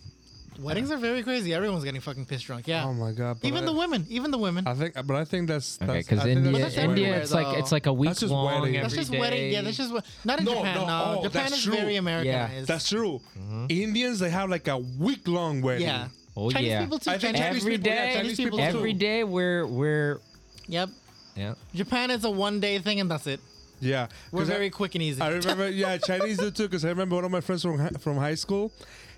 A: Weddings are very crazy. Everyone's getting fucking pissed drunk. Yeah.
C: Oh my god! but
A: even
C: I,
A: the women. Even the women.
C: I think, but I think that's
B: Okay,
C: that's-
B: because
C: I think
B: India,
C: that's
A: everywhere,
B: India, it's like it's
A: though.
B: like a week
C: That's just
B: long.
C: wedding.
A: that's
B: every
A: just wedding. Yeah,
B: day.
A: that's just wed- not in
C: No,
A: Japan.
C: no,
A: No,
C: oh,
A: Japan
C: that's
A: is
C: true.
A: very Americanized.
C: That's true. Indians they have like a week long wedding.
A: Mm-hmm. yeah.
B: Oh,
A: Chinese
B: yeah.
A: people too.
C: I think
A: Chinese
C: Chinese
B: Every
C: people, yeah,
B: day,
C: Chinese people
A: too.
B: every day we're we're
A: Yep.
B: yeah.
A: Japan is a one day thing and that's it.
C: yeah.
A: We're
C: 'Cause I-
A: very quick and easy.
C: I remember, yeah, Chinese do too. Because I remember one of my friends from hi- from high school,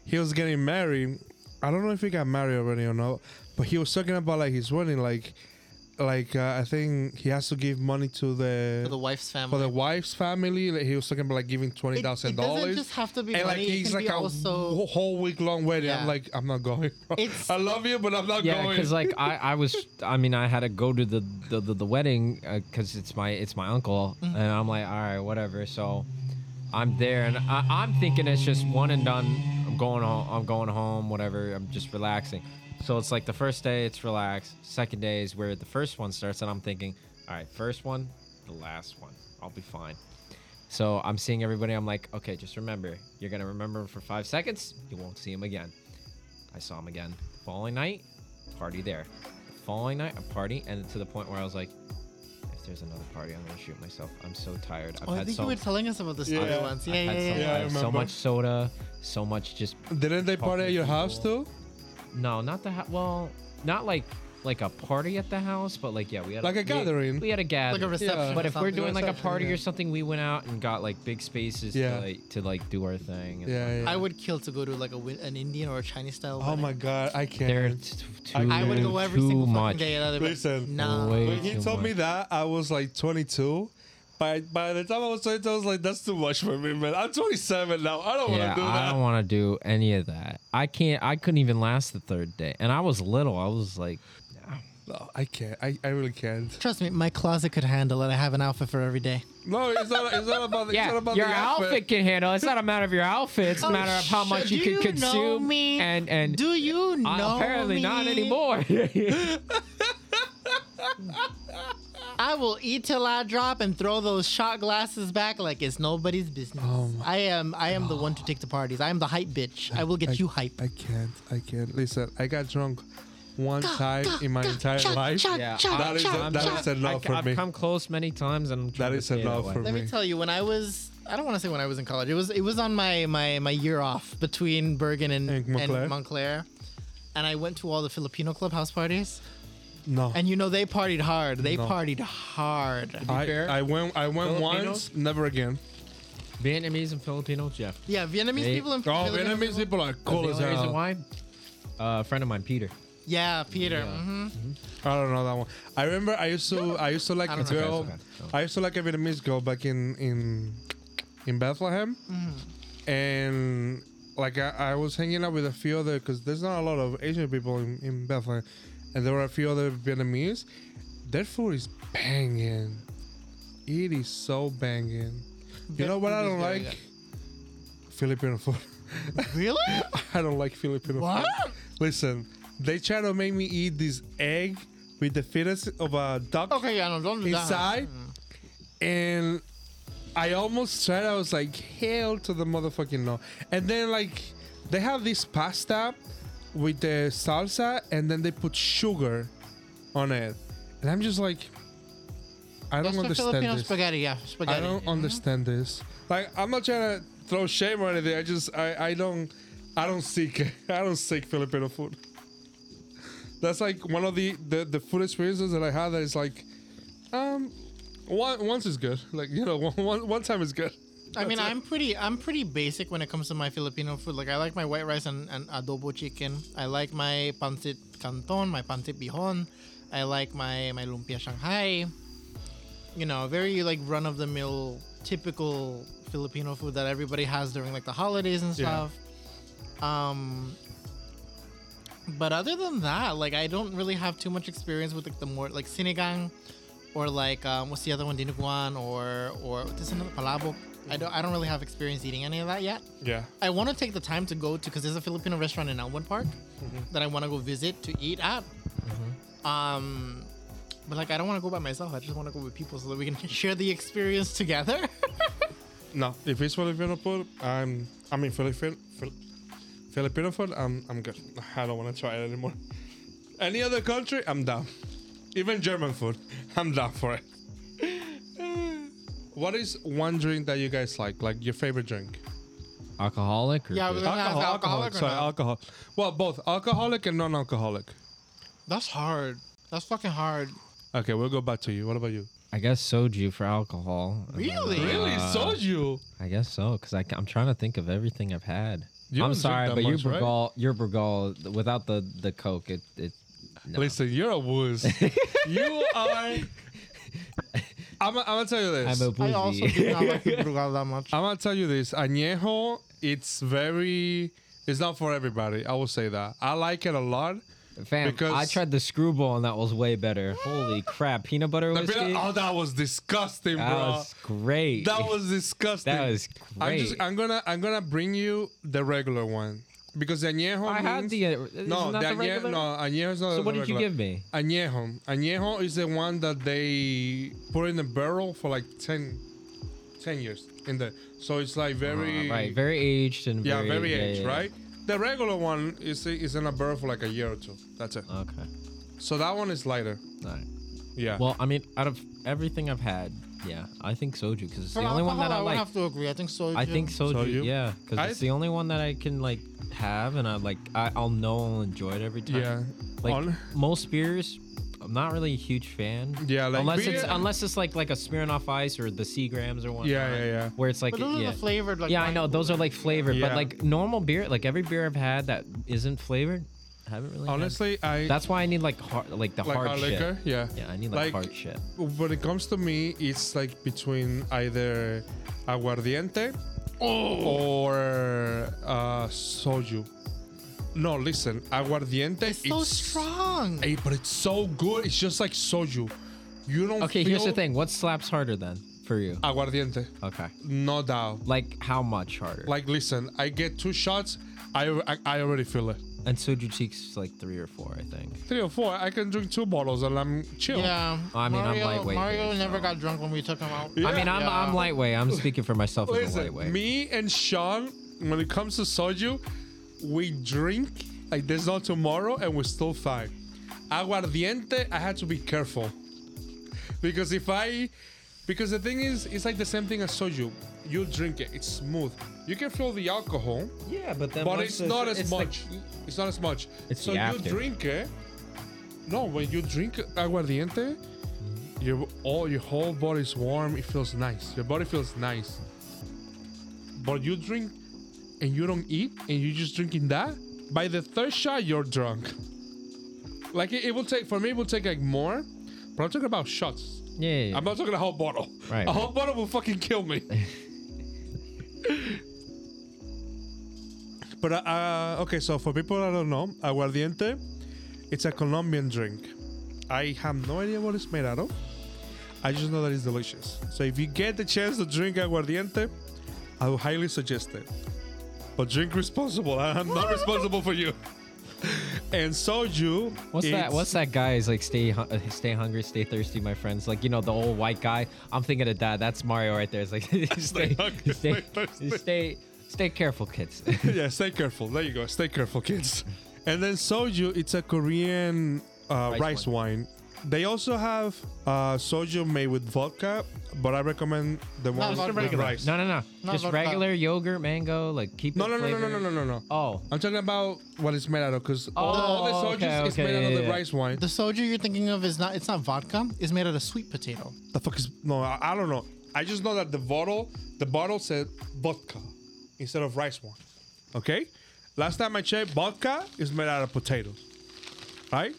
C: he was getting married. I don't know if he got married already or not, but he was talking about like his wedding, like, like uh, I think he has to give money to the
A: for the wife's family.
C: for the wife's family. Like, he was talking about like giving twenty
A: it,
C: thousand
A: it doesn't
C: dollars.
A: just have to be
C: And like
A: money. it
C: he's
A: can
C: like
A: be
C: a
A: also.
C: wh- whole week long wedding.
A: Yeah.
C: I'm like, I'm not going. bro.
A: It's-
C: I love you, but I'm not
B: Yeah,
C: going.
B: because like I, I was, I mean, I had to go to the the, the, the wedding because it's my it's my uncle,
C: Mm-hmm.
B: and I'm like, all right, whatever. So I'm there, and I, I'm thinking it's just one and done. I'm going home. I'm going home. Whatever. I'm just relaxing. So it's like the first day, it's relaxed. Second day is where the first one starts, and I'm thinking, all right, first one, the last one, I'll be fine. So I'm seeing everybody. I'm like, okay, just remember, you're gonna remember him for five seconds. You won't see him again. I saw him again. Following night, party there. following night, a party, and to the point where I was like, if there's another party, I'm gonna shoot myself. I'm so tired. I've
A: Oh, I
B: had
A: think
B: so
A: you were telling us about this story
C: Yeah.
A: once.
B: I've
A: Yeah, yeah,
B: had
A: yeah.
B: so,
C: Yeah, I
B: I have so
C: remember.
B: much soda, so much just
C: Didn't they party at your
B: Talking
C: house
B: people.
C: too?
B: no, not the ha- well, not like like a party at the house, but like yeah, we had
C: Like a
B: we-
C: gathering.
B: We had a gathering.
A: Like a reception.
C: Yeah.
A: or
B: But if we're
A: something.
B: doing like a
C: Reception,
B: party
C: yeah.
B: or something, we went out and got like big spaces
C: Yeah.
B: to like to like do our thing. And
C: Yeah, yeah.
A: I would kill to go to like a, win- an Indian or a Chinese style.
C: Oh my god, I can't.
B: They're t- too,
A: I would go every
B: too
A: single fucking
B: much.
A: day. And I'd be like,
C: Listen.
A: nah.
B: Wait.
C: When he
B: too
C: told me
B: much.
C: that, I was like 22. By by the time I was 22, I was like, that's too much for me, man. I'm 27 now. I
B: Yeah,
C: don't want to do that.
B: I don't want to do any of that. I can't. I couldn't even last the third day, and I was little. I was like,
C: no, I can't. I, I really can't.
A: Trust me, my closet could handle it. I have an outfit for every day.
C: No, it's not. It's not about. The, it's
B: yeah,
C: not about
B: your
C: the
B: outfit. can handle. it. It's not a matter of your outfit. It's a
A: Oh,
B: matter of how
A: sh-
B: much you
A: do
B: can
A: you know
B: consume.
A: me?
B: And and
A: Do you know?
B: I- apparently not
A: me?
B: anymore.
A: I will eat till I drop and throw those shot glasses back like it's nobody's business.
B: Oh
A: I am I am the one to take the parties. I am the hype bitch. I will get
C: I-
A: you hype.
C: I can't. I can't. Listen, I got drunk one time in my entire life.
B: Yeah,
C: That is a- that is enough
B: I,
C: for
B: have
C: me.
B: come close many times, and I'm trying
C: That
B: to
C: is
B: stay that
C: enough
B: way.
C: for
A: Let me
C: me.
A: tell you, when I was I don't want to say when I was in college. It was it was on my my my year off between Bergen and
C: And Montclair.
A: and Montclair. And I went to all the Filipino clubhouse parties.
C: No.
A: And you know they partied hard. They
C: No.
A: partied hard.
C: I,
B: fair,
C: I went. I went
B: Filipinos-
C: once. Never again.
B: Vietnamese and Filipino, Jeff.
A: Yeah, Vietnamese
B: They-
A: people and
C: Oh,
A: Filipino
C: Vietnamese
A: people-
C: people are
B: That's
C: cool
B: the
C: as
B: only reason
C: hell.
B: why. Uh, a friend of mine, Peter.
A: Yeah, Peter. hmm
C: I don't know that one. I remember I used to I used to like
A: I
C: a
A: don't know.
C: girl.
B: Okay, it's okay.
C: I used to like a Vietnamese girl back in in in Bethlehem,
A: Mm-hmm.
C: and like I, I was hanging out with a few other because there's not a lot of Asian people in, in Bethlehem, and there were a few other Vietnamese. Their food is banging. It is so banging. You know what I
A: Vietnamese
C: don't
A: very
C: like? Filipino food.
A: Really?
C: I don't like Filipino
A: What?
C: food. Listen, they try to make me eat this egg with the fetus of a duck
A: Okay, yeah, no, don't do that. Mm.
C: inside, and I almost tried. I was like, hell to the motherfucking no. And then like, they have this pasta with the salsa, and then they put sugar on it, and I'm just like, I
A: That's
C: don't
A: the
C: understand
A: Filipino
C: this.
A: spaghetti, yeah,
C: I
A: spaghetti.
C: don't understand this. Like, I'm not trying to throw shame or anything. I just, I, I don't, I don't seek, I don't seek Filipino food. That's like one of the, the, the food experiences that I had that is like, um, one, once is good. Like, you know, one, one, one time is good.
A: I mean,
C: That's it.
A: I'm pretty, I'm pretty basic when it comes to my Filipino food. Like, I like my white rice and, and adobo chicken. I like my pancit canton, my pancit bihon. I like my my lumpia Shanghai. You know, very like run of the mill, typical Filipino food that everybody has during like the holidays and
C: Yeah.
A: stuff. Um, but other than that, like I don't really have too much experience with like the more like sinigang, or like um, what's the other one, dinuguan, or or there's another palabok. I don't I don't really have experience eating any of that yet.
C: Yeah.
A: I want to take the time to go to because there's a Filipino restaurant in Elmwood Park
B: Mm-hmm.
A: that I want to go visit to eat at. Um, but like I don't want to go by myself. I just want to go with people so that we can share the experience together.
C: No, if it's Filipino food, I'm, I mean, Filipino, Fil- Filipino food, I'm, I'm good. I don't want to try it anymore. Any other country, I'm down. Even German food, I'm down for it. what is one drink that you guys like? Like your favorite drink?
B: Alcoholic? Or
A: Yeah, I was
B: just-
A: gonna- ask alcoholic or
C: Sorry,
A: not?
C: alcohol. Well, both alcoholic and non-alcoholic.
A: That's hard. That's fucking hard.
C: Okay, we'll go back to you. What about you?
B: I guess soju for alcohol. And then,
A: Really?
B: uh,
C: soju?
B: I guess so, because I'm trying to think of everything I've had.
C: You don't
B: I'm
C: drink
B: sorry,
C: that
B: but your
C: much, right?
B: Bergal, your Bergal, th- without the the Coke, it it. No.
C: Listen, you're a wuss. you are. I'm, I'm gonna tell you this.
B: I'm a
A: I also
B: boozy.
A: do not like the Brugal that much.
C: I'm gonna tell you this, añejo. It's very. It's not for everybody. I will say that. I like it a lot.
B: Fam,
C: because-
B: I tried the screwball and that was way better. Holy crap! Peanut butter
C: The
B: whiskey.
C: peanut- oh, that was disgusting,
B: that
C: bro.
B: was great.
C: that was disgusting.
B: That was
C: I'm just.
B: great.
C: I'm gonna. I'm gonna bring you the regular one because the añejo.
B: I had
C: means-
B: the. uh,
C: No, the
B: the
C: añejo.
B: regular?
C: No, añejo is not.
B: So
C: the
B: what did you
C: regular.
B: give me?
C: Añejo. Añejo is the one that they put in the barrel for like 10, 10 years in there. So it's like very.
B: Uh, right, very aged and
C: Mm. Yeah,
B: very,
C: very
B: yeah,
C: aged,
B: yeah, yeah. Uh.
C: right? The regular one is is in a barrel for like a year or two. That's it.
B: Okay.
C: So that one is lighter.
B: All right.
C: Yeah.
B: Well, I mean, out of everything I've had, yeah, I think soju because it's the only one that I like.
A: have to agree. I think soju.
B: I think soju,
C: Soju?
B: yeah,
C: I-
B: because it's the only one that I can like have, and I like I, I'll know I'll enjoy it every time.
C: yeah.
B: Like
C: On-
B: most beers, I'm not really a huge fan.
C: Yeah, like
B: unless
C: beer-
B: it's unless it's like like a Smirnoff Ice or the Seagrams or one.
C: Yeah, yeah, yeah.
B: Where it's like
A: But those
B: yeah.
A: are the flavored. Like
B: yeah, I know those are like flavored,
C: Yeah.
B: but like normal beer, like every beer I've had that isn't flavored, I haven't really. had.
C: honestly, I
B: that's why I need like hard, like the
C: like
B: hard
C: hard
B: shit.
C: liquor. Yeah.
B: Yeah, I need like, hard shit.
C: When it comes to me, it's like between either aguardiente
B: Oh.
C: or uh, soju. No, listen, aguardiente.
A: It's so strong.
C: Hey, but it's so good. It's just like soju. You don't.
B: Okay, here's the
C: feel
B: thing. What slaps harder then for you?
C: Aguardiente,
B: Okay.
C: no doubt.
B: Like how much harder?
C: Like, listen, I get two shots. I, I, I already feel it.
B: and soju cheeks like three or four, I think.
C: Three or four. I can drink two bottles and I'm chill.
A: Yeah.
B: I mean, I'm
A: Mario,
B: lightweight
A: Mario
B: here,
A: never
B: so-
A: got drunk when we took him out.
C: Yeah.
B: I mean, I'm,
A: Yeah.
B: I'm lightweight. I'm speaking for myself as a
C: Listen,
B: lightweight.
C: me and Sean, when it comes to soju, we drink like there's no tomorrow and we're still fine. Aguardiente, I had to be careful. Because if I because the thing is, it's like the same thing as soju. You drink it, it's smooth. You can feel the alcohol,
B: yeah, but then
C: but it's not as much. it's not as much.
B: It's
C: so
B: the
C: you
B: after.
C: drink it. No, when you drink aguardiente, your all your whole body's warm. It feels nice. Your body feels nice. But you drink and you don't eat and you're just drinking that. By the third shot, you're drunk. Like it, it will take for me, it will take like more. But I'm talking about shots.
B: yeah, yeah, yeah.
C: I'm not talking a whole bottle.
B: Right,
C: A whole bottle will fucking kill me. but uh, okay, so for people that don't know, aguardiente, it's a Colombian drink. I have no idea what it's made out of. I just know that it's delicious. So if you get the chance to drink aguardiente, I would highly suggest it. But drink responsible. I'm not responsible for you. And soju.
B: What's that?
C: it's-
B: What's that guy's like? Stay, hu- uh, stay hungry, stay thirsty, my friends. Like you know, the old white guy. I'm thinking of that. That's Mario right there. It's like stay, stay,
C: hungry, stay
B: stay,
C: thirsty.
B: stay, careful, kids.
C: yeah, stay careful. There you go. Stay careful, kids. And then soju, it's a Korean uh, rice,
B: Rice
C: wine. They also have uh, soju made with vodka, but I recommend the one
A: vodka.
C: with
A: Just regular.
C: rice.
B: no, no, no.
A: Not
B: Just
A: vodka.
B: regular yogurt, mango. Like keep
C: no,
B: it
C: no, no, no, no,
B: flavored.
C: no, no, no, no.
B: Oh,
C: I'm talking about what it's made out of, because all the
B: Oh,
C: soju
B: okay,
C: is
B: okay,
C: made out
B: yeah,
C: of the
B: yeah.
C: rice wine.
A: The soju you're thinking of is not. It's not vodka. It's made out of sweet potato.
C: The fuck is no? I, I don't know. I just know that the bottle, the bottle said vodka instead of rice wine. Okay. Last time I checked, vodka is made out of potatoes, right?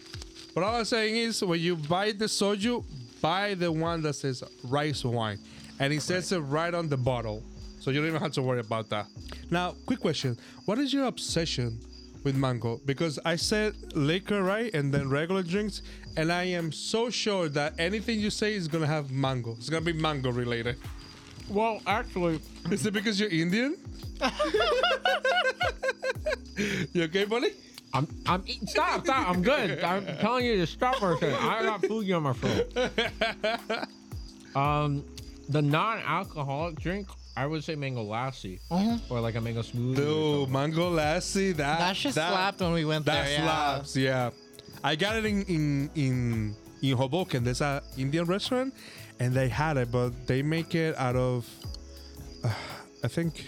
C: But all I'm saying is, when you buy the soju, buy the one that says rice wine, and it says it right on the bottle, so you don't even have to worry about that. Now, quick question: What is your obsession with mango? Because I said liquor, right, and then regular drinks, and I am so sure that anything you say is gonna have mango. It's gonna be mango related.
A: Well, actually,
C: Is it because you're Indian? you okay, buddy?
B: I'm, I'm eating. Stop, stop. I'm good. I'm telling you to stop for a second. I got food on my throat. Um, the non-alcoholic drink, I would say mango lassi, or like a mango smoothie.
C: Dude,
B: Dude,
C: mango lassi, that
A: that shit slapped when we went
C: That
A: there. yeah.
C: slaps, yeah. I got it in in in in Hoboken. There's a Indian restaurant, and they had it, but they make it out of, uh, I think,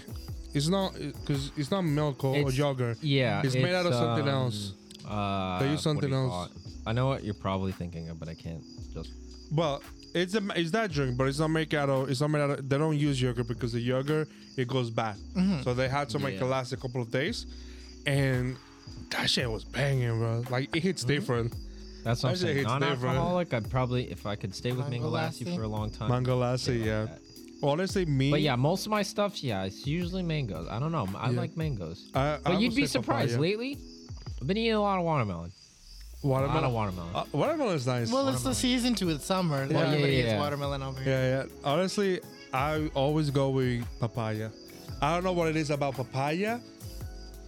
C: it's not because it's not milk or, or
B: It's-
C: yogurt.
B: yeah,
C: it's made out of something
B: um,
C: else.
B: Uh, what
C: They use
B: do
C: something
B: you
C: else.
B: call it? I know what you're probably thinking of, but I can't. Just
C: Well, it's a, it's that drink, but it's not made out of. It's not made out of. They don't use yogurt because the yogurt it goes bad.
A: Mm-hmm.
C: So they had to make
B: Yeah.
C: it last a couple of days, and that shit was banging, bro. Like it
A: Mm-hmm.
C: hits different.
B: that's what I'm
C: Actually,
B: saying.
C: it's different.
B: Non-alcoholic. I'd probably, if I could stay with
A: Mango
B: mango, lassi,
A: lassi?
B: for a long time.
C: Mango lassi, yeah. Honestly, me.
B: But yeah, most of my stuff, yeah, it's usually mangoes. I don't know. I
C: Yeah.
B: like mangoes.
C: I- I
B: but
C: would
B: you'd be
C: say
B: surprised.
C: papaya.
B: Lately, I've been eating a lot of watermelon. A lot
C: Watermelon.
B: of watermelon.
C: Uh, watermelon is nice.
A: Well, it's the season to it's summer.
B: yeah,
A: Everybody
B: yeah.
A: eats watermelon over here.
C: yeah, yeah. Honestly, I always go with papaya. I don't know what it is about papaya.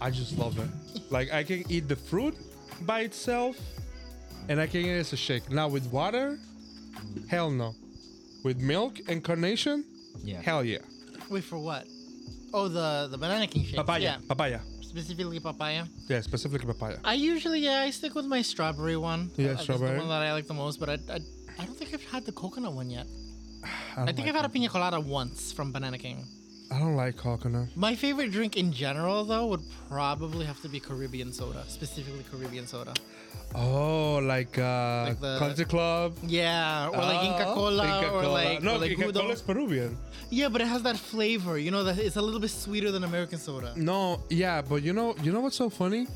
C: I just love it. like I can eat the fruit by itself, and I can eat it as a shake. Now with water, hell no. With milk and carnation,
B: yeah.
C: Uh, hell yeah.
A: Wait for what? Oh, the the banana king shake.
C: Papaya,
A: Yeah.
C: papaya.
A: specifically papaya.
C: Yeah, specifically papaya.
A: I usually yeah I stick with my strawberry one.
C: Yeah,
A: Uh, that's
C: strawberry.
A: The one that I like the most, but I, I, I don't think I've had the coconut one yet.
C: don't
A: I think I've
C: like
A: had a pina colada once from Banana King.
C: I don't like coconut.
A: My favorite drink in general though would probably have to be Caribbean soda, specifically Caribbean soda.
C: Oh, like uh,
A: Like the-
C: country club.
A: Yeah, or like Inca
C: Oh,
A: Cola,
C: Inca
A: or
C: Kola.
A: like
C: no,
A: or like
C: Inca
A: Gudo.
C: Cola is Peruvian.
A: Yeah, but it has that flavor. You know that it's a little bit sweeter than American soda.
C: No, yeah, but you know, you know what's so funny?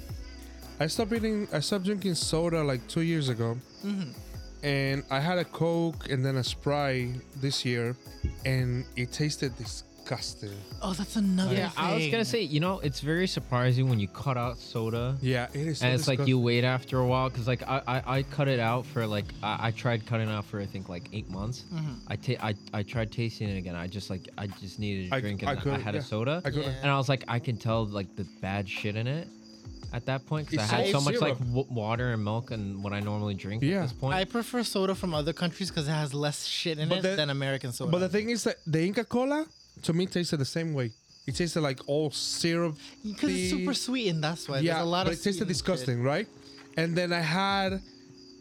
C: I stopped eating, I stopped drinking soda like two years ago,
A: Mm-hmm.
C: and I had a Coke and then a Sprite this year, and it tasted disgusting.
A: Oh, that's another.
B: Yeah, I was gonna
A: thing.
B: say, you know, it's very surprising when you cut out soda.
C: Yeah, it is. So
B: And it's like
C: disgust-
B: you wait after a while, cause like I, I, I cut it out for like I, I tried cutting it out for I think like eight months.
C: Mm-hmm.
B: I ta- I I tried tasting it again. I just like I just needed a
C: I-
B: drink
C: I
B: and I,
C: couldn't-
B: had
C: yeah.
B: a soda,
C: I couldn't-
A: Yeah.
B: and I was like I can tell like the bad shit in it. At that point, because
C: It's
B: I had
C: so
B: so much
C: syrup.
B: like w- water and milk and what I normally drink
C: Yeah.
B: at this point.
A: I prefer soda from other countries because it has less shit in
C: But
A: it
C: the-
A: than American soda.
C: But the thing is that the Inca Cola to me tasted the same way. It tasted like all syrup.
A: because it's super sweet and that's why
C: Yeah,
A: there's a lot
C: but
A: of.
C: it tasted
A: sweetened shit.
C: disgusting, right? And then I had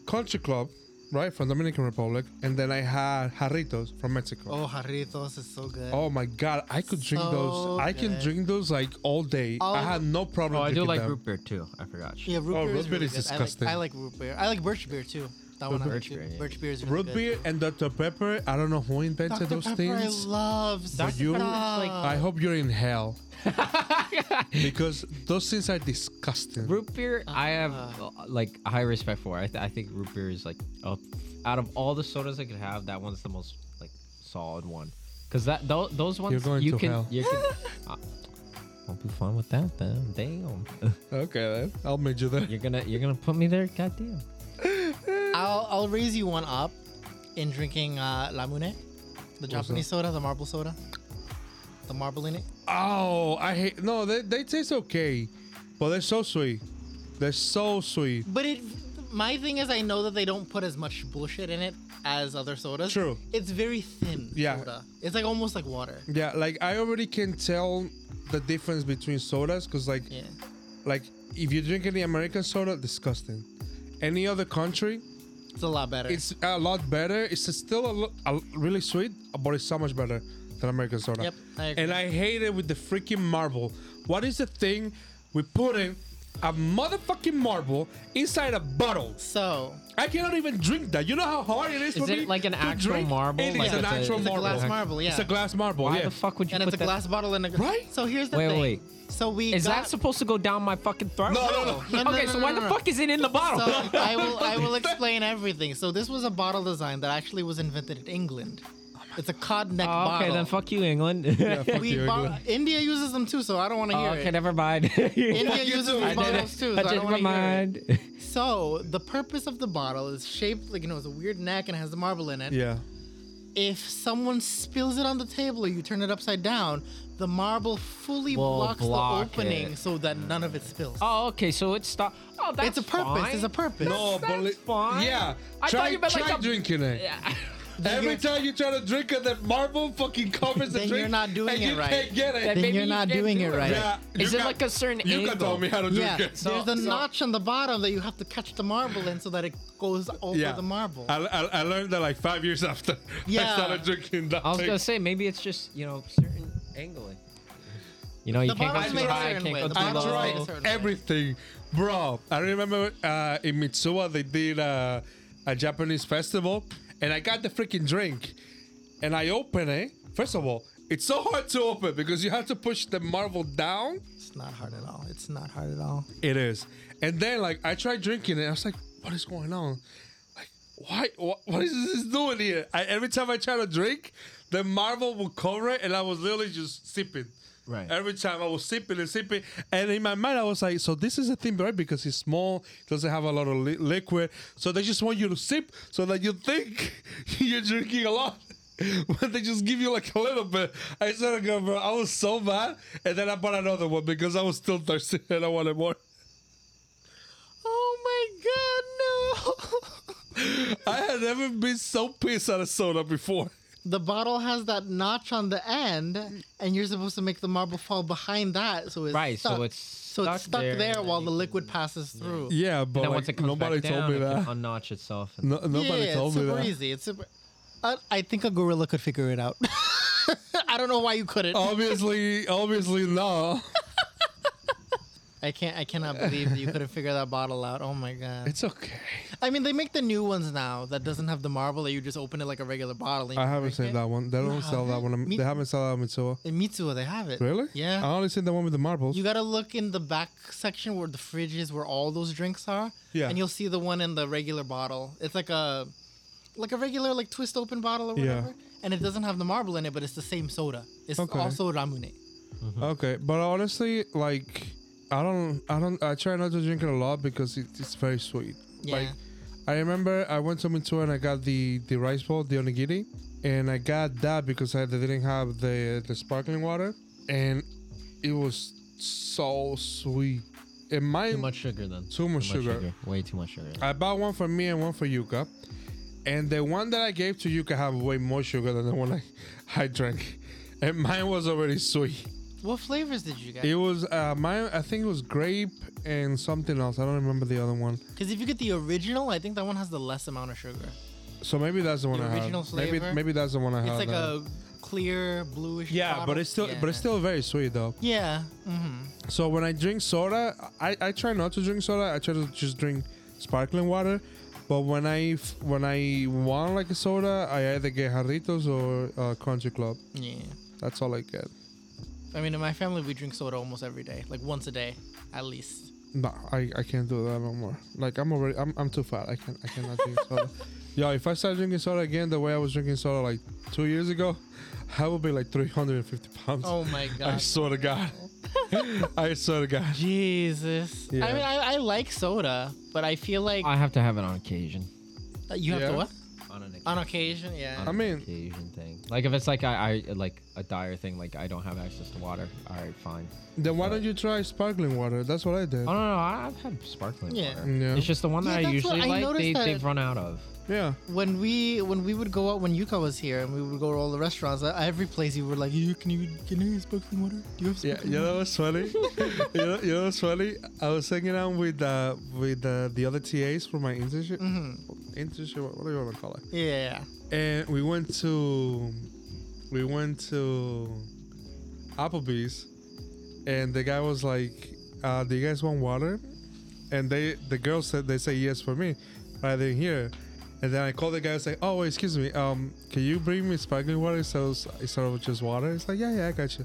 C: Country Club, right, from Dominican Republic, and then I had Jarritos from Mexico.
A: Oh, jarritos is so good.
C: Oh my god, I could drink those.
A: So
C: I can
A: good.
C: drink those like all day. I
A: All-
C: have no problem.
B: oh, I do
C: drinking
B: like
C: them.
B: root beer too. I forgot.
A: Yeah, root
C: Oh,
A: beer
C: root
A: is,
C: beer
A: really
C: is
A: good.
C: disgusting.
A: I like, I like root beer. I like birch beer too. That one. I
B: Birch
A: like too.
B: beer, yeah.
A: Birch beer is really
C: Root
A: good.
C: beer and Dr Pepper. I don't know who invented
A: Dr.
C: those
A: Pepper,
C: things.
A: I love.
C: but you,
A: like,
C: I hope you're in hell because those things are disgusting.
B: Root beer, I have uh, like high respect for. I, th- I think root beer is like up out of all the sodas I could have, that one's the most like solid one. Cause that tho- those ones
C: going
B: you
C: to
B: can
C: hell.
B: you can. uh, I'll be fine with that then. Damn,
C: Okay, then. I'll meet you there.
B: you're gonna you're gonna put me there. Goddamn.
A: I'll I'll raise you one up in drinking uh, lamune, the Japanese soda, the marble soda, the marble in it.
C: Oh, I hate. No, they, they taste okay, but they're so sweet. They're so sweet.
A: But it, my thing is, I know that they don't put as much bullshit in it as other sodas.
C: True.
A: It's very thin.
C: Yeah.
A: Soda. It's like almost like water.
C: Yeah, like I already can tell the difference between sodas because like
A: Yeah.
C: like if you drink any American soda, disgusting. Any other country,
A: It's a lot better.
C: it's a lot better. It's still a, lo- a really sweet, but it's so much better than American soda.
A: Yep, I agree.
C: And I hate it with the freaking marble. What is the thing we put in a motherfucking marble inside a bottle?
A: so
C: I cannot even drink that. You know how hard it is,
B: Is
C: for me
B: it like an
C: to
B: actual
C: drink?
B: marble?
C: It is
B: Like
C: an
B: it's a-
C: actual
B: it's
A: it's a
C: marble.
A: glass marble. Yeah.
C: It's a glass marble.
B: Why
C: Oh, yeah.
B: the fuck would you
A: And
B: put
A: it's a
B: that?
A: glass bottle and a
C: Right?
A: So here's the
B: Wait,
A: thing.
B: wait.
A: So we
B: Is
A: got,
B: that supposed to go down my fucking throat?
C: No, no, no.
A: No, no,
B: okay,
A: no,
B: so
A: no,
B: why
A: no,
B: the
A: no.
B: fuck is it in the bottle?
A: So I will I will explain everything. So this was a bottle design that actually was invented in England. It's a cod neck
B: Oh,
A: bottle.
B: okay, then fuck you, England.
C: fuck
A: We
C: you,
A: bo-
C: England.
A: India uses them too, so I don't want to
B: Oh,
A: hear
B: okay,
A: it.
B: never mind.
A: India
C: You
A: uses
C: too. I
A: these
C: did it.
A: bottles too,
B: I
A: so I
B: changed
A: don't
B: my
A: want to hear it.
B: mind.
A: So the purpose of the bottle is shaped like you know it's a weird neck and has the marble in it.
C: Yeah.
A: If someone spills it on the table or you turn it upside down, the marble fully
B: Will
A: blocks
B: block
A: the opening
B: it.
A: so that none of it spills.
B: Oh, okay. So it's stop. Oh, that's
A: it's a purpose.
B: Fine.
A: It's a purpose.
C: No,
B: That's
C: but li-
B: fine.
C: yeah.
B: I
C: try
B: thought you meant
C: try
B: like a-
C: drinking it. Every time you try to drink it, that marble fucking covers the
A: Then
C: drink.
A: you're not doing
C: and
A: it
C: you
A: right.
C: Can't get it.
B: That
A: Then
B: maybe
A: you're
B: you
A: not
B: can't
A: doing
B: do
A: it
B: it.
A: right.
C: Yeah.
B: Is
C: you
B: it
C: got-
B: like a certain
C: You
B: angle?
C: can tell me how to drink
A: Yeah,
C: it.
B: So-
A: there's a
B: so-
A: notch on the bottom that you have to catch the marble in so that it goes over
C: yeah. Uh,
A: the marble.
C: I, I, I learned that like five years after I
A: Yeah.
C: started drinking that.
B: I was
C: thing.
B: gonna say maybe it's just you know certain angling. You know you
A: The
B: can't go
A: bottle's
B: too
A: made a
B: high,
A: certain
B: can't
A: way.
B: go
A: The
B: too
C: I
A: bottle's
B: low.
A: made a
C: tried
A: certain way.
C: everything, bro. I remember uh, in Mitsuwa they did uh, a Japanese festival, and I got the freaking drink, and I open it. First of all, it's so hard to open because you have to push the marble down.
A: it's not hard at all. It's not hard at all.
C: It is, and then like I tried drinking it, I was like, "What is going on? Like, why? What, what is this doing here?" I, every time I try to drink, the marble would cover it, and I was literally just sipping.
B: Right.
C: Every time I was sipping and sipping, and in my mind I was like, "So this is a thing, right? Because it's small, doesn't have a lot of li- liquid, so they just want you to sip so that you think you're drinking a lot." But they just give you like a little bit. I said, "God, bro, I was so mad," and then I bought another one because I was still thirsty and I wanted more.
A: Oh my god, no!
C: I had never been so pissed at a soda before.
A: the bottle has that notch on the end, and you're supposed to make the marble fall behind that, so it's
B: Right, so
A: stuck.
B: it's
A: so it's stuck there,
B: and
A: while
B: then
A: the
B: you-
A: liquid passes through.
C: Yeah, but
B: And then
C: like,
B: once it comes
C: nobody
B: back down,
C: told me
B: it
C: that.
B: can unnotch itself. And,
C: No, nobody
A: yeah,
C: told
A: it's
C: me
A: super
C: that.
A: easy. It's super. I, I think a gorilla could figure it out. I don't know why you couldn't.
C: Oh. Obviously, obviously no.
A: I can't. I cannot believe that you couldn't figure that bottle out. Oh my god.
C: It's okay.
A: I mean, they make the new ones now that doesn't have the marble that you just open it like a regular bottle. and
C: I
A: you
C: haven't
A: drink
C: seen
A: it.
C: that one. They don't
A: No.
C: sell that one.
A: Me-
C: They haven't sell that in Mitsuo.
A: In Mitsuo, they have it.
C: Really?
A: Yeah.
C: I only seen the one with the marbles.
A: You gotta look in the back section where the fridge is, where all those drinks are.
C: Yeah.
A: And you'll see the one in the regular bottle. It's like a, like a regular like twist open bottle or
C: Yeah.
A: whatever. And it doesn't have the marble in it, but it's the same soda. It's
C: Okay.
A: also ramune.
C: Okay, but honestly, like I don't, I don't, I try not to drink it a lot because it, it's very sweet.
A: Yeah.
C: Like I remember I went to Mitsua and I got the the rice ball, the onigiri, and I got that because I they didn't have the the sparkling water, and it was so sweet. And my
B: too much sugar then.
C: Too much sugar.
B: Way too much sugar.
C: I bought one for me and one for Yuka. And the one that I gave to Yuka had way more sugar than the one I, I drank. And mine was already sweet.
A: What flavors did you get?
C: It was uh mine I think it was grape and something else. I don't remember the other one.
A: Because if you get the original, I think that one has the less amount of sugar.
C: So maybe that's the one
A: The
C: I
A: original
C: had. Maybe
A: flavor?
C: maybe that's the one I
A: It's
C: had.
A: like
C: uh,
A: a clear bluish.
C: yeah, but
A: bottle.
C: it's still
A: Yeah.
C: but it's still very sweet though.
A: Yeah. Mm-hmm.
C: So when I drink soda, I, I try not to drink soda. I try to just drink sparkling water. But when I f- when I want like a soda, I either get Jarritos or uh, Country Club.
A: Yeah.
C: That's all I get.
A: I mean, in my family, we drink soda almost every day, like once a day, at least.
C: No, I, I can't do that no more. Like I'm already I'm, I'm too fat. I can I cannot drink soda. Yo, if I start drinking soda again the way I was drinking soda like two years ago, I would be like 350 pounds.
A: Oh my
C: I
A: god.
C: swear to God. I swear to God.
A: Jesus.
C: Yeah.
A: I mean, I, I like soda, but I feel like
B: I have to have it on occasion.
A: Uh, you have
C: Yeah.
A: to what?
B: On an occasion.
A: On occasion, yeah.
C: I mean-
B: occasion thing. Like if it's like I, I like a dire thing, like I don't have access to water. All right, fine.
C: Then why don't you try sparkling water? That's what I did.
B: Oh no, no, I- I've had sparkling
A: Yeah.
B: water.
C: Yeah.
B: It's just the one
A: Yeah,
B: that I
A: that's what
B: usually
A: I
B: like.
A: noticed
B: They,
A: that-
B: They've run out of.
C: Yeah.
A: When we when we would go out when Yuka was here and we would go to all the restaurants, uh, every place you were like, you can you can you have sparkling water? Do you have
C: Yeah,
A: sparkling
C: you
A: water?
C: know what's funny? you, know, you know what's funny? I was hanging out with uh, with uh, the other TAs for my internship.
A: Mm.
C: Internship, what do you want to call it?
A: Yeah. Mm-hmm. yeah.
C: And we went to we went to Applebee's, and the guy was like, uh, "Do you guys want water?" And they the girl said they say yes for me, but I didn't hear. And then I called the guy. I was like, "Oh, excuse me, um, can you bring me sparkling water so it's- instead of just water?" It's like, "Yeah, yeah, I got you."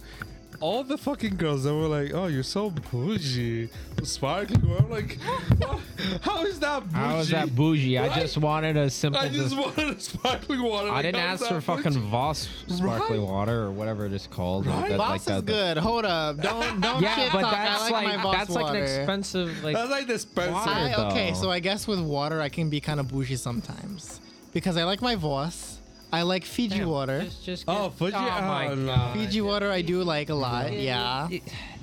C: All the fucking girls that were like, "Oh, you're so bougie, sparkling water." I'm like, how is that bougie?
B: How is that bougie? I
C: Right?
B: just wanted a simple.
C: I just
B: dis-
C: wanted a sparkling water.
B: I
C: Like,
B: didn't
C: how
B: ask
C: is
B: for
C: that bougie?
B: fucking Voss sparkling
C: Right.
B: water or whatever it is called.
C: Right?
B: That-
A: Boss
B: that-
A: is good. Hold up. Don't don't
B: Yeah,
A: shit
B: but
A: talk.
B: that's
A: I like, my
B: like,
A: boss
B: that's like
A: water.
B: an expensive like.
C: That's like the
B: Why?
C: Spencer.
A: I,
B: though.
A: okay, so I guess with water I can be kind of bougie sometimes because I like my Voss. I like Fiji
B: Damn,
A: water.
B: Just, just
C: Oh,
B: get-
C: Fuji-
B: my
C: oh, no.
B: God.
A: Fiji water I do like a lot. Yeah.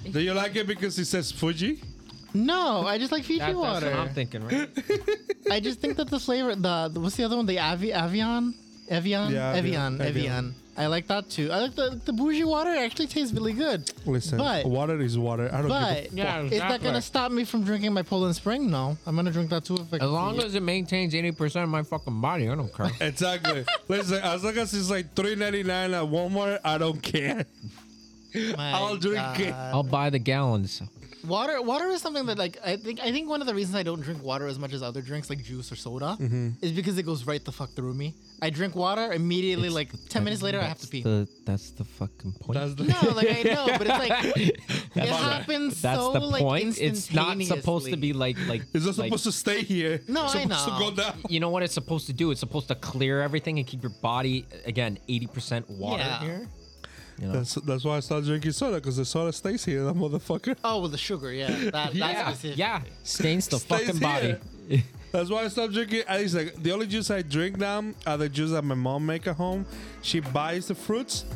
C: Do you like it because it says Fuji?
A: No, I just like Fiji
B: That- that's what
A: water.
B: I'm thinking, right?
A: I just think that the flavor, the the- what's the other one? The Avi, Avion, Evian,
C: Yeah,
A: Evian,
C: Avion, Avion.
A: Evian. I like that too. I like the the bougie water. It actually tastes really good.
C: Listen,
A: But-
C: water is water. I don't give a
A: But
C: fuck.
B: Yeah,
A: is that
B: exactly.
A: gonna stop me from drinking my Poland Spring? No, I'm gonna drink that too. If I
B: As
A: can
B: long
A: see it.
B: as it maintains 80% of my fucking body, I don't care.
C: Exactly. Listen, as long as it's like three ninety nine at Walmart, I don't care.
A: My
C: I'll drink it.
A: God.
B: I'll buy the gallons.
A: Water, water is something that like I think I think one of the reasons I don't drink water as much as other drinks like juice or soda
C: Mm-hmm.
A: is because it goes right the fuck through me. I drink water immediately, like ten minutes later, I have to
B: That's
A: pee.
B: The, that's the fucking point.
C: That's the
A: no, like I know, but it's like it happens
B: That's
A: so
B: the
A: like
B: point. It's not supposed to
A: instantaneously.
B: be like like.
C: It's not
B: like-
C: supposed to stay here.
A: No,
C: it's
A: I
C: supposed
A: know.
C: to go down.
B: You know what it's supposed to do? It's supposed to clear everything and keep your body again 80% water
A: Yeah.
B: here. You know?
C: That's that's why I started drinking soda because the soda stays here, that motherfucker.
A: Oh, with the sugar, yeah. That,
B: yeah,
A: That's specific.
B: yeah. Stains the
C: Stays
B: fucking body.
C: That's why I stopped drinking. At least like the only juice I drink now are the juice that my mom make at home. She buys the fruits,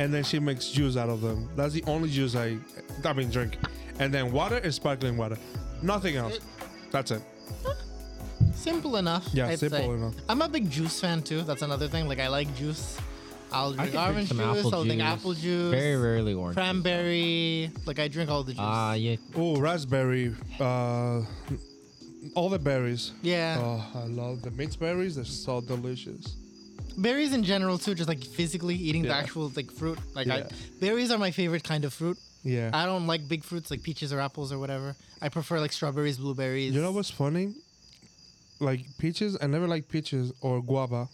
C: and then she makes juice out of them. That's the only juice I, I mean, drink. And then water and sparkling water, nothing else. That's it.
A: Simple enough.
C: Yeah,
A: I'd
C: simple
A: say.
C: enough.
A: I'm a big juice fan too. That's another thing. Like I like juice. I'll drink
B: drink
A: orange
B: some
A: juice.
B: apple
A: I'll drink
B: juice.
A: apple juice.
B: Very rarely orange. juice, though.
A: Cranberry. Like I drink all the juice.
B: Ah, yeah.
C: Oh, raspberry. Uh, all the berries.
A: yeah.
C: Oh, I love the mixed berries. They're so delicious.
A: berries in general too. Just like physically eating the
C: Yeah.
A: actual like fruit. Like I,
C: Yeah.
A: berries are my favorite kind of fruit.
C: Yeah.
A: I don't like big fruits like peaches or apples or whatever. I prefer like strawberries, blueberries.
C: you know what's funny? Like peaches, I never like peaches or guava.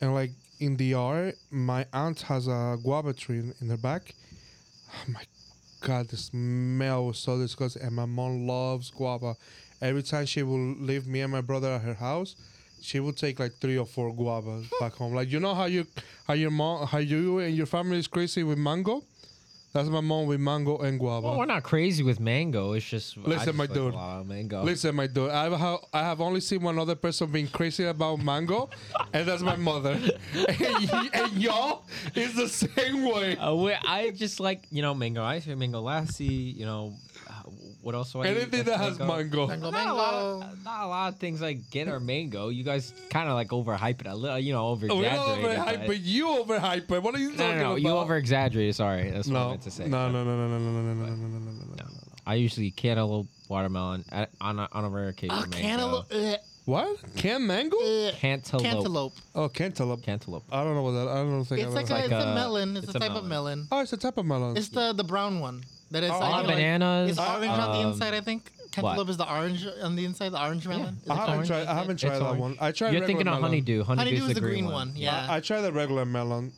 C: And like in the R, my aunt has a guava tree in, in her back. Oh my god, the smell was so disgusting. And my mom loves guava. Every time she will leave me and my brother at her house, she would take like three or four guavas back home. Like you know how you how your mom how you and your family is crazy with mango? That's my mom with mango and guava.
B: Well, we're not crazy with mango. It's just I
C: Listen,
B: just
C: my
B: like
C: dude.
B: a lot of mango.
C: Listen, my dude, I have, I have only seen one other person being crazy about mango, and that's my mother. and, y- and y'all is the same way.
B: Uh, we- I just like you know mango ice cream, mango lassi. You know, uh, what else? Do I eat
C: Anything
B: that's
C: that has mango.
A: Mango,
B: Not a, lot of,
A: mango.
B: not a lot of things I get are mango. You guys kind of like overhype it a little, you know, over
C: Oh, We
B: exaggerate.
C: don't overhype, but you overhype. it. What are you
B: no,
C: talking
B: no, no,
C: about?
B: you over exaggerate. Sorry, that's what I
C: no,
B: meant to say.
C: no, no, no, no, no, no, no, no, no, no, no, no, no, no.
B: I usually cantaloupe, watermelon uh, on a, on a rare occasion.
A: Oh,
B: mango.
A: cantaloupe. Ugh,
C: What? Canned mango?
B: Mm.
A: ugh.
B: cantaloupe, cantaloupe,
A: Cantaloupe.
C: Oh, cantaloupe.
B: cantaloupe.
C: I don't know what that. I don't think
A: It's
C: I've
A: like,
C: ever.
A: a,
B: like
A: it's a,
B: a-
A: melon. It's,
B: it's
A: a
B: a
A: type of melon.
C: oh, it's a type of melon.
A: It's the the brown one that is.
C: Oh,
A: I
B: Ah,
C: like-
A: feel
B: bananas.
A: It's orange on the
B: um,
A: inside, I think. Cantaloupe is the orange on the inside, the orange melon. Is it
C: I haven't
A: orange?
C: tried. I haven't
B: It's
C: tried that
B: orange.
C: one. I tried.
B: You're thinking
C: regular
B: of
C: melon.
B: honeydew. Honeydew,
A: Honeydew
B: is the green one.
A: Yeah.
C: I, I tried the regular melon.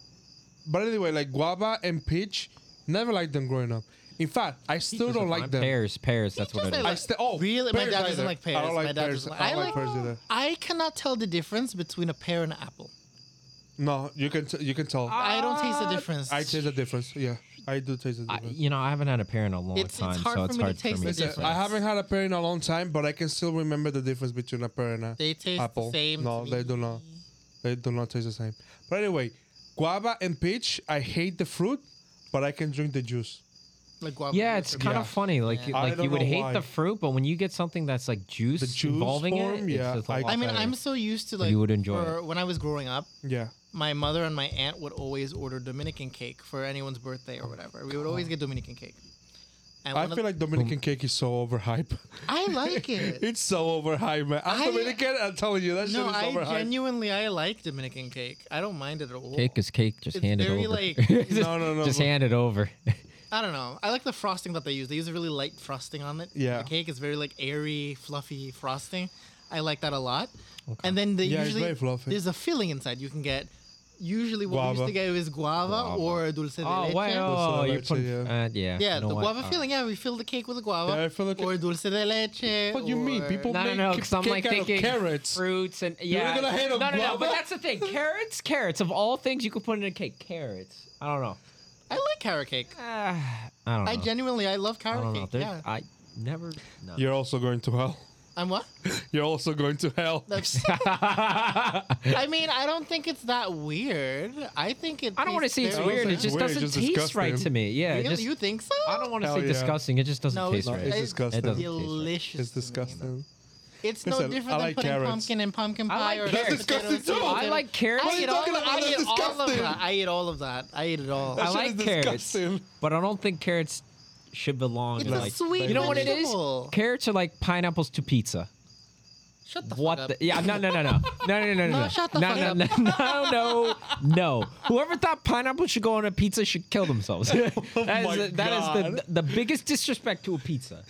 C: But anyway, like guava and peach, never liked them growing up. In fact, I still
B: Those are
C: don't
B: fine.
C: like them.
B: Pears, pears. That's what it
A: Peaches I
B: is.
A: like.
C: I still oh
A: Really? My
C: pears
A: dad doesn't
C: either.
A: like
C: I
A: pears. My
C: don't like
A: dad
C: pears.
A: doesn't like-
C: I don't
A: I
C: like
A: like-
C: pears either.
A: I cannot tell the difference between a pear and an apple.
C: No, you can t- you can tell. I,
A: I don't taste the difference.
C: taste the difference. Yeah, I do taste the
B: I,
C: difference.
B: you know, I haven't had a pear in a long
A: It's- it's
B: time,
A: hard
B: so
A: for
B: it's
A: me to
B: hard
A: taste
B: for me
A: the
B: to
C: Listen,
A: difference.
C: I haven't had a pear in a long time, but I can still remember the difference between a pear and a
A: They taste
C: apple.
A: the same.
C: no,
A: to
C: they
A: me.
C: do not. They do not taste the same. But anyway, guava and peach, I hate the fruit, but I can drink the juice.
A: Like guava
B: Yeah, it's
A: juice or
B: kind
C: Yeah.
B: of funny. Like,
A: Yeah.
C: I
B: like
C: don't
B: you would
C: know
B: hate
C: why.
B: the fruit, but when you get something that's like juice,
C: The juice
B: involving
C: form,
B: it,
C: yeah,
B: it's just a
C: I-
B: lot
A: I mean,
B: better.
A: I'm so used to like
B: You would enjoy
A: for- when I was growing up,
C: Yeah.
A: my mother and my aunt would always order Dominican cake for anyone's birthday or whatever. We would always get Dominican cake. And
C: I
A: one of-
C: feel like Dominican cake is so overhyped.
A: I like it.
C: It's so overhyped, man. I'm
A: I-
C: Dominican. I'm telling you, that
A: no,
C: shit is
A: I
C: overhyped.
A: genuinely I like Dominican cake. I don't mind it at all.
B: cake is cake. Just
A: It's
B: hand it
A: very,
B: over.
A: like-
B: just,
C: No, no, no,
B: Just
C: but-
B: hand it over.
A: I don't know. I like the frosting that they use. They use a really light frosting on it.
C: Yeah.
A: The cake is very like airy, fluffy frosting. I like that a lot. And then they
C: Yeah, it's
A: usually
C: very fluffy.
A: there's a filling inside. You can get usually what we used
C: Guava.
A: to get is guava,
B: Guava.
A: or dulce de
B: oh,
A: leche.
B: why?
C: Dulce
B: Oh,
C: de
B: you
C: leche,
B: put.
C: yeah.
B: Uh, yeah.
A: Yeah,
B: you know
A: the
B: what?
A: guava
B: Uh,
A: filling. Yeah, we fill the cake with the guava.
C: Yeah, I fill the cake-
A: Or dulce de leche.
C: What do you mean?
A: or-
C: People
B: No, no,
C: make
B: no. Because I'm
C: cake
B: like
C: out of
B: thinking
C: carrots.
B: fruits and
C: You're
B: yeah.
C: gonna hate
B: no,
C: a
B: no, no.
C: guava?
B: But that's the thing. Carrots, carrots. Of all things you could put in a cake, carrots. I don't know.
A: I like carrot cake.
B: Uh, I don't know.
A: I genuinely I love
B: I
A: carrot
B: don't know.
A: cake.
B: There-
A: Yeah.
B: I never. No.
C: You're also going to hell.
A: I'm what?
C: You're also going to hell.
A: That's- I mean, I don't think it's that weird. I think it.
B: I don't want to
A: tastes
B: say it's
A: very-
C: don't
B: weird.
C: think
B: It
C: it's
B: just
C: weird,
B: doesn't
C: it's just
B: taste right
C: disgusting.
B: to me. Yeah. it
A: Really?
B: just,
A: you think so?
B: I don't want to
C: Hell
B: say
C: yeah.
B: disgusting. It just doesn't
A: No,
B: taste
A: it's-
B: right.
A: it's
B: It
C: disgusting.
B: doesn't taste right.
A: delicious.
C: It's
A: to me.
C: disgusting.
A: It's no
C: Listen,
A: different
C: I
A: than
C: like
A: putting
C: carrots.
A: pumpkin in pumpkin
B: I
A: pie
B: like
A: or
B: carrots.
A: mashed
C: That's disgusting
A: potatoes and
C: too.
A: potato-
B: I like carrots.
A: I eat all
C: talking
A: of-
C: about?
A: I
C: That's
A: eat all of
C: disgusting.
A: that. I eat all of that. I eat it all.
C: That
B: I
C: shit
B: like
C: is
B: carrots,
C: disgusting.
B: but I don't think carrots should belong.
A: It's
B: in
A: a
B: like,
A: sweet
B: you know what it is?
A: vegetable.
B: Carrots are like pineapples to pizza.
A: Shut the
B: What
A: fuck
B: the?
A: up.
B: Yeah, no, no, no, no, no, no, no, no,
A: No,
B: no,
A: shut the
B: no,
A: fuck
B: no, no, no, no, no. Whoever thought pineapple should go on a pizza should kill themselves. that is,
C: Oh my
B: the, that is
C: God.
B: the, the biggest disrespect to a pizza.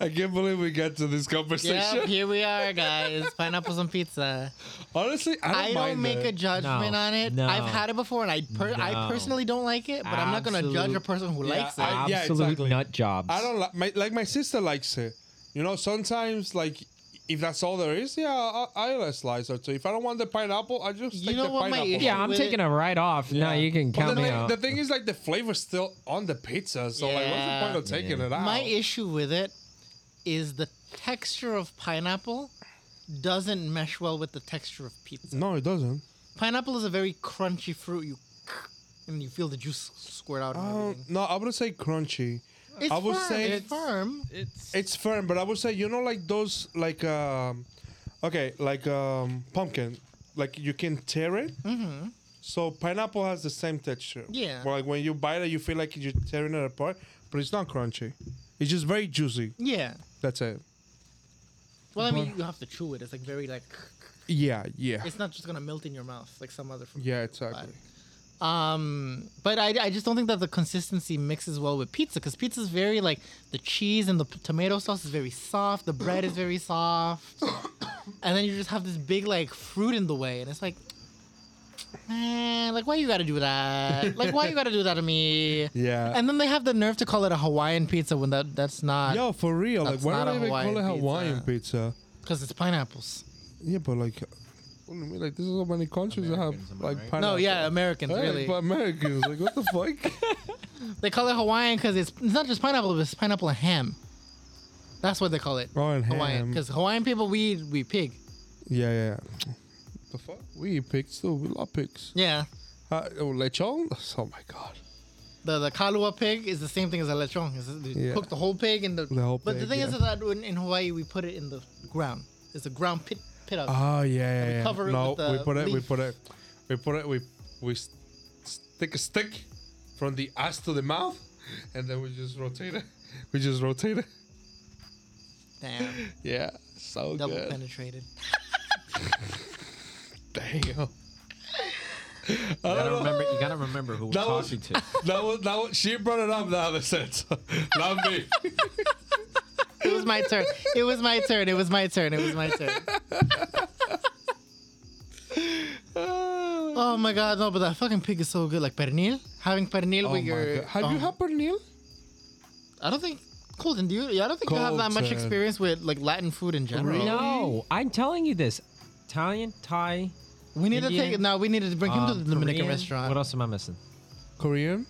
C: I can't believe we got to this
A: Yeah,
C: conversation.
A: here we are, guys. Pineapples on pizza.
C: Honestly, I don't
A: I
C: mind
A: don't make
C: that.
A: a judgment
B: No,
A: on it.
B: no,
A: I've had it before, and I per- I
B: no.
A: personally don't like it. But I'm not gonna judge a
B: Absolute-
A: person who likes it.
C: I- Uh, yeah,
B: Absolute
C: exactly.
B: nut jobs.
C: I don't like my like my sister likes it. You know, sometimes like if that's all there is, yeah, I, I will a slice or two. If I don't want the pineapple, I just
A: You
C: take
A: know
C: the
A: what my
C: pineapple.
A: issue-
B: Yeah, I'm
A: With
B: taking
A: it-
B: a write off. No, you can
C: But
B: count
C: the,
B: me
C: thing,
B: out.
C: the thing is, like, the flavor's still on the pizza, so like, what's the
A: Yeah.
C: point of taking
B: Yeah.
C: it out?
A: My issue with it is the texture of pineapple doesn't mesh well with the texture of pizza.
C: no, it doesn't.
A: Pineapple is a very crunchy fruit. You and you feel the juice squirt out. And
C: Uh,
A: everything.
C: no, I would say crunchy.
A: It's
C: I would
A: firm.
C: say
A: it's firm.
B: it's
C: It's firm, but I would say you know like those like um, okay, like um, pumpkin, like you can tear it So pineapple has the same texture.
A: Mm-hmm. Yeah.
C: Well, like when you bite it, you feel like you're tearing it apart, but it's not crunchy. It's just very juicy.
A: Yeah.
C: That's it.
A: Well, I mean, you have to chew it. It's like very like.
C: Yeah, yeah,
A: It's not just gonna melt in your mouth like some other fruit.
C: yeah. Exactly.
A: Um, but I, I just don't think that the consistency mixes well with pizza because pizza is very like the cheese and the p- tomato sauce is very soft, the bread is very soft, and then you just have this big like fruit in the way, and it's like, man, like why you gotta do that? Like why you gotta do that to me?
C: Yeah.
A: And then they have the nerve to call it a Hawaiian pizza when that that's not
C: Yo, for real. Like,
A: That's
C: why
A: not
C: do
A: a
C: they even call it
A: Hawaiian
C: Hawaiian pizza?
A: because it's pineapples.
C: Yeah, but like, what do you mean? like this is how many countries that
B: Americans,
C: have
B: am I
C: like
B: right?
C: pineapple.
A: No, yeah, Americans
C: Hey,
A: really.
C: But Americans, like, what the fuck?
A: They call it Hawaiian because it's, it's not just pineapple, but it's pineapple and ham. That's what they call it.
C: Oh, and
A: Hawaiian.
C: ham.
A: Because Hawaiian people, we eat, we pig.
C: Yeah, yeah. yeah. The fuck? We eat pigs too. We love pigs.
A: Yeah.
C: Uh, oh, lechon? Oh my god.
A: The the kalua pig is the same thing as a lechon. It's, you
C: Yeah.
A: cook the whole pig and the.
C: The whole
A: but the
C: pig,
A: thing
C: yeah.
A: is that in, in Hawaii, we put it in the ground. It's a ground pit pit up.
C: Oh yeah, yeah.
A: we
C: yeah.
A: cover it
C: no,
A: with the
C: we put it. We
A: leaf.
C: put it. We put it. We we s- stick a stick from the ass to the mouth, and then we just rotate it. We just rotate it.
A: Damn.
C: Yeah, so
A: Double
C: good.
A: penetrated.
C: Damn.
B: You gotta remember. You gotta remember who we're
C: That was-
B: talking to.
C: That was that was, she brought it up now. That's it. Not me.
A: It was my turn. It was my turn. It was my turn. It was my turn. oh my god, no, but that fucking pig is so good. Like pernil, having pernil
C: Oh my
A: with your.
C: God. Have you
A: um,
C: had pernil?
A: I don't think Colton, do you? I don't think you have that much
C: Colton.
A: experience with like Latin food in general.
B: No, I'm telling you this. Italian, Thai,
A: We need to take.
B: Indian,
A: No, we need to bring him to
B: um,
A: the Dominican
B: Korean.
A: restaurant.
B: What else am I missing?
C: Korean?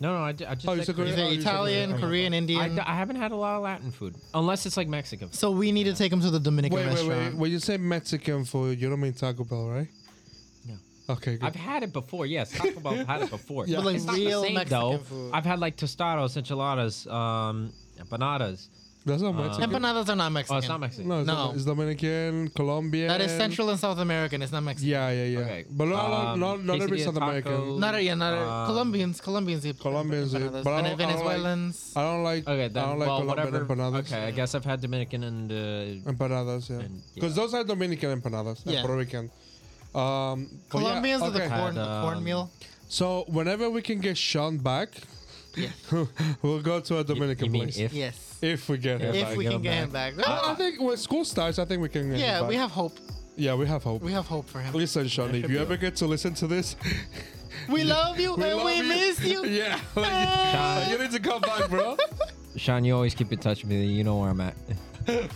B: No, no, I, ju- I just.
C: Oh, you
B: said
C: said
A: Is
B: Korean.
A: it
C: Oh, you said
A: Italian,
C: Korean.
A: Korean,
B: I,
A: Indian?
B: d- I haven't had a lot of Latin food unless it's like Mexican.
A: so we need to take him to the Dominican
C: Wait, wait,
A: restaurant.
C: wait. When you say Mexican food, you don't mean Taco Bell, right?
B: No.
C: Okay, good.
B: I've had it before. Yes, Taco Bell had it before.
C: Yeah.
A: But like
B: It's not
A: real
B: the same
A: Mexican
B: though.
A: food.
B: I've had like tostados, enchiladas, um, empanadas.
C: That's not
B: Uh,
C: Mexican.
A: Empanadas are not
B: Oh,
A: Mexican.
B: it's not Mexican.
C: No, it's,
A: No.
C: Dom- it's Dominican, Colombian.
A: That is Central and South American. It's not Mexican.
C: Yeah, yeah, yeah.
B: Okay.
C: But not,
B: Um,
C: not, not every
B: quesadilla,
C: South American.
B: tacos.
A: Not a, yeah, not a,
B: Um,
A: Colombians. Colombians eat
C: Colombians eat-
A: empanadas.
C: but I
A: Vene-
C: don't- I don't like- Uh,
A: Venezuelans.
C: I don't like.
B: Okay, then
C: I don't like
B: well,
C: Colombian
B: whatever.
C: empanadas.
B: Okay, I guess I've had Dominican and. Uh,
C: Empanadas, yeah.
B: And-
C: Because those are Dominican empanadas, yeah.
A: Yeah.
C: and Puerto Rican. Um, but yeah,
A: Colombians are the
C: okay.
A: corn,
B: Had,
A: the
B: um,
A: cornmeal.
C: So whenever we can get Sean back,
A: Yeah.
C: we'll go to a Dominican
B: you mean
C: place.
B: if?
A: Yes.
C: If we get him
B: If
A: If
C: back.
A: we
B: get
A: can
B: him
A: get him back. Oh,
C: I, I think when school starts, I think we can. get him
A: Yeah, we
C: back.
A: have hope.
C: Yeah, we have hope.
A: We have hope for him.
C: Listen, Sean, if you ever get to listen to this,
A: We love you and
C: love
A: we miss you.
C: yeah, like,
B: Sean,
C: you need to come back, bro.
B: Sean, you always keep in touch with me. You know where I'm at.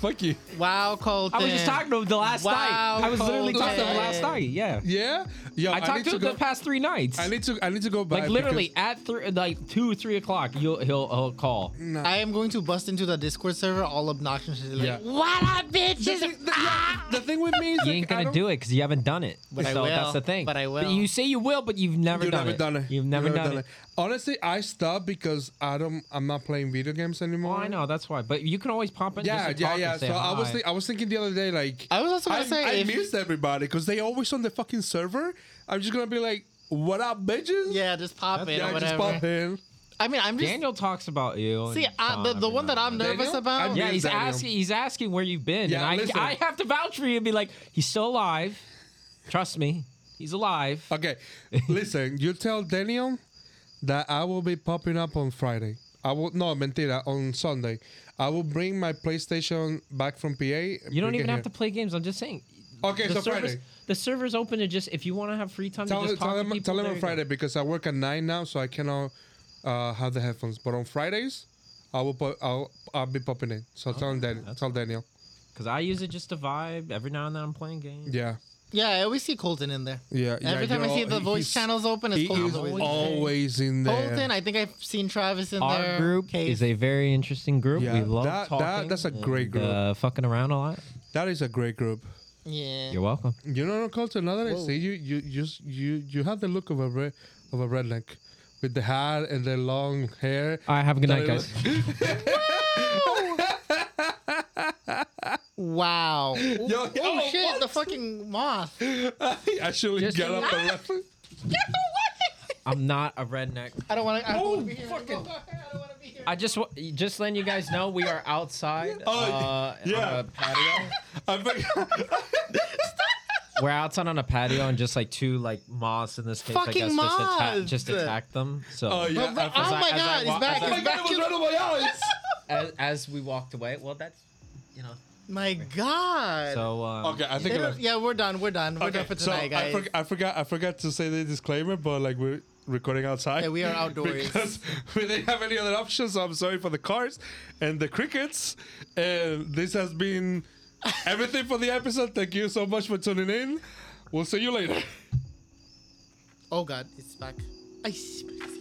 C: Fuck you.
A: Wow, Colton.
B: I was just talking to him the last
A: Wow,
B: night. I was literally talking to him
A: Colton.
B: last night. Yeah.
C: Yeah, yeah.
B: I talked
C: need
B: to him
C: go,
B: the past three nights.
C: I need to. I need to go back.
B: like literally at three, like two, three o'clock. You'll he'll he'll call.
A: I am going to bust into the Discord server all obnoxiously like,
C: Yeah.
A: what up, bitches?
C: because- The, yeah, the thing with me is
B: "Ah!" You ain't
C: like, I
B: gonna
C: don't-
B: do it because you haven't done it.
A: But I
B: so
A: will.
B: that's the thing.
A: But I will.
B: you say you will, but you've never,
C: You've
B: done,
C: never
B: it.
C: done it.
B: You've never, done, it.
C: Honestly, I stopped because I don't. I'm not playing video games anymore.
B: Well, Oh, I know that's why. But you can always pop in.
C: Yeah,
B: just to
C: yeah,
B: talk
C: yeah.
B: And say
C: So I was
B: hi.
C: think, I was thinking the other day like
A: I was also gonna
C: I,
A: say
C: I
A: if-
C: missed everybody because they always on the fucking server. I'm just gonna be like, what up, bitches?
A: yeah, just pop in
C: yeah,
A: or
C: just
A: whatever.
C: pop in.
A: I mean, I'm just
B: Daniel talks about you. and
A: see I,
B: Sean
A: the, the
B: every
A: one
B: now
A: that I'm
B: and then.
A: nervous
C: Daniel?
A: about.
C: I'm
B: Yeah,
C: Yes,
B: he's
C: Daniel.
B: asking. He's asking where you've been.
C: Yeah,
B: and
C: listen.
B: I, I have to vouch for you and be like, he's still alive. Trust me, he's alive.
C: Okay, listen. You tell Daniel that I will be popping up on Friday. I will no mentira on Sunday. I will bring my PlayStation back from PA.
B: You don't even have to play games. I'm just saying.
C: Okay, so
B: servers,
C: Friday.
B: The server's open to just if you want to have free time
C: Tell,
B: to just
C: tell
B: talk to
C: him,
B: people.
C: tell him
B: there
C: on
B: you go.
C: Friday because I work at nine now, so I cannot uh, have the headphones. But on Fridays, I will. Po- I'll. I'll be popping in. So tell him Daniel. Tell Daniel.
B: Because I use it just to vibe. Every now and then I'm playing games.
C: Yeah.
A: Yeah, I always see Colton in there.
C: Yeah, yeah,
A: Every time I
C: you're
A: see
C: all-
A: the
C: he-
A: voice
C: he's-
A: channels open,
C: He
A: it's Colton.
C: is
A: Always.
C: always in there.
A: Colton, I think I've seen Travis in there.
B: Our group
A: Case.
B: is a very interesting group.
C: Yeah,
B: we love
C: that- that-
B: talking.
C: that's a great
B: and,
C: group.
B: Uh, fucking around a lot.
C: that is a great group.
A: yeah.
B: You're welcome.
C: You know, Colton. Now that I see you, you just you you have the look of a red, of a redneck, with the hat and the long hair.
B: All right, have a good night,
C: Tell him-
B: guys.
A: Wow.
C: Yo, yo,
A: oh shit!
C: what?
A: The fucking moth.
C: I actually got up and left.
B: I'm not a redneck.
A: I don't want to. I don't want to be here. anymore. I don't want to be here.
B: I just wa- just letting you guys know we are outside.
C: Oh,
B: uh,
C: yeah.
B: On a patio.
C: I think-
B: We're outside on a patio and just like two like moths in this case,
A: Fucking
B: I guess,
A: moths.
B: just, atta- just attacked them. So
C: oh yeah.
A: But- but-
C: I
A: oh
C: forgot.
B: as
A: my
B: I
A: god,
B: walk-
A: he's back.
B: as I-
A: He's back.
C: it was right over my eyes.
B: as, as we walked away, well, that's you know.
A: My god.
B: So um,
C: Okay, I think.
A: They
C: I'm-
A: don't- yeah, we're done. We're done. We're done for
C: so
A: tonight, guys.
C: I, forg- I forgot. I forgot to say the disclaimer, but like we're recording outside.
A: Yeah, we are outdoors.
C: because we didn't have any other options. So I'm sorry for the cars and the crickets. And this has been everything for the episode. Thank you so much for tuning in. We'll see you later.
A: oh god, it's back. I